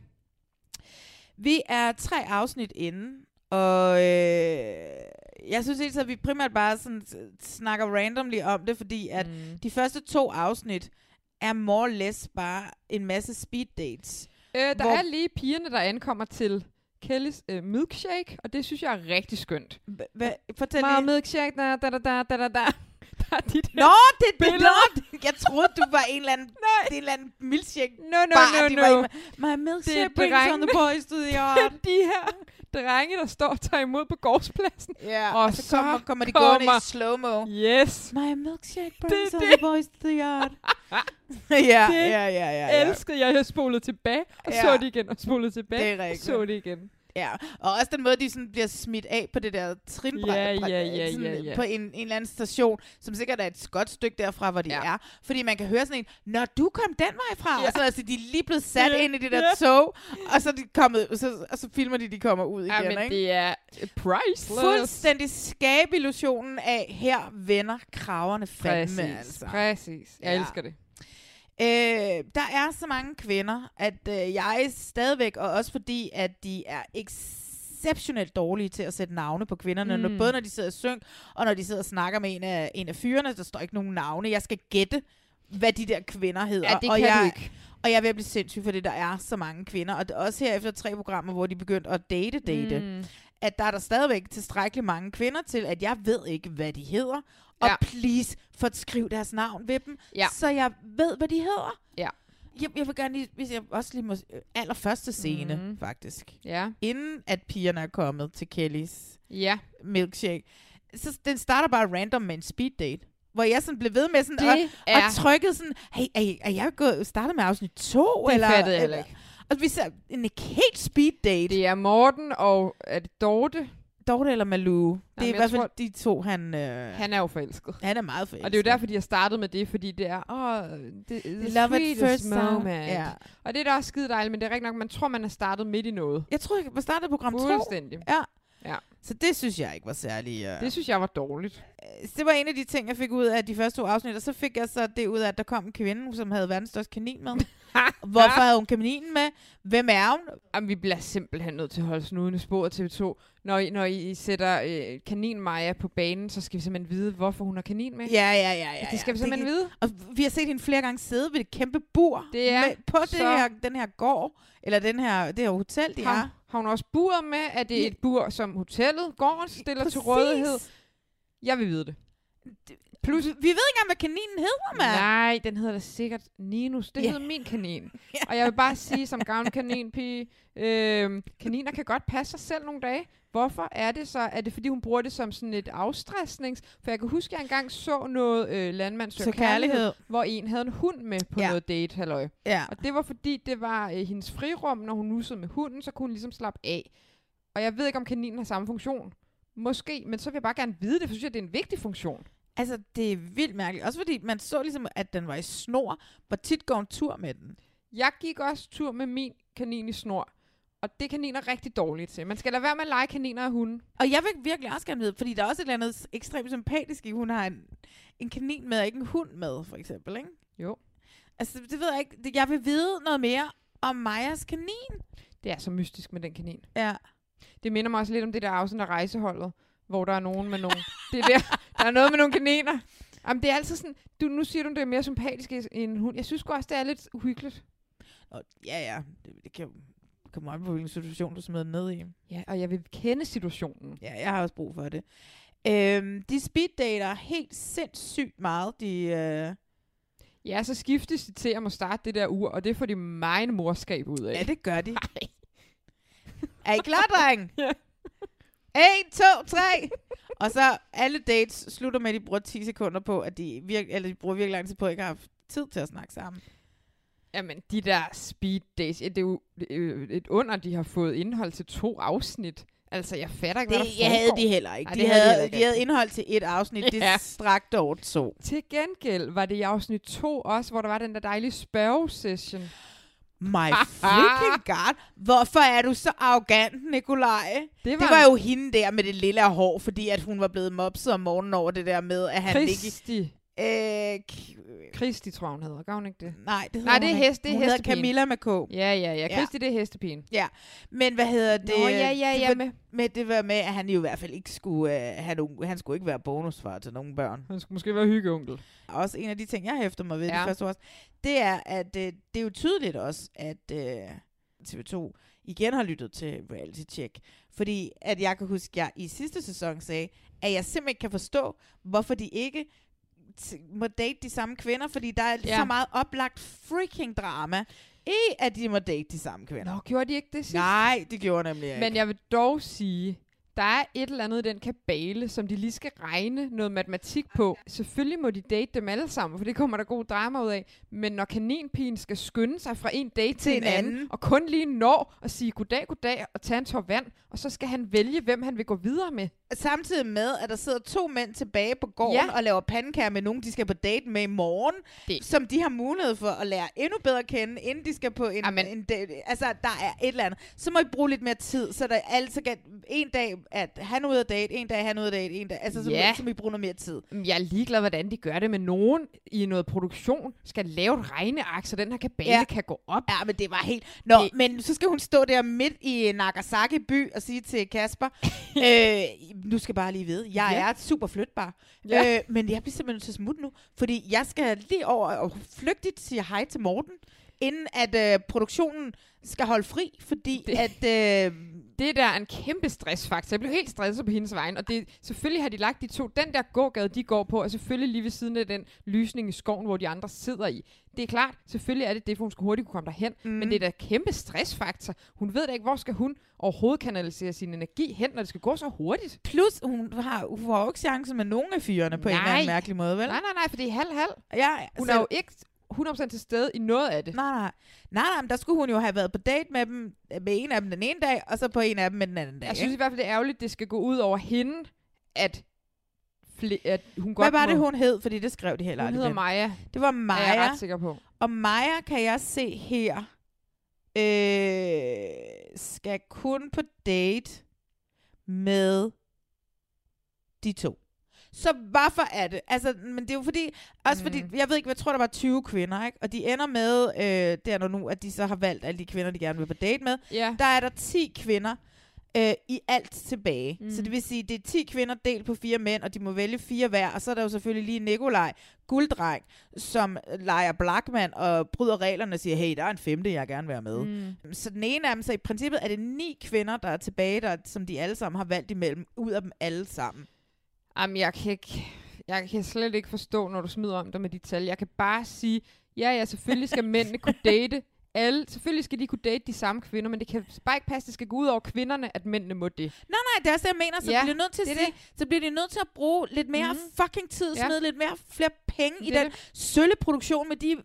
S1: Vi er tre afsnit inde, og øh, jeg synes helt at vi primært bare sådan s- snakker randomly om det, fordi at mm.
S2: Mm.
S1: de første to afsnit er more or less bare en masse speed dates.
S2: Øh, der
S1: hvor-
S2: Hvor... er lige pigerne, der ankommer til Kellys øh, milkshake, og det synes jeg er rigtig skønt.
S1: H- hva, fortæl
S2: Meget
S1: lige.
S2: milkshake, da da da da da da da. Der er de der...
S1: Nå, det er
S2: Billeder.
S1: billeder. Jeg troede, du var en eller anden, det er en eller anden milkshake.
S2: No, no,
S1: bar,
S2: no,
S1: de var
S2: no.
S1: i med. My
S2: Det
S1: milkshake
S2: er
S1: brings on
S2: drengene.
S1: the boys to the
S2: Det
S1: yard.
S2: er de her drenge, der står og tager imod på gårdspladsen.
S1: Ja,
S2: Og
S1: og, så,
S2: så
S1: kommer, kommer de gående i
S2: kommer-
S1: slow-mo.
S2: Yes.
S1: My milkshake brings all
S2: det.
S1: the boys to the yard. ja,
S2: Det
S1: ja, ja, ja,
S2: Ja,
S1: ja.
S2: Elskede jeg. Jeg spolede tilbage, og
S1: Ja.
S2: ja. så det igen, og spolede tilbage,
S1: Det er
S2: og
S1: rigtigt.
S2: så det igen.
S1: ja. Og også den måde, de sådan bliver smidt af på det der trinbræt.
S2: Ja,
S1: bræt-
S2: ja, ja,
S1: sådan
S2: ja, ja.
S1: På en, en eller anden station, som sikkert er et godt stykke derfra, hvor de
S2: Ja.
S1: er. Fordi man kan høre sådan en, når du kom den vej fra.
S2: Ja.
S1: Og så altså, de er lige blevet sat
S2: Ja,
S1: ind i det der
S2: ja.
S1: tog, og så, er de kommet, så, og så filmer de, de kommer ud igen.
S2: Ja, men
S1: ikke?
S2: det er øh, priceless.
S1: Fuldstændig skabe illusionen af, her vender kraverne
S2: Præcis,
S1: fandme altså.
S2: præcis. Jeg
S1: Ja.
S2: elsker det.
S1: Øh, der er så mange kvinder, at øh, jeg er stadigvæk, og også fordi, at de er exceptionelt dårlige til at sætte navne på kvinderne. Mm. Når,
S2: Mm.
S1: både når de sidder og syng, og når de sidder og snakker med en af, en af fyrene, der står ikke nogen navne. Jeg skal gætte, hvad de der kvinder hedder.
S2: Ja, det
S1: og
S2: kan
S1: jeg,
S2: du ikke.
S1: Og jeg er ved at blive sindssyg, fordi der er så mange kvinder. Og det er også her efter tre programmer, hvor de begyndte at date-date, mm.
S2: Mm.
S1: at der er der stadigvæk tilstrækkeligt mange kvinder til, at jeg ved ikke, hvad de hedder. Og ja.
S2: Ja.
S1: please, forskriv deres navn ved dem,
S2: Ja.
S1: så jeg ved, hvad de hedder.
S2: Ja.
S1: Jeg, jeg vil gerne lige, hvis jeg også lige må, øh, allerførste scene, mm.
S2: Mhm.
S1: faktisk.
S2: Ja,
S1: Inden at pigerne er kommet til Kellys
S2: ja.
S1: milkshake, så den starter bare random med en speed date. Hvor jeg sådan blev ved med sådan at,
S2: Det er...
S1: at trykke sådan, hey, er, I- er jeg gået, startet med afsnit 2?
S2: Det
S1: eller,
S2: fattede jeg
S1: eller,
S2: heller ikke.
S1: Og vi ser en helt speed date.
S2: Det er Morten og er det Dorte.
S1: Dorte eller Malou. det er i
S2: jeg
S1: hvert fald
S2: tror-
S1: de to, han, øh, han,
S2: Han er jo forelsket.
S1: han er meget forelsket.
S2: Og det er jo derfor, de har startet med det, fordi det er, åh, det er the
S1: Love at first
S2: sweetest
S1: sight.
S2: moment.
S1: Ja.
S2: Og det er da også skide dejligt, men det er rigtig nok, man tror, man er startet midt i noget.
S1: Jeg tror, jeg var startet program 2.
S2: Fuldstændig.
S1: Ja.
S2: Ja.
S1: Så det synes jeg ikke var særlig... Øh...
S2: Det synes jeg var dårligt.
S1: det var en af de ting, jeg fik ud af de første to afsnit, og så fik jeg så det ud af, at der kom en kvinde, som havde verdens største kanin med. Hvorfor havde hun kaninen med? Hvem er hun?
S2: Jamen, vi bliver simpelthen nødt til at holde snuden i sporet TV2. Når I, når I sætter øh, kanin Maja på banen, så skal vi simpelthen vide, hvorfor hun har kanin med.
S1: Ja, ja, ja. ja
S2: det
S1: ja.
S2: skal vi simpelthen
S1: kan-
S2: vide.
S1: Og vi har set hende flere gange sidde ved det kæmpe bur
S2: Det er
S1: med, på det
S2: så-
S1: her, den her gård, eller den her, det her hotel, de
S2: Har,
S1: har.
S2: har hun også bur med? Er det
S1: Ja.
S2: et bur, som hotellet, gården stiller til
S1: Præcis.
S2: rådighed? Jeg vil vide det.
S1: Plus, vi ved ikke engang, hvad kaninen hedder, mand.
S2: Nej, den hedder da sikkert Ninus. Det
S1: Ja.
S2: yeah. hedder min kanin.
S1: Ja.
S2: øhm, Og jeg vil bare sige, som gammel kaninpige, øh, kaniner kan godt passe sig selv nogle dage. Hvorfor er det så? Er det, fordi hun bruger det som sådan et afstressnings... For jeg kan huske, at jeg engang så noget øh, landmand søger
S1: Så kærlighed.
S2: hvor en havde en hund med på
S1: Ja.
S2: ja. noget date, halløj.
S1: Ja.
S2: Og det var fordi, det var øh, hendes frirum, når hun nussede med hunden, så kunne hun ligesom slappe af. Og jeg ved ikke, om kaninen har samme funktion. Måske, men så vil jeg bare gerne vide det, for jeg synes, at det er en vigtig funktion.
S1: Altså, det er vildt mærkeligt. Også fordi man så ligesom, at den var i snor. Hvor tit går en tur med den?
S2: Jeg gik også tur med min kanin i snor, og det er kaniner rigtig dårlige til. Man skal lade være med at lege kaniner og hunde.
S1: Og jeg vil virkelig også gerne vide, fordi der er også et eller andet s- ekstremt sympatisk i, hun har en, en kanin med, og ikke en hund med, for eksempel, ikke?
S2: Jo.
S1: Altså, det ved jeg ikke. Det- Jeg vil vide noget mere om Majas kanin.
S2: Det er så mystisk med den kanin.
S1: Ja.
S2: Det minder mig også lidt om det der afsnit af rejseholdet, hvor der er nogen med nogle... Det er der, der er noget med nogle kaniner. Jamen, det er altid sådan... Du, nu siger du, det er mere sympatisk end en hund. Jeg synes sgu også, det er lidt uhyggeligt.
S1: Og, ja, ja. Det, det kan jo komme an på, hvilken situation du smider den ned i.
S2: Ja, og jeg vil kende situationen.
S1: Ja, jeg har også brug for det. Øhm, de speeddater helt sindssygt meget. De, øh,
S2: Ja, så skiftes de til at må starte det der ur, og det får de meget morskab ud af.
S1: ja, det gør de. Er I klar, dreng? 1, 2, 3. Og så alle dates slutter med, at de bruger 10 sekunder på, at de, virke, eller de bruger virkelig lang tid på, at ikke har haft tid til at snakke sammen.
S2: Jamen, de der speed days, ja, det er jo øh, et under, de har fået indhold til to afsnit. Altså, jeg fatter ikke, hvad
S1: Det
S2: der foregår.
S1: havde de heller ikke.
S2: Ej,
S1: de,
S2: det havde de
S1: havde,
S2: heller ikke
S1: de havde indhold til et afsnit.
S2: Ja.
S1: Det strakte over to.
S2: Til gengæld var det i afsnit 2 også, hvor der var den der dejlige spørgesession.
S1: My freaking god. Hvorfor er du så arrogant, Nikolaj? Det var, det var jo hende der med det lille hår, fordi at hun var blevet mopset om morgenen over det der med, at han ikke...
S2: Kristi.
S1: Øh, k-
S2: Kristi, tror jeg, hun hedder. Gør hun ikke det?
S1: nej, det hedder
S2: Nej, det er
S1: hun ikke.
S2: hest- det er
S1: Hun hedder
S2: hestepigen.
S1: Camilla med K.
S2: Ja, ja, ja.
S1: Ja.
S2: Kristi, det er hestepigen.
S1: Men hvad hedder det? øh,
S2: Nå, ja, ja,
S1: det
S2: ja,
S1: var,
S2: med.
S1: med. Det var med, at han jo i hvert fald ikke skulle... Øh, have nogen, han skulle ikke være bonusfar til nogen børn.
S2: Han skulle måske være hyggeonkel.
S1: Også en af de ting, jeg hæfter mig ved ja.
S2: Ja.
S1: det første år, det er, at øh, det er jo tydeligt også, at øh, TV2 igen har lyttet til Reality Check. Fordi at jeg kan huske, at jeg i sidste sæson sagde, at jeg simpelthen ikke kan forstå, hvorfor de ikke t- må date de samme kvinder, fordi der er ja.
S2: Ja.
S1: så meget oplagt freaking drama i, at de må date de samme kvinder.
S2: Nå, gjorde de ikke det sidst?
S1: Nej, det gjorde nemlig ikke.
S2: Men jeg vil dog sige, der er et eller andet i den kabale, som de lige skal regne noget matematik på. Selvfølgelig må de date dem alle sammen, for det kommer der god drama ud af. Men når kaninpigen skal skynde sig fra en date til en anden, og kun lige når at sige goddag, goddag, og tage en tår vand, og så skal han vælge, hvem han vil gå videre med.
S1: Samtidig med, at der sidder to mænd tilbage på gården ja.
S2: Ja.
S1: og laver pandekager med nogen, de skal på date med i morgen, det.
S2: Det-
S1: som de har mulighed for at lære endnu bedre at kende, inden de skal på en,
S2: Amen.
S1: en date. Altså, der er et eller andet. Så må I bruge lidt mere tid, så der altså kan en dag, at han er ude at date, en dag han er ude at date, en dag. Altså, så,
S2: Ja.
S1: må, så må I bruge noget mere tid.
S2: Jamen, Jeg er ligeglad, hvordan de gør det, men nogen i noget produktion skal lave et regneark, så den her kabale
S1: Ja.
S2: ja. kan gå op.
S1: Ja, men det var helt... Nå, det.
S2: Det-
S1: men så skal hun stå der midt i Nagasaki by og sige til Kasper, øh, du skal bare lige vide, jeg ja.
S2: Ja.
S1: er super flytbar, ja.
S2: Ja.
S1: øh, men jeg bliver simpelthen nødt til at smutte nu, fordi jeg skal lige over og flygtigt sige hej til Morten, inden at øh, produktionen skal holde fri, fordi det.
S2: Det-
S1: at... Øh,
S2: Det der er en kæmpe stressfaktor. Jeg blev helt stresset på hendes vegne, og det, selvfølgelig har de lagt de to. Den der gågade, de går på, er selvfølgelig lige ved siden af den lysning i skoven, hvor de andre sidder i. Det er klart, selvfølgelig er det det, for hun skal hurtigt kunne komme derhen, mm. men det er da kæmpe stressfaktor. Hun ved da ikke, hvor skal hun overhovedet kanalisere sin energi hen, når det skal gå så hurtigt.
S1: plus, hun har, hun har jo ikke chancen med nogen af fyrene på en eller anden
S2: Nej.
S1: mærkelig måde, vel?
S2: Nej, nej, nej, for det er halv-halv.
S1: Ja,
S2: Hun
S1: så-
S2: er jo ikke 100% til stede i noget af det.
S1: Nej, nej. Nej, nej, men der skulle hun jo have været på date med dem, med en af dem den ene dag, og så på en af dem med den anden dag.
S2: Jeg
S1: ikke?
S2: synes i hvert fald, det er ærgerligt, det skal gå ud over hende, at, fle- at hun godt
S1: Hvad var
S2: må...
S1: det, hun hed? Fordi det skrev de heller
S2: Hun
S1: aldrig.
S2: hedder
S1: vel?
S2: Maja,
S1: Det var
S2: er jeg
S1: Maja.
S2: ret sikker på.
S1: Og Maja kan jeg se her, øh, skal kun på date med de to. Så hvorfor er det? Altså, men det er jo fordi, også fordi,
S2: Mm.
S1: jeg ved ikke, jeg tror, der var 20 kvinder, ikke? Og de ender med, øh, der når nu, at de så har valgt alle de kvinder, de gerne vil på date med.
S2: Ja.
S1: der er der 10 kvinder øh, i alt tilbage. Mm. Så
S2: Mm.
S1: det vil sige, det er 10 kvinder delt på fire mænd, og de må vælge fire hver. Og så er der jo selvfølgelig lige Nikolaj, gulddreng, som øh, leger Blackman og bryder reglerne og siger, hey, der er en femte, jeg gerne vil være med.
S2: Mm.
S1: Mm. Så den ene af dem, så i princippet er det ni kvinder, der er tilbage, der, som de alle sammen har valgt imellem, ud af dem alle sammen.
S2: Jamen, jeg kan, ikke, jeg kan slet ikke forstå, når du smider om dig med de tal. Jeg kan bare sige, ja, ja, selvfølgelig skal mændene kunne date alle, selvfølgelig skal de kunne date de samme kvinder, men det kan bare ikke passe, det skal gå ud over kvinderne, at mændene må det.
S1: Nej, nej, det er også det, jeg mener. Så,
S2: Ja,
S1: ja, bliver, de nødt til at
S2: det er
S1: sige, så bliver de nødt til at bruge lidt mere mm. fucking tid,
S2: Ja.
S1: ja. smide lidt mere flere penge i
S2: Det er
S1: den sølleproduktion med de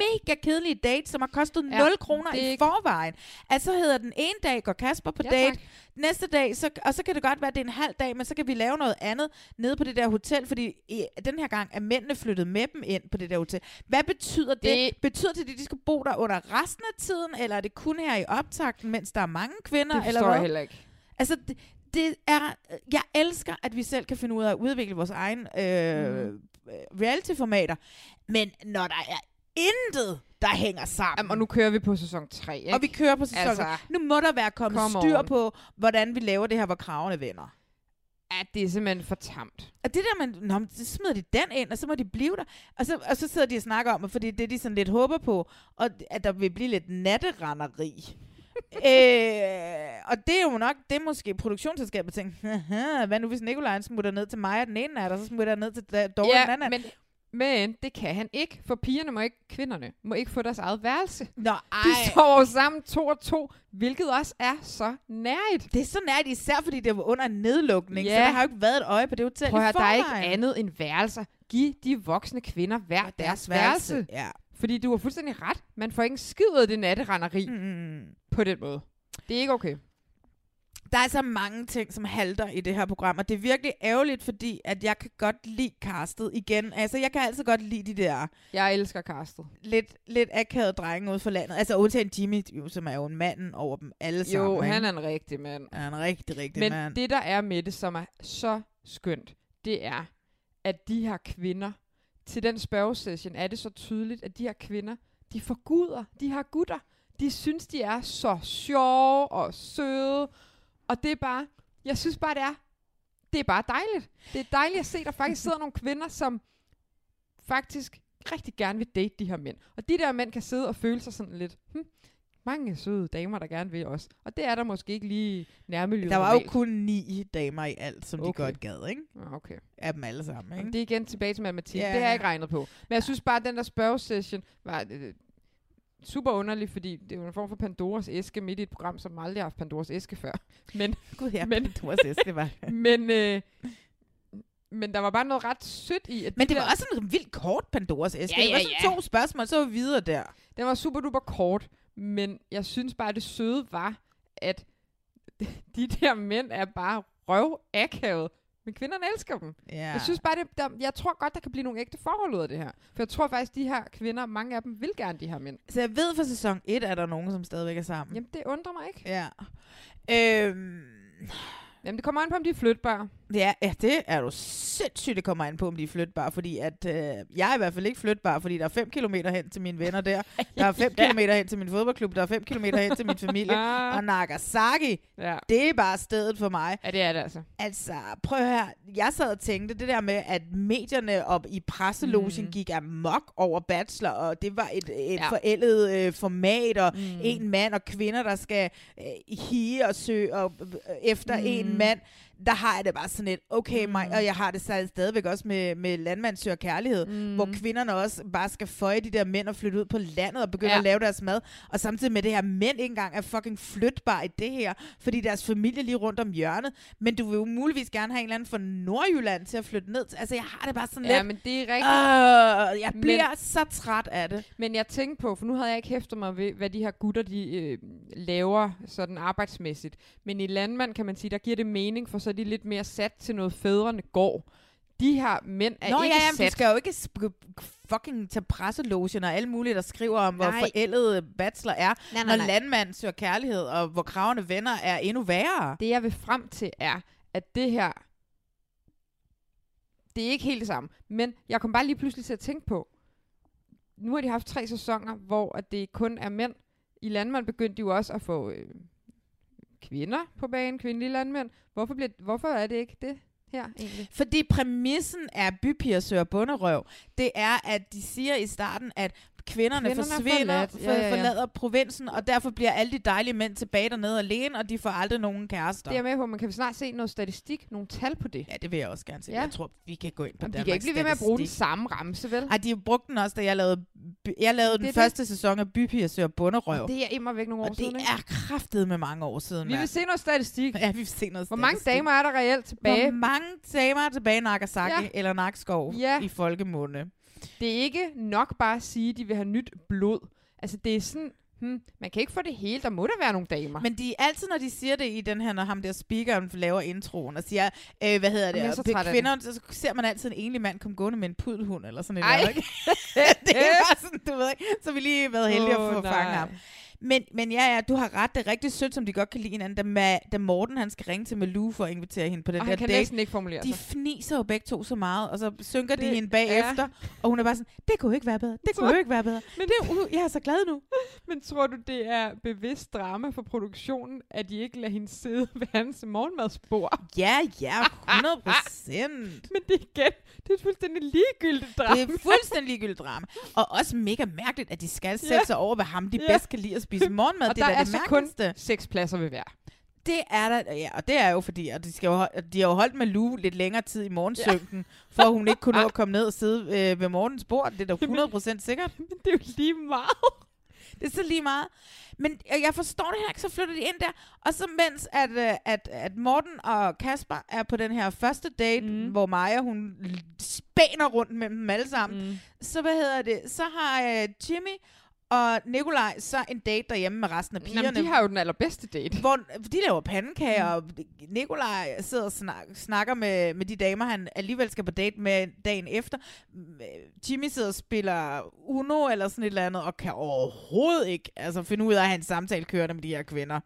S1: mega kedelige dates, som har kostet
S2: Ja,
S1: ja, 0 kroner
S2: det er
S1: i
S2: ikke-
S1: forvejen. Altså så hedder den ene dag, går Kasper på
S2: Ja,
S1: ja, date,
S2: tak.
S1: næste dag, så, og så kan det godt være, at det er en halv dag, men så kan vi lave noget andet nede på det der hotel, fordi i, den her gang er mændene flyttet med dem ind på det der hotel. Hvad betyder det?
S2: Det-
S1: det... Betyder det, at de skal bo der under resten af tiden, eller er det kun her i optakten, mens der er mange kvinder?
S2: det
S1: eller
S2: forstår
S1: hvad?
S2: jeg heller ikke.
S1: Altså, det, det er... Jeg elsker, at vi selv kan finde ud af at udvikle vores egne øh, mm.
S2: Mm-hmm.
S1: reality-formater. Men når der er intet, der hænger sammen...
S2: Jamen, og nu kører vi på sæson 3, ikke?
S1: og vi kører på sæsonen.
S2: Altså,
S1: Altså, nu må der være kommet
S2: come
S1: styr
S2: on.
S1: på, hvordan vi laver det her, hvor kravene vender.
S2: ja, det er simpelthen for tamt.
S1: Og det der, man, nå, men så smider de den ind, og så må de blive der. Og så, og så sidder de og snakker om, det, fordi det er det, de sådan lidt håber på, og at der vil blive lidt natterenderi. øh, og det er jo nok, det er måske produktionsselskabet tænker, "Haha, hvad nu hvis Nikolaj han smutter ned til mig og den ene nat, og så smutter han ned til da- Dorte ja, den anden nat.
S2: men, men det kan han ikke, for pigerne må ikke, kvinderne må ikke få deres eget værelse.
S1: Nå, ej.
S2: De sover sammen to og to, hvilket også er så nærigt.
S1: Det er så nært, især fordi det var under en nedlukning,
S2: Ja.
S1: så der har jo ikke været et øje på det hotel
S2: Prøv
S1: i
S2: at høre, der er ikke
S1: forvejen.
S2: andet end værelser. Giv de voksne kvinder hver deres, deres værelse. værelse.
S1: Ja.
S2: Fordi du har fuldstændig ret. Man får ikke en skid ud af det natterenderi mm.
S1: Mm.
S2: på den måde. Det er ikke okay.
S1: Der er så mange ting, som halter i det her program, og det er virkelig ærgerligt, fordi at jeg kan godt lide castet igen. Altså, jeg kan altid godt lide de der
S2: Jeg elsker castet.
S1: lidt, lidt akavede drenge ude for landet. Altså, undtagen Jimmy, jo, som er jo en manden over dem alle sammen.
S2: Jo,
S1: ikke?
S2: han er en rigtig mand.
S1: han er en rigtig, rigtig
S2: Men
S1: mand.
S2: det, der er med det, som er så skønt, det er, at de her kvinder, til den spørgesession er det så tydeligt, at de her kvinder, de forguder, de her gutter. De synes, de er så sjove og søde. Og det er bare, jeg synes bare, det er, det er bare dejligt. Det er dejligt at se, der faktisk sidder nogle kvinder, som faktisk rigtig gerne vil date de her mænd. Og de der mænd kan sidde og føle sig sådan lidt, hm, mange søde damer, der gerne vil også. Og det er der måske ikke lige nærmiljøet.
S1: Der var jo
S2: normalt.
S1: kun ni damer i alt, som
S2: Okay.
S1: de godt gad, ikke?
S2: Nå, Okay.
S1: Af dem alle sammen, ikke?
S2: Jamen, det er igen tilbage til matematik. Yeah.
S1: Ja.
S2: Det har jeg ikke regnet på. Men jeg synes bare, at den der spørgesession var øh, super underlig, fordi det var en form for Pandoras æske midt i et program, som aldrig har haft Pandoras æske før. Men,
S1: Gud, ja,
S2: men-
S1: men... du var sidst, det var...
S2: men, øh, men der var bare noget ret sødt i. At
S1: Men
S2: de
S1: det var
S2: der-
S1: også en vildt kort Pandoras æske.
S2: Ja,
S1: det var
S2: ja,
S1: sådan
S2: ja.
S1: to spørgsmål, så var vi videre der.
S2: Den var super duper kort, men jeg synes bare, at det søde var, at de der mænd er bare røv akavet. Men kvinderne elsker dem.
S1: Ja.
S2: Ja. Jeg synes bare, det, der, jeg tror godt, der kan blive nogle ægte forhold ud af det her. For jeg tror faktisk, de her kvinder, mange af dem vil gerne de her mænd.
S1: Så jeg ved, for sæson 1 er der nogen, som stadigvæk er sammen.
S2: Jamen, det undrer mig ikke.
S1: Ja. Øhm,
S2: Jamen, det kommer an på, om de er flytbare.
S1: ja, ja, det er du sindssygt, det kommer an på, om de er flytbare, fordi at, øh, jeg er i hvert fald ikke flytbar, fordi der er 5 km hen til mine venner der, der er 5 km hen til min fodboldklub, der er 5 km hen til min familie,
S2: Ah,
S1: og Nagasaki,
S2: ja.
S1: det er bare stedet for mig.
S2: ja, det er det altså.
S1: Altså, prøv at høre. Jeg sad og tænkte, det der med, at medierne op i presselogen
S2: Mm.
S1: mm. gik amok over Bachelor, og det var et, et
S2: Ja.
S1: ja. forældet øh, format, og
S2: Mm.
S1: mm. en mand og kvinder, der skal øh, hige og søge og, øh, efter
S2: Mm.
S1: mm. en mand, der har jeg det bare sådan lidt, okay, mm. mig, og jeg har det så stadigvæk også med, med Landmand søger kærlighed, mm. hvor kvinderne også bare skal føje de der mænd og flytte ud på landet og begynde
S2: Ja.
S1: ja. at lave deres mad, og samtidig med det her, mænd ikke engang er fucking flytbare i det her, fordi deres familie er lige rundt om hjørnet, men du vil jo muligvis gerne have en eller anden fra Nordjylland til at flytte ned. til- Altså, jeg har det bare sådan
S2: Ja,
S1: lidt...
S2: men det er rigtigt.
S1: Øh, jeg
S2: Men-
S1: bliver men, så træt af det.
S2: Men jeg tænkte på, for nu havde jeg ikke hæftet mig ved, hvad de her gutter, de øh, laver sådan arbejdsmæssigt. Men i Landmand, kan man sige, der giver det mening, for så er de lidt mere sat til noget fædrene går. De her mænd er
S1: Nå ja,
S2: ikke
S1: jamen,
S2: sat.
S1: vi skal jo ikke sp- fucking tage presselogen og alle mulige, der skriver om, hvor
S2: Nej.
S1: forældet bachelor er,
S2: nej,
S1: når landmanden søger kærlighed, og hvor kravende venner er endnu værre.
S2: Det jeg vil frem til er, at det her, det er ikke helt det samme, men jeg kom bare lige pludselig til at tænke på, nu har de haft tre sæsoner, hvor at det kun er mænd. I landmand begyndte de jo også at få øh, kvinder på banen, kvindelige landmænd. Hvorfor, bliver, hvorfor er det ikke det her egentlig?
S1: Fordi præmissen er bypiger søger bunderøv. Det er, at de siger i starten, at kvinderne,
S2: Kvinderne er
S1: kvinderne forsvinder,
S2: forladt. Ja, ja, ja.
S1: for, forlader provinsen, og derfor bliver alle de dejlige mænd tilbage dernede alene, og de får aldrig nogen kærester.
S2: Det er jeg med på, men kan vi snart se noget statistik, nogle tal på det?
S1: Ja, det vil jeg også gerne se.
S2: Ja.
S1: Ja. Jeg tror, vi kan gå ind på Jamen,
S2: Jamen, de
S1: Danmarks
S2: kan ikke blive ved med at bruge den
S1: Statistik.
S2: samme ramse, vel?
S1: Ej, de brugte den også, da jeg lavede by- jeg lavede
S2: Det
S1: den
S2: er det.
S1: første sæson af Bypiger søger bunderøv.
S2: Det er immer væk nogle år
S1: Og det
S2: siden, ikke?
S1: er kraftet med mange år siden.
S2: Vi vil
S1: mand.
S2: se noget statistik.
S1: Ja, vi vil se noget
S2: Hvor mange
S1: statistik.
S2: damer er der reelt tilbage?
S1: Hvor mange damer er tilbage i Nagasaki ja.
S2: Ja.
S1: eller Nakskov ja.
S2: Ja.
S1: i folkemunde?
S2: Det er ikke nok bare at sige, at de vil have nyt blod. Altså, det er sådan, hmm, man kan ikke få det hele. Der må der være nogle damer.
S1: Men de altid, når de siger det i den her, når ham der speakeren laver introen og siger, øh, hvad hedder
S2: Jamen, jeg er
S1: det,
S2: så
S1: og det
S2: træt af
S1: kvinder, så ser man altid en enlig mand komme gående med en pudelhund eller sådan
S2: Ej.
S1: noget. ikke? det er bare sådan, du ved ikke. Så har vi lige været heldige oh, at
S2: Åh,
S1: få
S2: nej.
S1: fanget ham. Men, men ja, ja, du har ret. Det er rigtig sødt, som de godt kan lide hinanden. Da, Ma- da Morten han skal ringe til Malou for at invitere hende på den
S2: og
S1: der
S2: han kan
S1: date,
S2: næsten ikke formulere
S1: de
S2: sig.
S1: fniser jo begge to så meget, og så synker det, de
S2: Det
S1: hende bagefter, og hun er bare sådan, det kunne jo ikke være bedre, det kunne jo ikke være bedre. Men
S2: Men-
S1: det, er u- jeg er så glad nu.
S2: Men tror du, det er bevidst drama for produktionen, at de ikke lader hende sidde ved hans morgenmadsbord?
S1: Ja, ja, 100 procent.
S2: Men det er igen, det er et fuldstændig ligegyldigt drama.
S1: Det er fuldstændig ligegyldigt drama. Og også mega mærkeligt, at de skal sætte
S2: Ja.
S1: sig over, hvad ham de
S2: Ja.
S1: bedst kan lide at spise morgenmad.
S2: og
S1: det
S2: der
S1: da
S2: er
S1: det
S2: så kun
S1: mærkeligste.
S2: seks pladser ved hver.
S1: Det er der, ja, og det er jo fordi, at de, skal jo, hol- at de har jo holdt med Lou lidt længere tid i morgensynken, for at hun ikke
S2: Ah.
S1: kunne nå at komme ned og sidde øh, ved Mortens bord. Det er da 100% sikkert.
S2: Men det er jo lige meget.
S1: Det er så lige meget. Men øh, jeg forstår det her ikke, så flytter de ind der. Og så mens at, øh, at, at Morten og Kasper er på den her første date, mm.
S2: Mm.
S1: hvor Maja hun l- spæner rundt med dem alle sammen, mm. så hvad hedder det, så har øh, Jimmy og Nikolaj så en date derhjemme med resten af pigerne.
S2: Jamen, de har jo Mm. den allerbedste date.
S1: Hvor de laver pandekager, og Nikolaj sidder og snak, snakker med, med de damer, han alligevel skal på date med dagen efter. Mm, øh, Jimmy sidder og spiller Uno eller sådan et eller andet, og kan overhovedet ikke altså, finde ud af at have en samtale kørende med de her kvinder.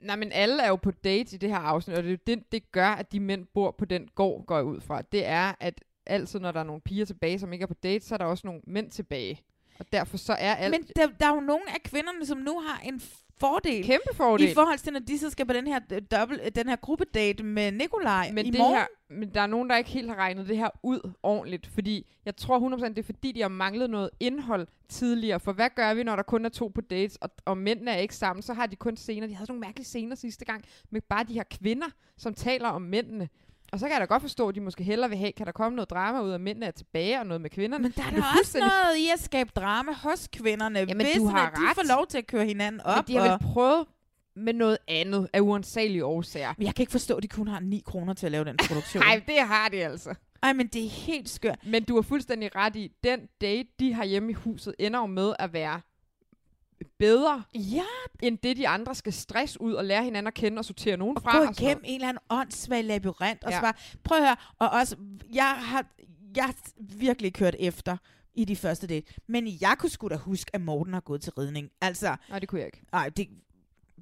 S2: Nej, men alle er jo på date i det her afsnit, og det, er jo det, det gør, at de mænd bor på den gård, går jeg ud fra. Det er, at altid, når der er nogle piger tilbage, som ikke er på date, så er der også nogle mænd tilbage. Og derfor så er alt
S1: Men der, der er jo nogle af kvinderne, som nu har en fordel.
S2: kæmpe fordel.
S1: I forhold til, når de så skal på den her, øh, dobbelt, øh, den her gruppedate med Nikolaj
S2: men,
S1: i
S2: det
S1: morgen.
S2: her, men der er nogen, der ikke helt har regnet det her ud ordentligt, fordi jeg tror 100% det er fordi, de har manglet noget indhold tidligere. For hvad gør vi, når der kun er to på dates, og, og mændene er ikke sammen, så har de kun scener. De havde sådan nogle mærkelige scener sidste gang, med bare de her kvinder, som taler om mændene. Og så kan jeg da godt forstå, at de måske hellere vil have, kan der komme noget drama ud af mændene er tilbage, og noget med kvinderne.
S1: Men der er
S2: Det
S1: da
S2: jo
S1: også
S2: fuldstændig-
S1: noget i at skabe drama hos kvinderne,
S2: Jamen,
S1: hvis
S2: du har
S1: at de
S2: ret.
S1: får lov til at køre hinanden op.
S2: Men de har
S1: og-
S2: vel prøvet med noget andet af uansagelige årsager.
S1: Men jeg kan ikke forstå, at de kun har 9 kroner til at lave den produktion.
S2: Nej, det har de altså.
S1: Ej, men det er helt skørt.
S2: Men du har fuldstændig ret i, den date, de har hjemme i huset, ender jo med at være bedre,
S1: Ja,
S2: end det de andre skal stress ud og lære hinanden at kende og sortere nogen
S1: gå
S2: fra. og sådan
S1: igennem en
S2: noget.
S1: eller anden åndssvag labyrint, og ja.
S2: Ja.
S1: svare, prøv at høre, og også, jeg har, jeg har virkelig kørt efter i de første date, men jeg kunne sgu da huske, at Morten har gået til ridning. Altså,
S2: Nej, det kunne jeg ikke.
S1: ej, det,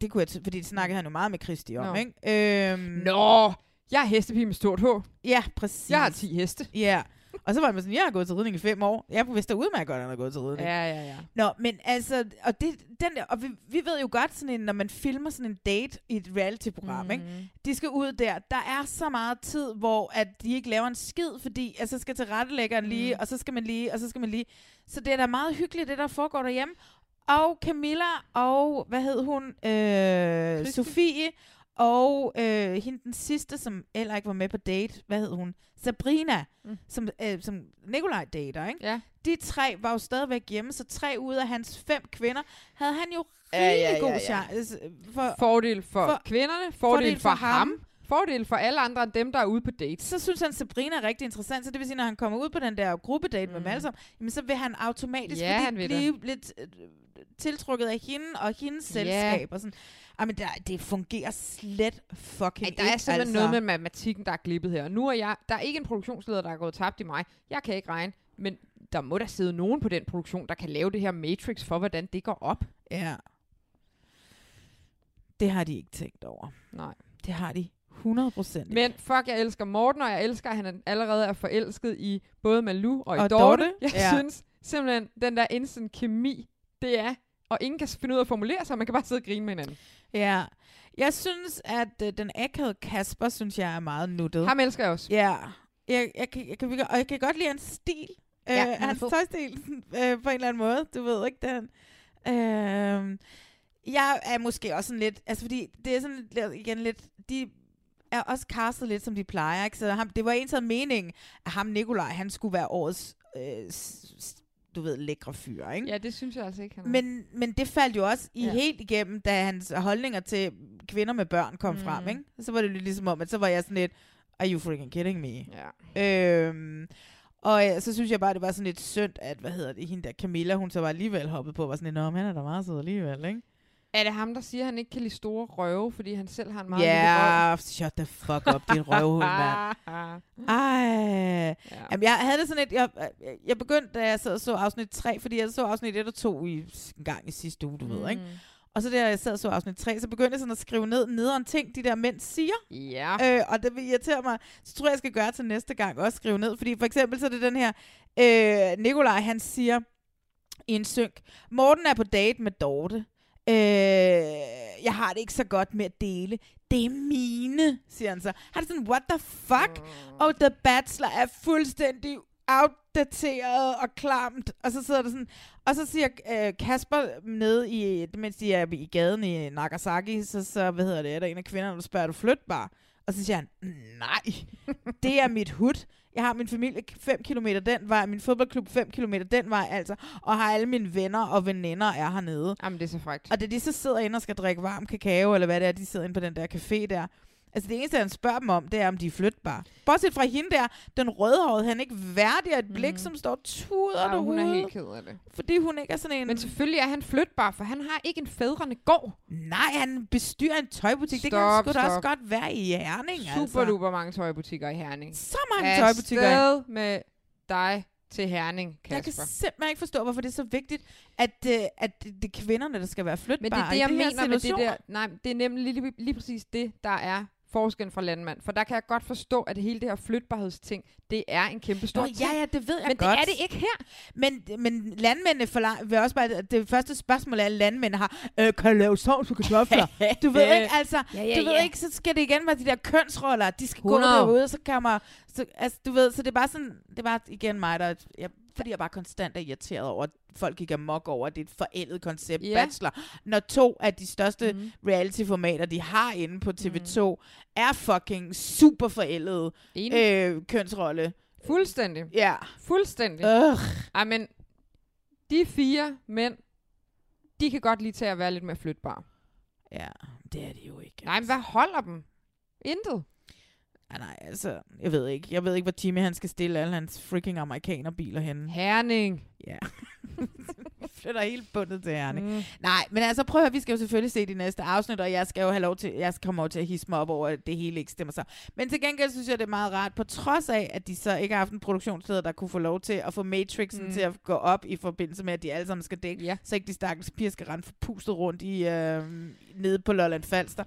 S1: det kunne jeg, t- fordi det snakkede han jo meget med Christi om,
S2: Nå.
S1: ikke? Øhm,
S2: Nå, jeg er hestepige med stort H.
S1: Ja, præcis.
S2: Jeg har 10 heste.
S1: Ja, og så var han sådan, jeg har gået til ridning i fem år. Jeg vidste da udmærket godt, at han har gået til ridning.
S2: Ja, ja, ja.
S1: Nå, men altså, og, det, den der, og vi, vi ved jo godt, sådan en, når man filmer sådan en date i et reality-program, mm. ikke? de skal ud der. Der er så meget tid, hvor at de ikke laver en skid, fordi altså, så skal tilrettelæggeren
S2: Mm.
S1: lige, og så skal man lige, og så skal man lige. Så det er da meget hyggeligt, det der foregår derhjemme. Og Camilla og, hvad hed hun, øh, Sofie, og øh, hende den sidste, som heller ikke var med på date, hvad hed hun, Sabrina, mm.
S2: Mm.
S1: som, øh, som Nikolaj dater, ikke?
S2: Ja.
S1: de tre var jo stadigvæk hjemme, så tre ud af hans fem kvinder havde han jo
S2: Ja,
S1: rigtig
S2: ja, ja,
S1: god
S2: ja.
S1: chance øh, for.
S2: Fordel for,
S1: For-
S2: for kvinderne, fordel,
S1: fordel
S2: for,
S1: for ham.
S2: ham. fordel for alle andre end dem, der er ude på dates.
S1: Så synes han, Sabrina er rigtig interessant, så det vil sige, når han kommer ud på den der gruppedate mm. med dem alle sammen, jamen, så vil han automatisk
S2: Ja,
S1: fordi
S2: han vil
S1: blive lidt øh, tiltrukket af hende og hendes
S2: Ja.
S1: selskab. Og sådan. Ej, men der, det fungerer slet fucking
S2: Ej, der
S1: ikke,
S2: er simpelthen
S1: altså.
S2: noget med matematikken, der er glippet her. Nu er jeg, der er ikke en produktionsleder, der er gået tabt i mig. Jeg kan ikke regne, men der må der sidde nogen på den produktion, der kan lave det her matrix for, hvordan det går op.
S1: Ja. Det har de ikke tænkt over.
S2: Nej.
S1: Det har de 100 procent
S2: Men fuck, jeg elsker Morten, og jeg elsker, at han allerede er forelsket i både Malou og,
S1: Og
S2: og
S1: Dorte.
S2: Dorte. Jeg
S1: Ja.
S2: synes simpelthen, den der instant kemi, det er, og ingen kan finde ud af at formulere sig, man kan bare sidde og grine med hinanden.
S1: Ja. Jeg synes, at øh, den akavede Kasper, synes jeg er meget nuttet.
S2: Ham elsker jeg også.
S1: Ja. Jeg, jeg, kan, jeg, kan, virkelig- og jeg kan godt lide hans stil.
S2: Ja,
S1: Ja, øh,
S2: han er
S1: hans
S2: fed.
S1: tøjstil øh, på en eller anden måde. Du ved ikke, den. Øh, jeg er måske også sådan lidt... Altså, fordi det er sådan lidt- lidt- igen lidt... De er også castet lidt, som de plejer. Ikke? Så ham, det var en sådan mening, at ham Nikolaj, han skulle være årets øh, s- s- du ved, lækre fyr, ikke?
S2: Ja, det synes jeg altså ikke, han er.
S1: Men, men det faldt jo også i ja.
S2: Ja.
S1: helt igennem, da hans holdninger til kvinder med børn kom mm.
S2: Mm.
S1: frem. Ikke? Så var det jo ligesom om, at så var jeg sådan lidt, are you freaking kidding me?
S2: Ja.
S1: Øhm, og øh, så synes jeg bare, det var sådan lidt synd, at, hvad hedder det, hende der Camilla, hun så var alligevel hoppet på, og var sådan lidt, nå, men han er da meget sød alligevel, ikke?
S2: Er det ham, der siger, at han ikke kan lide store røve, fordi han selv har en meget lille
S1: Ja, yeah, shut the fuck up, dit røvhul, mand.
S2: mand.
S1: Ej.
S2: ah. ja.
S1: Jamen, jeg havde det sådan et, jeg, øh, jeg begyndte, da jeg sad og så afsnit 3, fordi jeg så afsnit 1 og 2 i, en gang i sidste uge, du mm. ved, ikke? Og så da jeg sad og så afsnit 3, så begyndte jeg sådan at skrive ned nederen ting, de der mænd siger.
S2: Ja.
S1: Øh, og det vil irritere mig. Så tror jeg, jeg skal gøre til næste gang også skrive ned. Fordi for eksempel så er det den her, øh, Nikolaj han siger i en synk, Morten er på date med Dorte. Øh, jeg har det ikke så godt med at dele. Det er mine, siger han så. Har det sådan, what the fuck? Og The Bachelor er fuldstændig outdateret og klamt. Og så sidder der sådan... Og så siger øh, Kasper nede i... Mens de er i gaden i Nagasaki, så, så hvad hedder det, er der en af kvinderne, der spørger, er du flytbar? Og så siger han, nej, det er mit hud. Jeg har min familie 5 km den vej, min fodboldklub 5 km den vej, altså. Og har alle mine venner og veninder er hernede.
S2: Jamen, det er så frækt.
S1: Og da de så sidder inde og skal drikke varm kakao, eller hvad det er, de sidder inde på den der café der, altså det eneste, han spørger dem om, det er, om de er flytbare. Bortset fra hende der, den rødhårede, han er ikke værdig af et blik, mm. som står tuder
S2: Ja,
S1: ja, hun
S2: hun er helt ked af det.
S1: fordi hun ikke er sådan en...
S2: Men selvfølgelig er han flytbar, for han har ikke en fædrene gård.
S1: Nej, han bestyrer en tøjbutik. Stop, det kan han
S2: Stop,
S1: sgu da også
S2: stop.
S1: godt være i Herning,
S2: Super
S1: altså.
S2: duper mange tøjbutikker i Herning.
S1: Så mange tøjbutikker. i-
S2: Afsted med dig til Herning, Kasper.
S1: Jeg kan simpelthen ikke forstå, hvorfor det er så vigtigt, at, øh, at det det er kvinderne, der skal være flytbare.
S2: Men det er det,
S1: i
S2: jeg
S1: de her
S2: mener med det
S1: situationer.
S2: der. Nej, det er nemlig lige, lige præcis det, der er forskellen fra landmand. For der kan jeg godt forstå, at hele det her flytbarhedsting, det er en kæmpe stor
S1: Nå,
S2: ting.
S1: ja, ja, det ved jeg
S2: Men
S1: godt.
S2: det er det ikke her.
S1: Men, men landmændene forlang, vil også bare, det første spørgsmål er, at landmændene har, øh, kan jeg lave sovs på kartofler? du ved ikke, altså, ja, ja, du ved ja. ikke, så skal det igen være de der kønsroller, de skal
S2: 100.
S1: gå derude, og så kan man, så, altså, du ved, så det er bare sådan, det er bare igen mig, der, jeg, fordi jeg bare konstant er irriteret over, at folk gik amok over, at det er et forældet koncept,
S2: Ja.
S1: yeah. bachelor, når to af de største
S2: Mhm.
S1: mm. reality-formater, de har inde på TV2, mm. er fucking super forældede
S2: Enig. Øh.
S1: øh, kønsrolle.
S2: Fuldstændig.
S1: Ja.
S2: Fuldstændig. Øh.
S1: Øh.
S2: Ej, men de fire mænd, de kan godt lide til at være lidt mere flytbare.
S1: Ja, det er det jo ikke.
S2: Nej, men hvad holder dem? Intet.
S1: Ah, nej, altså, jeg ved ikke. Jeg ved ikke, hvor Jimmy han skal stille alle hans freaking amerikanerbiler
S2: Mm.
S1: henne.
S2: Herning.
S1: Ja. Flytter helt bundet til herne. Mm.
S2: Mm.
S1: Nej, men altså prøv at høre, vi skal jo selvfølgelig se de næste afsnit, og jeg skal jo have lov til, jeg skal komme over til at hisse mig op over, at det hele ikke stemmer sig. Men til gengæld synes jeg, det er meget rart, på trods af, at de så ikke har haft en produktionsleder, der kunne få lov til at få Matrixen
S2: Mm.
S1: mm. til at gå op i forbindelse med, at de alle sammen skal dække
S2: Ja.
S1: så ikke de stakkels piger skal rende forpustet rundt i, øh, nede på Lolland Falster.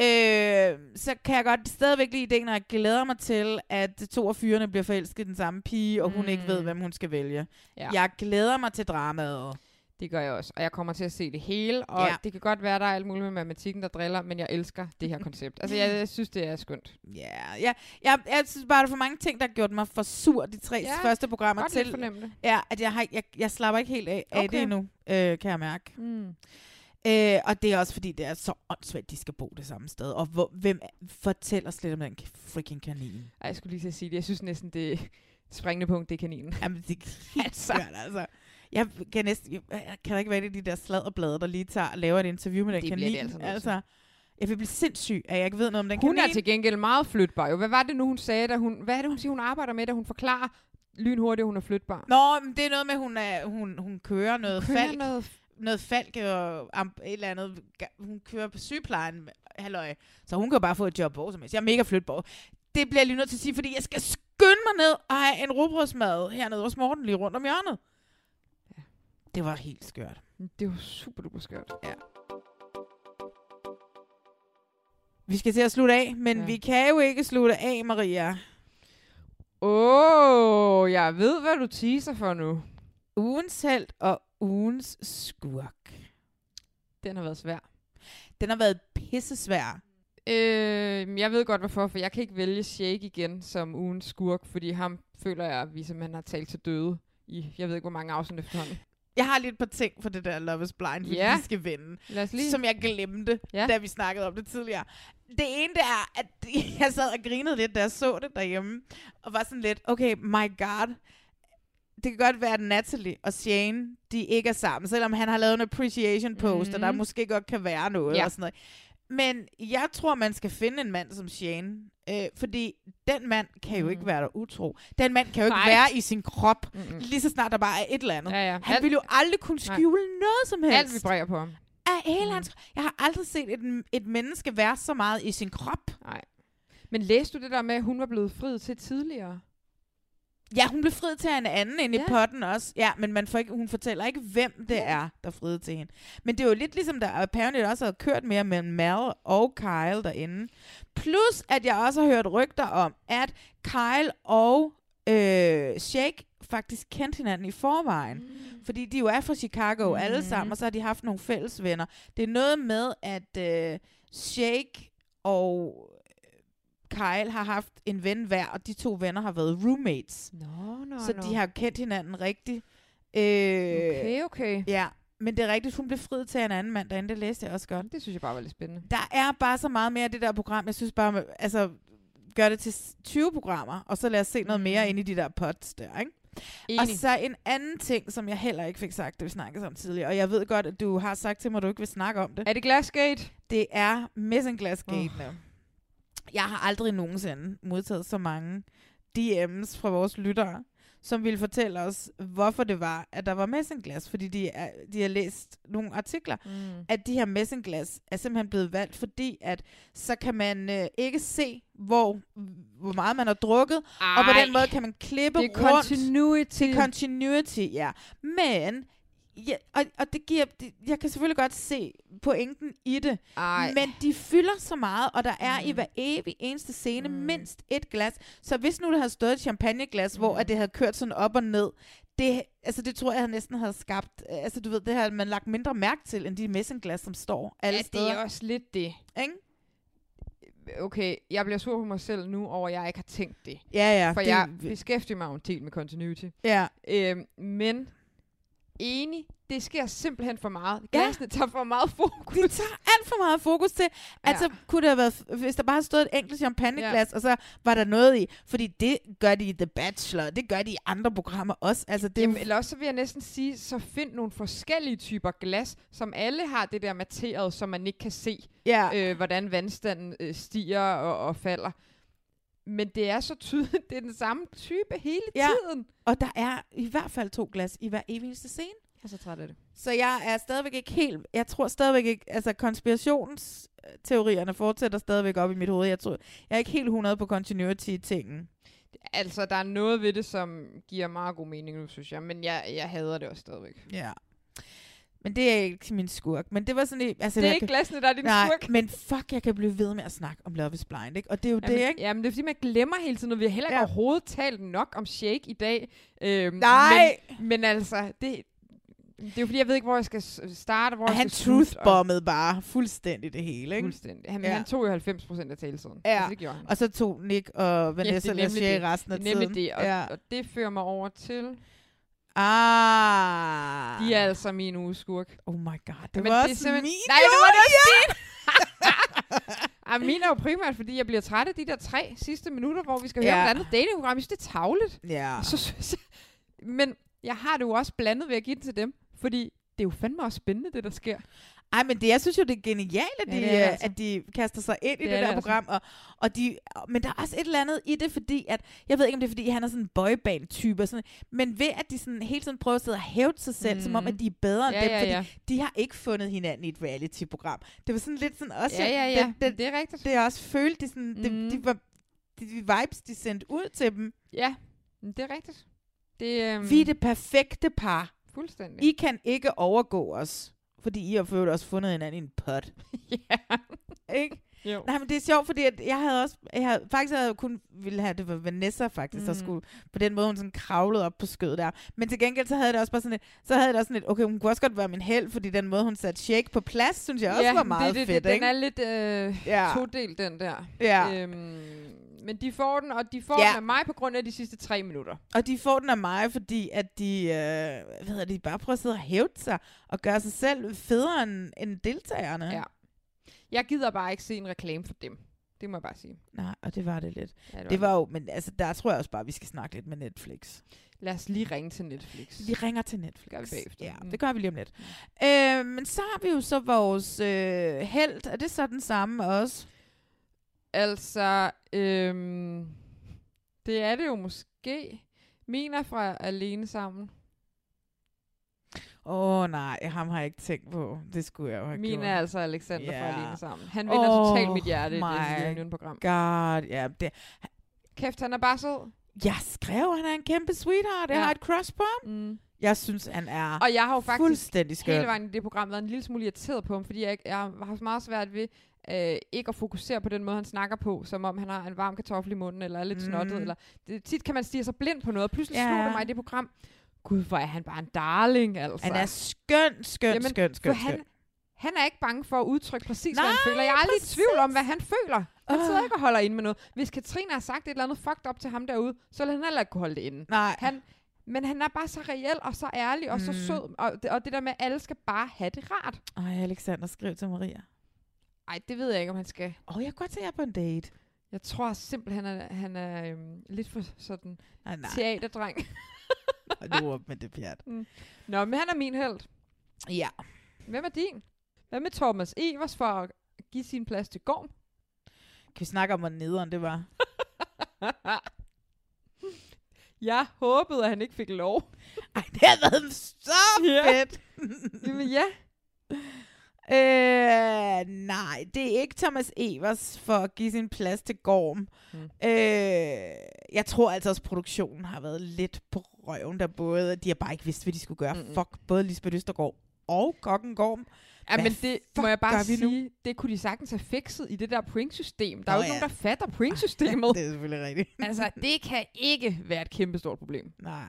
S1: Øh, så kan jeg godt stadigvæk lide ideen, og jeg glæder mig til, at to af fyrene bliver forelsket i den samme pige, og hun ikke
S2: Mm.
S1: ved, hvem hun skal vælge.
S2: Ja.
S1: Ja. Jeg glæder mig til dramaet.
S2: Det gør jeg også, og jeg kommer til at se det hele, og ja.
S1: Ja.
S2: det kan godt være, der er alt muligt med matematikken, der driller, men jeg elsker det her koncept. Altså, jeg, jeg synes, det er skønt.
S1: Ja, ja. Jeg, jeg synes bare, der er for mange ting, der har gjort mig for sur de tre
S2: Ja,
S1: ja. første programmer
S2: Godt lidt
S1: til.
S2: fornemme det.
S1: Ja, at jeg, har, ikke- jeg, jeg slapper ikke helt af, af
S2: Okay.
S1: det endnu, øh, kan jeg mærke.
S2: Mm.
S1: Øh, og det er også fordi, det er så åndssvagt, de skal bo det samme sted. Og hvor, hvem fortæller slet om den freaking kanin?
S2: Ej, jeg skulle lige til at sige det. Jeg synes næsten, det springende punkt, det er kaninen.
S1: Jamen, det er helt svært, altså. Jeg kan, næsten, jeg- jeg kan da ikke være en af de der sladderblade, der lige tager og laver et interview med den
S2: Det bliver
S1: kanin.
S2: det altså nødt til.
S1: altså. Jeg vil blive sindssyg, at jeg ikke ved noget om den
S2: Hun
S1: kanin.
S2: er til gengæld meget flytbar. Jo, hvad var det nu, hun sagde, da hun... Hvad er det, hun siger, hun arbejder med, da hun forklarer lynhurtigt, at hun er flytbar?
S1: Nå, men det er noget med, hun, er, hun, hun kører noget
S2: Kører
S1: falk,
S2: Noget
S1: noget falk og am- et eller andet. ga- Hun kører på sygeplejen, halløj. Så hun kan jo bare få et job hvor som helst. Jeg er mega flytbar. Det bliver jeg lige nødt til at sige, fordi jeg skal skynde mig ned og have en rugbrødsmad hernede hos Morten lige rundt om hjørnet. Det var helt skørt.
S2: det var super duper skørt. Ja.
S1: Vi skal til at slutte af, men
S2: Ja.
S1: ja. vi kan jo ikke slutte af, Maria.
S2: Åh, oh, jeg ved, hvad du teaser for nu.
S1: Ugens held og ugens skurk.
S2: Den har været svær.
S1: Den har været pissesvær.
S2: Øh, jeg ved godt, hvorfor, for jeg kan ikke vælge Shake igen som ugens skurk, fordi ham føler jeg, at vi simpelthen har talt til døde i, jeg ved ikke, hvor mange afsnit efterhånden.
S1: Jeg har lige et par ting for det der Love is Blind, vi
S2: Ja.
S1: ja. lige skal vende.
S2: Lad os lige...
S1: som jeg glemte,
S2: Ja.
S1: ja. da vi snakkede om det tidligere. Det ene, det er, at jeg sad og grinede lidt, da jeg så det derhjemme, og var sådan lidt, okay, my god, det kan godt være, at Natalie og Shane, de ikke er sammen, selvom han har lavet en appreciation post, mm. og der
S2: Mhm.
S1: måske godt kan være noget
S2: Ja.
S1: ja. og sådan noget. Men jeg tror, man skal finde en mand som Shane, øh, fordi den mand kan jo
S2: Mm.
S1: ikke være der utro. Den mand kan jo ikke
S2: Nej.
S1: være i sin krop,
S2: Mm-mm.
S1: lige så snart der bare er et eller andet.
S2: Mm. Ja, ja.
S1: Han
S2: Alt-
S1: vil jo aldrig kunne
S2: Nej.
S1: skjule noget som helst.
S2: Alt vibrerer på ham.
S1: af hele hans Jeg har aldrig set et, et menneske være så meget i sin krop.
S2: Nej. Men læste du det der med, at hun var blevet friet til tidligere?
S1: Ja, hun blev friet til en anden ind
S2: Ja.
S1: i potten også. Ja, men man får ikke, hun fortæller ikke, hvem det er, der er friet til hende. Men det er jo lidt ligesom, der apparently også havde kørt mere mellem Mal og Kyle derinde. Plus, at jeg også har hørt rygter om, at Kyle og øh, Shake faktisk kendte hinanden i forvejen. Mm. Fordi de jo er fra Chicago mm. alle sammen, og så har de haft nogle fælles venner. Det er noget med, at øh, Shake og øh, Kyle har haft en ven hver, og de to venner har været roommates.
S2: Nå, nå,
S1: Så de har kendt hinanden rigtigt. Øh,
S2: Okay, okay.
S1: Ja, men det er rigtigt, hun blev friet til en anden mand derinde, det læste jeg også godt.
S2: Det synes jeg bare var lidt spændende.
S1: Der er bare så meget mere af det der program, jeg synes bare, altså, gør det til s- 20 programmer, og så lad os se noget mere ind i de der pots der, ikke? Og
S2: Mm. Enig.
S1: så en anden ting, som jeg heller ikke fik sagt, det vi snakkede om tidligere, og jeg ved godt, at du har sagt til mig, at du ikke vil snakke om det.
S2: Er det Glassgate?
S1: Det er Messinglass-gatene. Oh. Jeg har aldrig nogensinde modtaget så mange DM's fra vores lyttere, som ville fortælle os, hvorfor det var, at der var messinglas. Fordi de, er, de har læst nogle artikler,
S2: Mm.
S1: at de her messinglas er simpelthen blevet valgt, fordi at så kan man øh, ikke se, hvor, hvor meget man har drukket, Ej. og på den måde kan man klippe
S2: det er
S1: rundt.
S2: continuity.
S1: Det er continuity, ja. Men, ja, og, og det giver, det, jeg kan selvfølgelig godt se pointen i det,
S2: Ej.
S1: men de fylder så meget, og der er mm. i
S2: Mm.
S1: hver evig eneste scene
S2: Mm.
S1: mm. mindst et glas. Så hvis nu det havde stået et champagneglas, mm. hvor
S2: Mm.
S1: at det havde kørt sådan op og ned, det, altså det tror jeg næsten havde skabt, øh, altså du ved, det havde man lagt mindre mærke til, end de messingglas, som står alle
S2: ja, det
S1: steder.
S2: er også lidt det.
S1: Ikke?
S2: Okay, jeg bliver sur på mig selv nu over, at jeg ikke har tænkt det.
S1: Ja, ja.
S2: For
S1: det,
S2: jeg beskæftiger mig jo en del med continuity.
S1: ja.
S2: Øhm, men enig, det sker simpelthen for meget. Glasene tager for meget fokus.
S1: Det tager alt for meget fokus til. Altså, ja. kunne det have været, f- hvis der bare havde stået et enkelt champagneglas, ja. og så var der noget i. Fordi det gør de i The Bachelor, det gør de i andre programmer også. Altså, det,
S2: Jamen,
S1: Jamen,
S2: eller også så vil jeg næsten sige, så find nogle forskellige typer glas, som alle har det der materet, som man ikke kan se,
S1: ja, øh,
S2: øh, hvordan vandstanden øh, stiger og, og falder. Men det er så tydeligt, det er den samme type hele
S1: Ja.
S2: tiden.
S1: og der er i hvert fald to glas i hver evig eneste scene.
S2: Jeg er så træt af det.
S1: Så jeg er stadigvæk ikke helt... Jeg tror stadigvæk ikke... Altså, konspirationsteorierne fortsætter stadigvæk op i mit hoved. Jeg tror, jeg er ikke helt 100 på continuity-tingen.
S2: Altså, der er noget ved det, som giver meget god mening nu, synes jeg. Men jeg, jeg hader det også stadigvæk.
S1: Ja. Men det er ikke min skurk. Men det var sådan... et- Altså,
S2: Det er
S1: jeg
S2: ikke
S1: kan-
S2: glasene, der er din
S1: Nej,
S2: skurk.
S1: men fuck, jeg kan blive ved med at snakke om Love is Blind, ikke? Og det er jo
S2: Jamen,
S1: det, ikke?
S2: Jamen, det er fordi, man glemmer hele tiden, og vi har heller ikke ja.
S1: Ja.
S2: overhovedet talt nok om Shake i dag. Øhm,
S1: Nej!
S2: Men, men altså, det, det er jo fordi, jeg ved ikke, hvor jeg skal s- starte, hvor
S1: Og
S2: jeg
S1: han
S2: skal slutte, og-
S1: truthbombede bare fuldstændig det hele, ikke?
S2: Fuldstændig. Han, ja.
S1: Ja.
S2: han tog jo 90 procent af taletiden.
S1: Ja.
S2: Altså, det gjorde han.
S1: Og så tog Nick og Vanessa ja,
S2: nemlig
S1: Lassier
S2: det.
S1: resten af
S2: det er nemlig
S1: tiden.
S2: det, og,
S1: ja.
S2: og det fører mig over til,
S1: Ah.
S2: de er altså min uges skurk.
S1: Oh my god, det
S2: Men
S1: var
S2: det er
S1: også
S2: simpelthen-
S1: min.
S2: Nej, det var
S1: det også
S2: Ej, min er jo primært, fordi jeg bliver træt af de der tre sidste minutter, hvor vi skal
S1: Ja.
S2: høre om et andet datingprogram. Jeg synes, det er tavligt.
S1: Ja.
S2: Så synes jeg, men jeg har det jo også blandet ved at give den til dem, fordi det er jo fandme også spændende, det der sker.
S1: Ej, men det, jeg synes jo, det er genialt, at,
S2: Ja,
S1: de,
S2: det er
S1: ja,
S2: det altså.
S1: altså. at de kaster sig ind i
S2: Det
S1: det,
S2: er
S1: det
S2: det
S1: der program.
S2: altså.
S1: Og, og de, og- men der er også et eller andet i det, fordi at, jeg ved ikke, om det er, fordi han er sådan en boyband-type, og sådan, men ved at de sådan hele tiden prøver at sidde og hævde sig selv, mm. som om,
S2: Mhm.
S1: at de er bedre end
S2: Ja,
S1: dem,
S2: ja,
S1: fordi
S2: ja.
S1: de har ikke fundet hinanden i et reality-program. Det var sådan lidt sådan også,
S2: Ja, ja, ja.
S1: Det, det,
S2: det er rigtigt.
S1: det jeg også følte, det, sådan, mm. det,
S2: Mhm.
S1: de var de vibes, de sendte ud til dem.
S2: Ja, men det er rigtigt. Det øhm,
S1: Mm. Vi er det perfekte par.
S2: fuldstændig.
S1: I kan ikke overgå os, fordi I har for øvrigt også fundet hinanden i en pot.
S2: ja.
S1: Ikke?
S2: Jo.
S1: Nej, men det er sjovt, fordi at jeg havde også, jeg havde, faktisk havde jeg kun ville have, det var Vanessa faktisk, mm. der
S2: Mhm.
S1: skulle, på den måde hun sådan kravlede op på skødet der. Men til gengæld, så havde jeg det også bare sådan lidt, så havde jeg det også sådan lidt, okay, hun kunne også godt være min held, fordi den måde, hun satte shake på plads, synes jeg også
S2: ja,
S1: var meget
S2: det, det,
S1: fedt,
S2: det,
S1: ikke?
S2: Den er øh. lidt øh,
S1: ja,
S2: ja. todelt, den der.
S1: ja.
S2: Øhm, men de får den, og de får
S1: Ja.
S2: den af mig på grund af de sidste tre minutter.
S1: og de får den af mig, fordi at de, øh, hvad hedder det, de bare prøver at sidde og hævde sig, og gøre sig selv federe end, end deltagerne.
S2: Ja. Jeg gider bare ikke se en reklame for dem. Det må jeg bare sige.
S1: Nej, og det var det lidt.
S2: Ja,
S1: Det var jo, men altså, der tror jeg også bare, vi skal snakke lidt med Netflix.
S2: Lad os lige ringe til Netflix.
S1: Vi ringer til Netflix.
S2: Gør vi bagefter.
S1: Ja,
S2: Mm.
S1: det gør vi lige om lidt. Øh, men så har vi jo så vores øh, held. Er det så den samme også?
S2: Altså, øhm, det er det jo måske. Min er fra Alene Sammen.
S1: Åh oh, nej, ham har jeg ikke tænkt på. Det skulle jeg jo have
S2: Min
S1: gjort.
S2: er altså Alexander yeah.
S1: Ja.
S2: fra Alene Sammen. Han vinder oh,
S1: Åh,
S2: totalt mit hjerte i
S1: my
S2: det nye program.
S1: God, ja, det,
S2: Kæft, han er bare sød.
S1: Jeg skrev, han er en kæmpe sweetheart. Jeg
S2: Ja.
S1: har et crush på ham.
S2: Mm.
S1: Jeg synes, han er
S2: Og jeg har jo faktisk
S1: Ah, fuldstændig skøn.
S2: hele vejen i det program været en lille smule irriteret på ham, fordi jeg, ikke- jeg har haft meget svært ved øh, ikke at fokusere på den måde, han snakker på, som om han har en varm kartoffel i munden, eller er lidt mm. snottet.
S1: Mm.
S2: Eller, det, tit kan man stige sig blind på noget, og pludselig
S1: Ja.
S2: yeah. slog det mig i det program. Gud, hvor er han bare en darling, altså.
S1: Han er skøn, skøn,
S2: Jamen,
S1: Jamen, skøn,
S2: For
S1: skøn,
S2: han,
S1: skøn.
S2: han er ikke bange for at udtrykke præcis, Nej, hvad han
S1: Nej,
S2: føler. Jeg er aldrig i tvivl om,
S1: præcis.
S2: hvad han føler. Han
S1: Åh.
S2: sidder ikke og holder inde med noget. Hvis Katrine har sagt et eller andet fucked op til ham derude, så vil han heller ikke kunne holde det inde.
S1: Nej, han,
S2: Han, men han er bare så reel og så ærlig og mm. så
S1: Mm.
S2: sød. Og det, og det der med, at alle skal bare have det rart.
S1: Ej, Alexander, skriv til Maria.
S2: Ej, det ved jeg ikke, om han skal.
S1: Åh, oh, jeg kan godt tage jer på en date.
S2: Jeg tror simpelthen, at han er øhm, lidt for sådan
S1: Ej,
S2: Nej.
S1: nej,
S2: teaterdreng.
S1: hold nu op med det pjat.
S2: Nå, men han er min held.
S1: Ja.
S2: Hvem er din? Hvad med Thomas Evers for at give sin plads til Gorm?
S1: Kan vi snakke om, hvor nederen det var?
S2: Jeg håbede, at han ikke fik lov.
S1: Ej, det har været så
S2: Ja.
S1: fedt.
S2: Jamen ja.
S1: Øh, nej, det er ikke Thomas Evers for at give sin plads til Gorm.
S2: Mm.
S1: Mm. Øh, jeg tror altså også, produktionen har været lidt på røven, der både, de har bare ikke vidst, hvad de skulle gøre.
S2: Mm-mm.
S1: Mm-mm. Fuck, både Lisbeth Østergaard og Kokken Gorm.
S2: Ja,
S1: Hvad
S2: men det
S1: fuck
S2: må jeg bare
S1: gør vi nu?
S2: sige, det kunne de sagtens have fikset i det der pointsystem. Der er
S1: Nå
S2: jo ikke
S1: ja.
S2: nogen, der fatter pointsystemet.
S1: det er selvfølgelig rigtigt.
S2: altså, det kan ikke være et kæmpestort problem.
S1: Nej.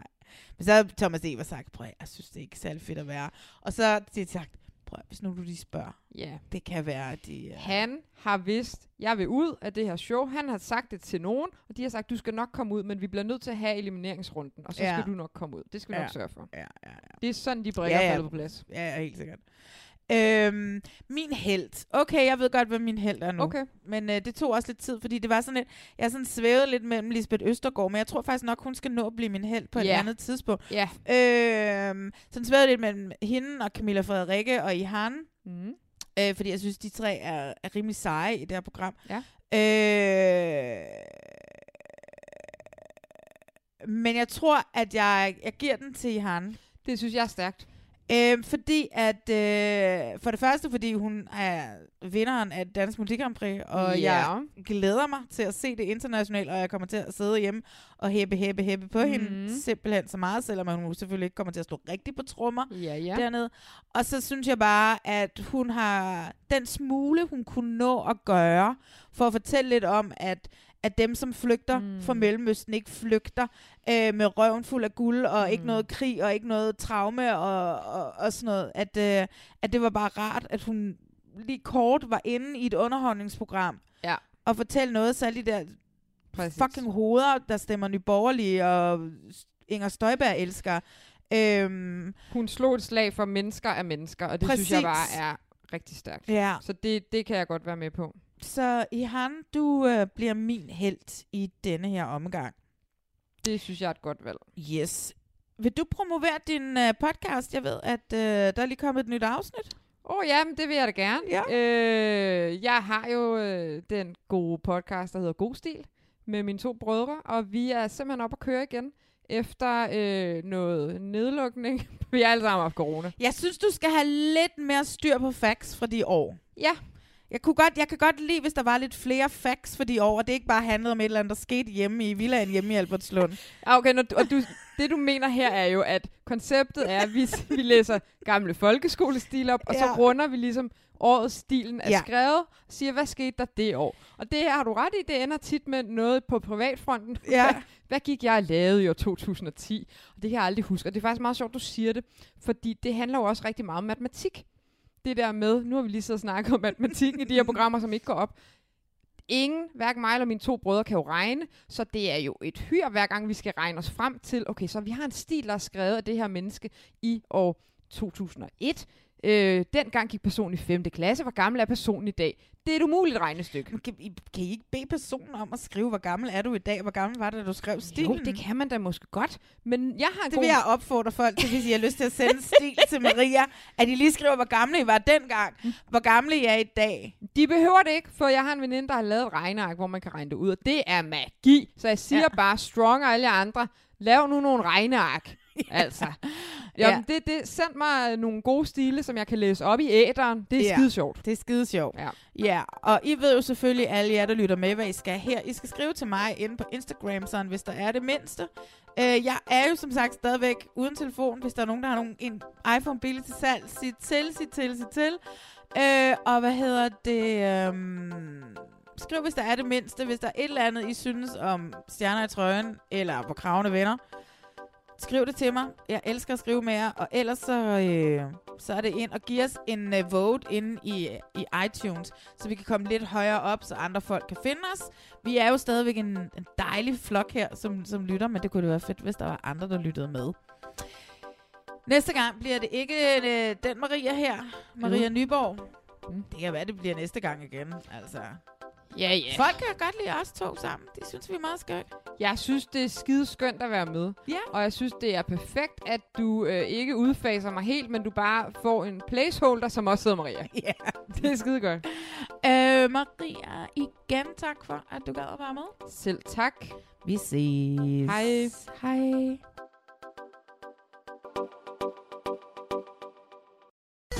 S1: Men så havde Thomas Evers sagt, prøv at jeg synes, det er ikke særlig fedt at være. Og så har de sagt, prøv at, hvis nu du lige spørger,
S2: Ja.
S1: det kan være, at de... øh,
S2: Han har vidst, jeg vil ud af det her show. Han har sagt det til nogen, og de har sagt, du skal nok komme ud, men vi bliver nødt til at have elimineringsrunden, og så
S1: Ja.
S2: skal du nok komme ud. Det skal vi
S1: Ja.
S2: nok sørge for.
S1: Ja, ja, ja.
S2: Det er sådan, de brikker
S1: Ja,
S2: ja, ja.
S1: ja.
S2: faldet på plads.
S1: Ja, ja, helt sikkert. Øhm, min held. Okay, jeg ved godt, hvad min held er nu.
S2: Okay.
S1: Men øh, det tog også lidt tid, fordi det var sådan lidt... Jeg er sådan svævet lidt mellem Lisbeth Østergaard, men jeg tror faktisk nok, hun skal nå at blive min held på
S2: Ja.
S1: et andet tidspunkt.
S2: Ja.
S1: Øhm, sådan svævet lidt mellem hende og Camilla Frederikke og Ihan.
S2: Mm.
S1: Øh, fordi jeg synes, de tre er, er rimelig seje i det her program.
S2: Ja.
S1: Øh, men jeg tror, at jeg, jeg giver den til Ihan.
S2: Det synes jeg er stærkt.
S1: Øh, fordi at, øh, for det første, fordi hun er vinderen af Dansk Melodi Grand Prix, og
S2: ja.
S1: jeg glæder mig til at se det internationalt, og jeg kommer til at sidde hjemme og hæppe, hæppe, hæppe på mm.
S2: Mhm.
S1: hende simpelthen så meget, selvom hun jo selvfølgelig ikke kommer til at slå rigtigt på trommer
S2: Ja, ja.
S1: ja. dernede. Og så synes jeg bare, at hun har den smule, hun kunne nå at gøre, for at fortælle lidt om, at, at dem, som flygter
S2: Mm.
S1: mm. fra Mellemøsten, ikke flygter øh, med røven fuld af guld, og mm. ikke
S2: Mm.
S1: noget krig, og ikke noget traume, og, og, og sådan noget. At, øh, at det var bare rart, at hun lige kort var inde i et underholdningsprogram,
S2: Ja.
S1: og fortælle noget, så alle de der
S2: Præcis.
S1: fucking hoveder, der stemmer nyborgerlige, og Inger Støjberg elsker. Øhm,
S2: Hun slog et slag for mennesker er mennesker, og det Præcis. synes jeg bare
S1: Præcis.
S2: er rigtig stærkt. Ja.
S1: ja.
S2: Så det, det kan jeg godt være med på.
S1: Så Ihan, du øh, bliver min held i denne her omgang.
S2: Det synes jeg er et godt valg.
S1: Yes. Vil du promovere din øh, podcast? Jeg ved, at øh, der er lige kommet et nyt afsnit.
S2: Åh oh, ja, men det vil jeg da gerne.
S1: Ja.
S2: Øh, jeg har jo øh, den gode podcast, der hedder God Stil, med mine to brødre, og vi er simpelthen oppe at køre igen efter øh, noget nedlukning. vi har alle sammen haft corona.
S1: Jeg synes, du skal have lidt mere styr på facts fra de år.
S2: Ja,
S1: Jeg, kunne godt, jeg kan godt lide, hvis der var lidt flere facts for de år, og det ikke bare handlede om et eller andet, der skete hjemme i villaen hjemme i Albertslund.
S2: Ah, okay, når du, og du, det du mener her er jo, at konceptet er, at vi, s- vi læser gamle folkeskolestil op, og ja. så
S1: Ja.
S2: runder vi ligesom årets stilen er ja.
S1: Ja.
S2: skrevet, og siger, hvad skete der det år? Og det her har du ret i, det ender tit med noget på privatfronten.
S1: Ja.
S2: Hvad, hvad gik jeg og lavede i år 2010? Og det kan jeg aldrig huske, og det er faktisk meget sjovt, du siger det, fordi det handler jo også rigtig meget om matematik. Det der med, nu har vi lige siddet og snakket om matematikken i de her programmer, som ikke går op. Ingen, hverken mig eller mine to brødre, kan jo regne, så det er jo et hyr, hver gang vi skal regne os frem til, okay, så vi har en stil, der er skrevet af det her menneske i år 2001, Øh, dengang gik personen i 5. klasse. Hvor gammel er personen i dag? Det er et umuligt regnestykke.
S1: Men Kan, I, kan I ikke bede personen om at skrive, hvor gammel er du i dag? Hvor gammel var det, da du skrev stilen?
S2: Jo, det kan man da måske godt. Men Mm. jeg har en
S1: Det
S2: god...
S1: vil jeg opfordre folk til, hvis I har lyst til at sende stil til Maria, at I lige skriver, hvor gamle I var dengang, hvor gamle I er i dag.
S2: De behøver det ikke, for jeg har en veninde, der har lavet et regneark, hvor man kan regne det ud, og det er magi. Så jeg siger
S1: Ja.
S2: ja. bare, strong og alle jer andre, lav nu nogle regneark. Altså. Jamen, det, det, send mig nogle gode stile, som jeg kan læse op i æderen. Det er
S1: Ja.
S2: skide sjovt.
S1: Det er skide sjovt.
S2: Ja.
S1: Ja, og I ved jo selvfølgelig alle jer, der lytter med, hvad I skal her. I skal skrive til mig inde på Instagram, sådan, hvis der er det mindste. Øh, jeg er jo som sagt stadigvæk uden telefon. Hvis der er nogen, der har nogen, en iPhone billig til salg, sig til, sig til, sig til. Øh, og hvad hedder det? Øhm, skriv, hvis der er det mindste. Hvis der er et eller andet, I synes om stjerner i trøjen, eller hvor kravene venner. Skriv det til mig. Jeg elsker at skrive med jer. Og ellers så, øh, så er det ind og giv os en øh, vote inde i, øh, i iTunes, så vi kan komme lidt højere op, så andre folk kan finde os. Vi er jo stadigvæk en, en dejlig flok her, som, som lytter, men det kunne det være fedt, hvis der var andre, der lyttede med. Næste gang bliver det ikke øh, den Maria her, Maria Nyborg.
S2: Mm.
S1: Det kan være, det bliver næste gang igen. Altså.
S2: Ja, ja.
S1: Folk kan godt lide os to sammen. Det synes vi er meget skønt.
S2: Jeg synes, det er skide skønt at være med.
S1: Ja.
S2: Og jeg synes, det er perfekt, at du øh, ikke udfaser mig helt, men du bare får en placeholder, som også hedder Maria.
S1: Ja.
S2: Det er skide godt.
S1: Øh, Maria, igen tak for, at du gad at være med.
S2: Selv tak.
S1: Vi ses.
S2: Hej.
S1: Hej.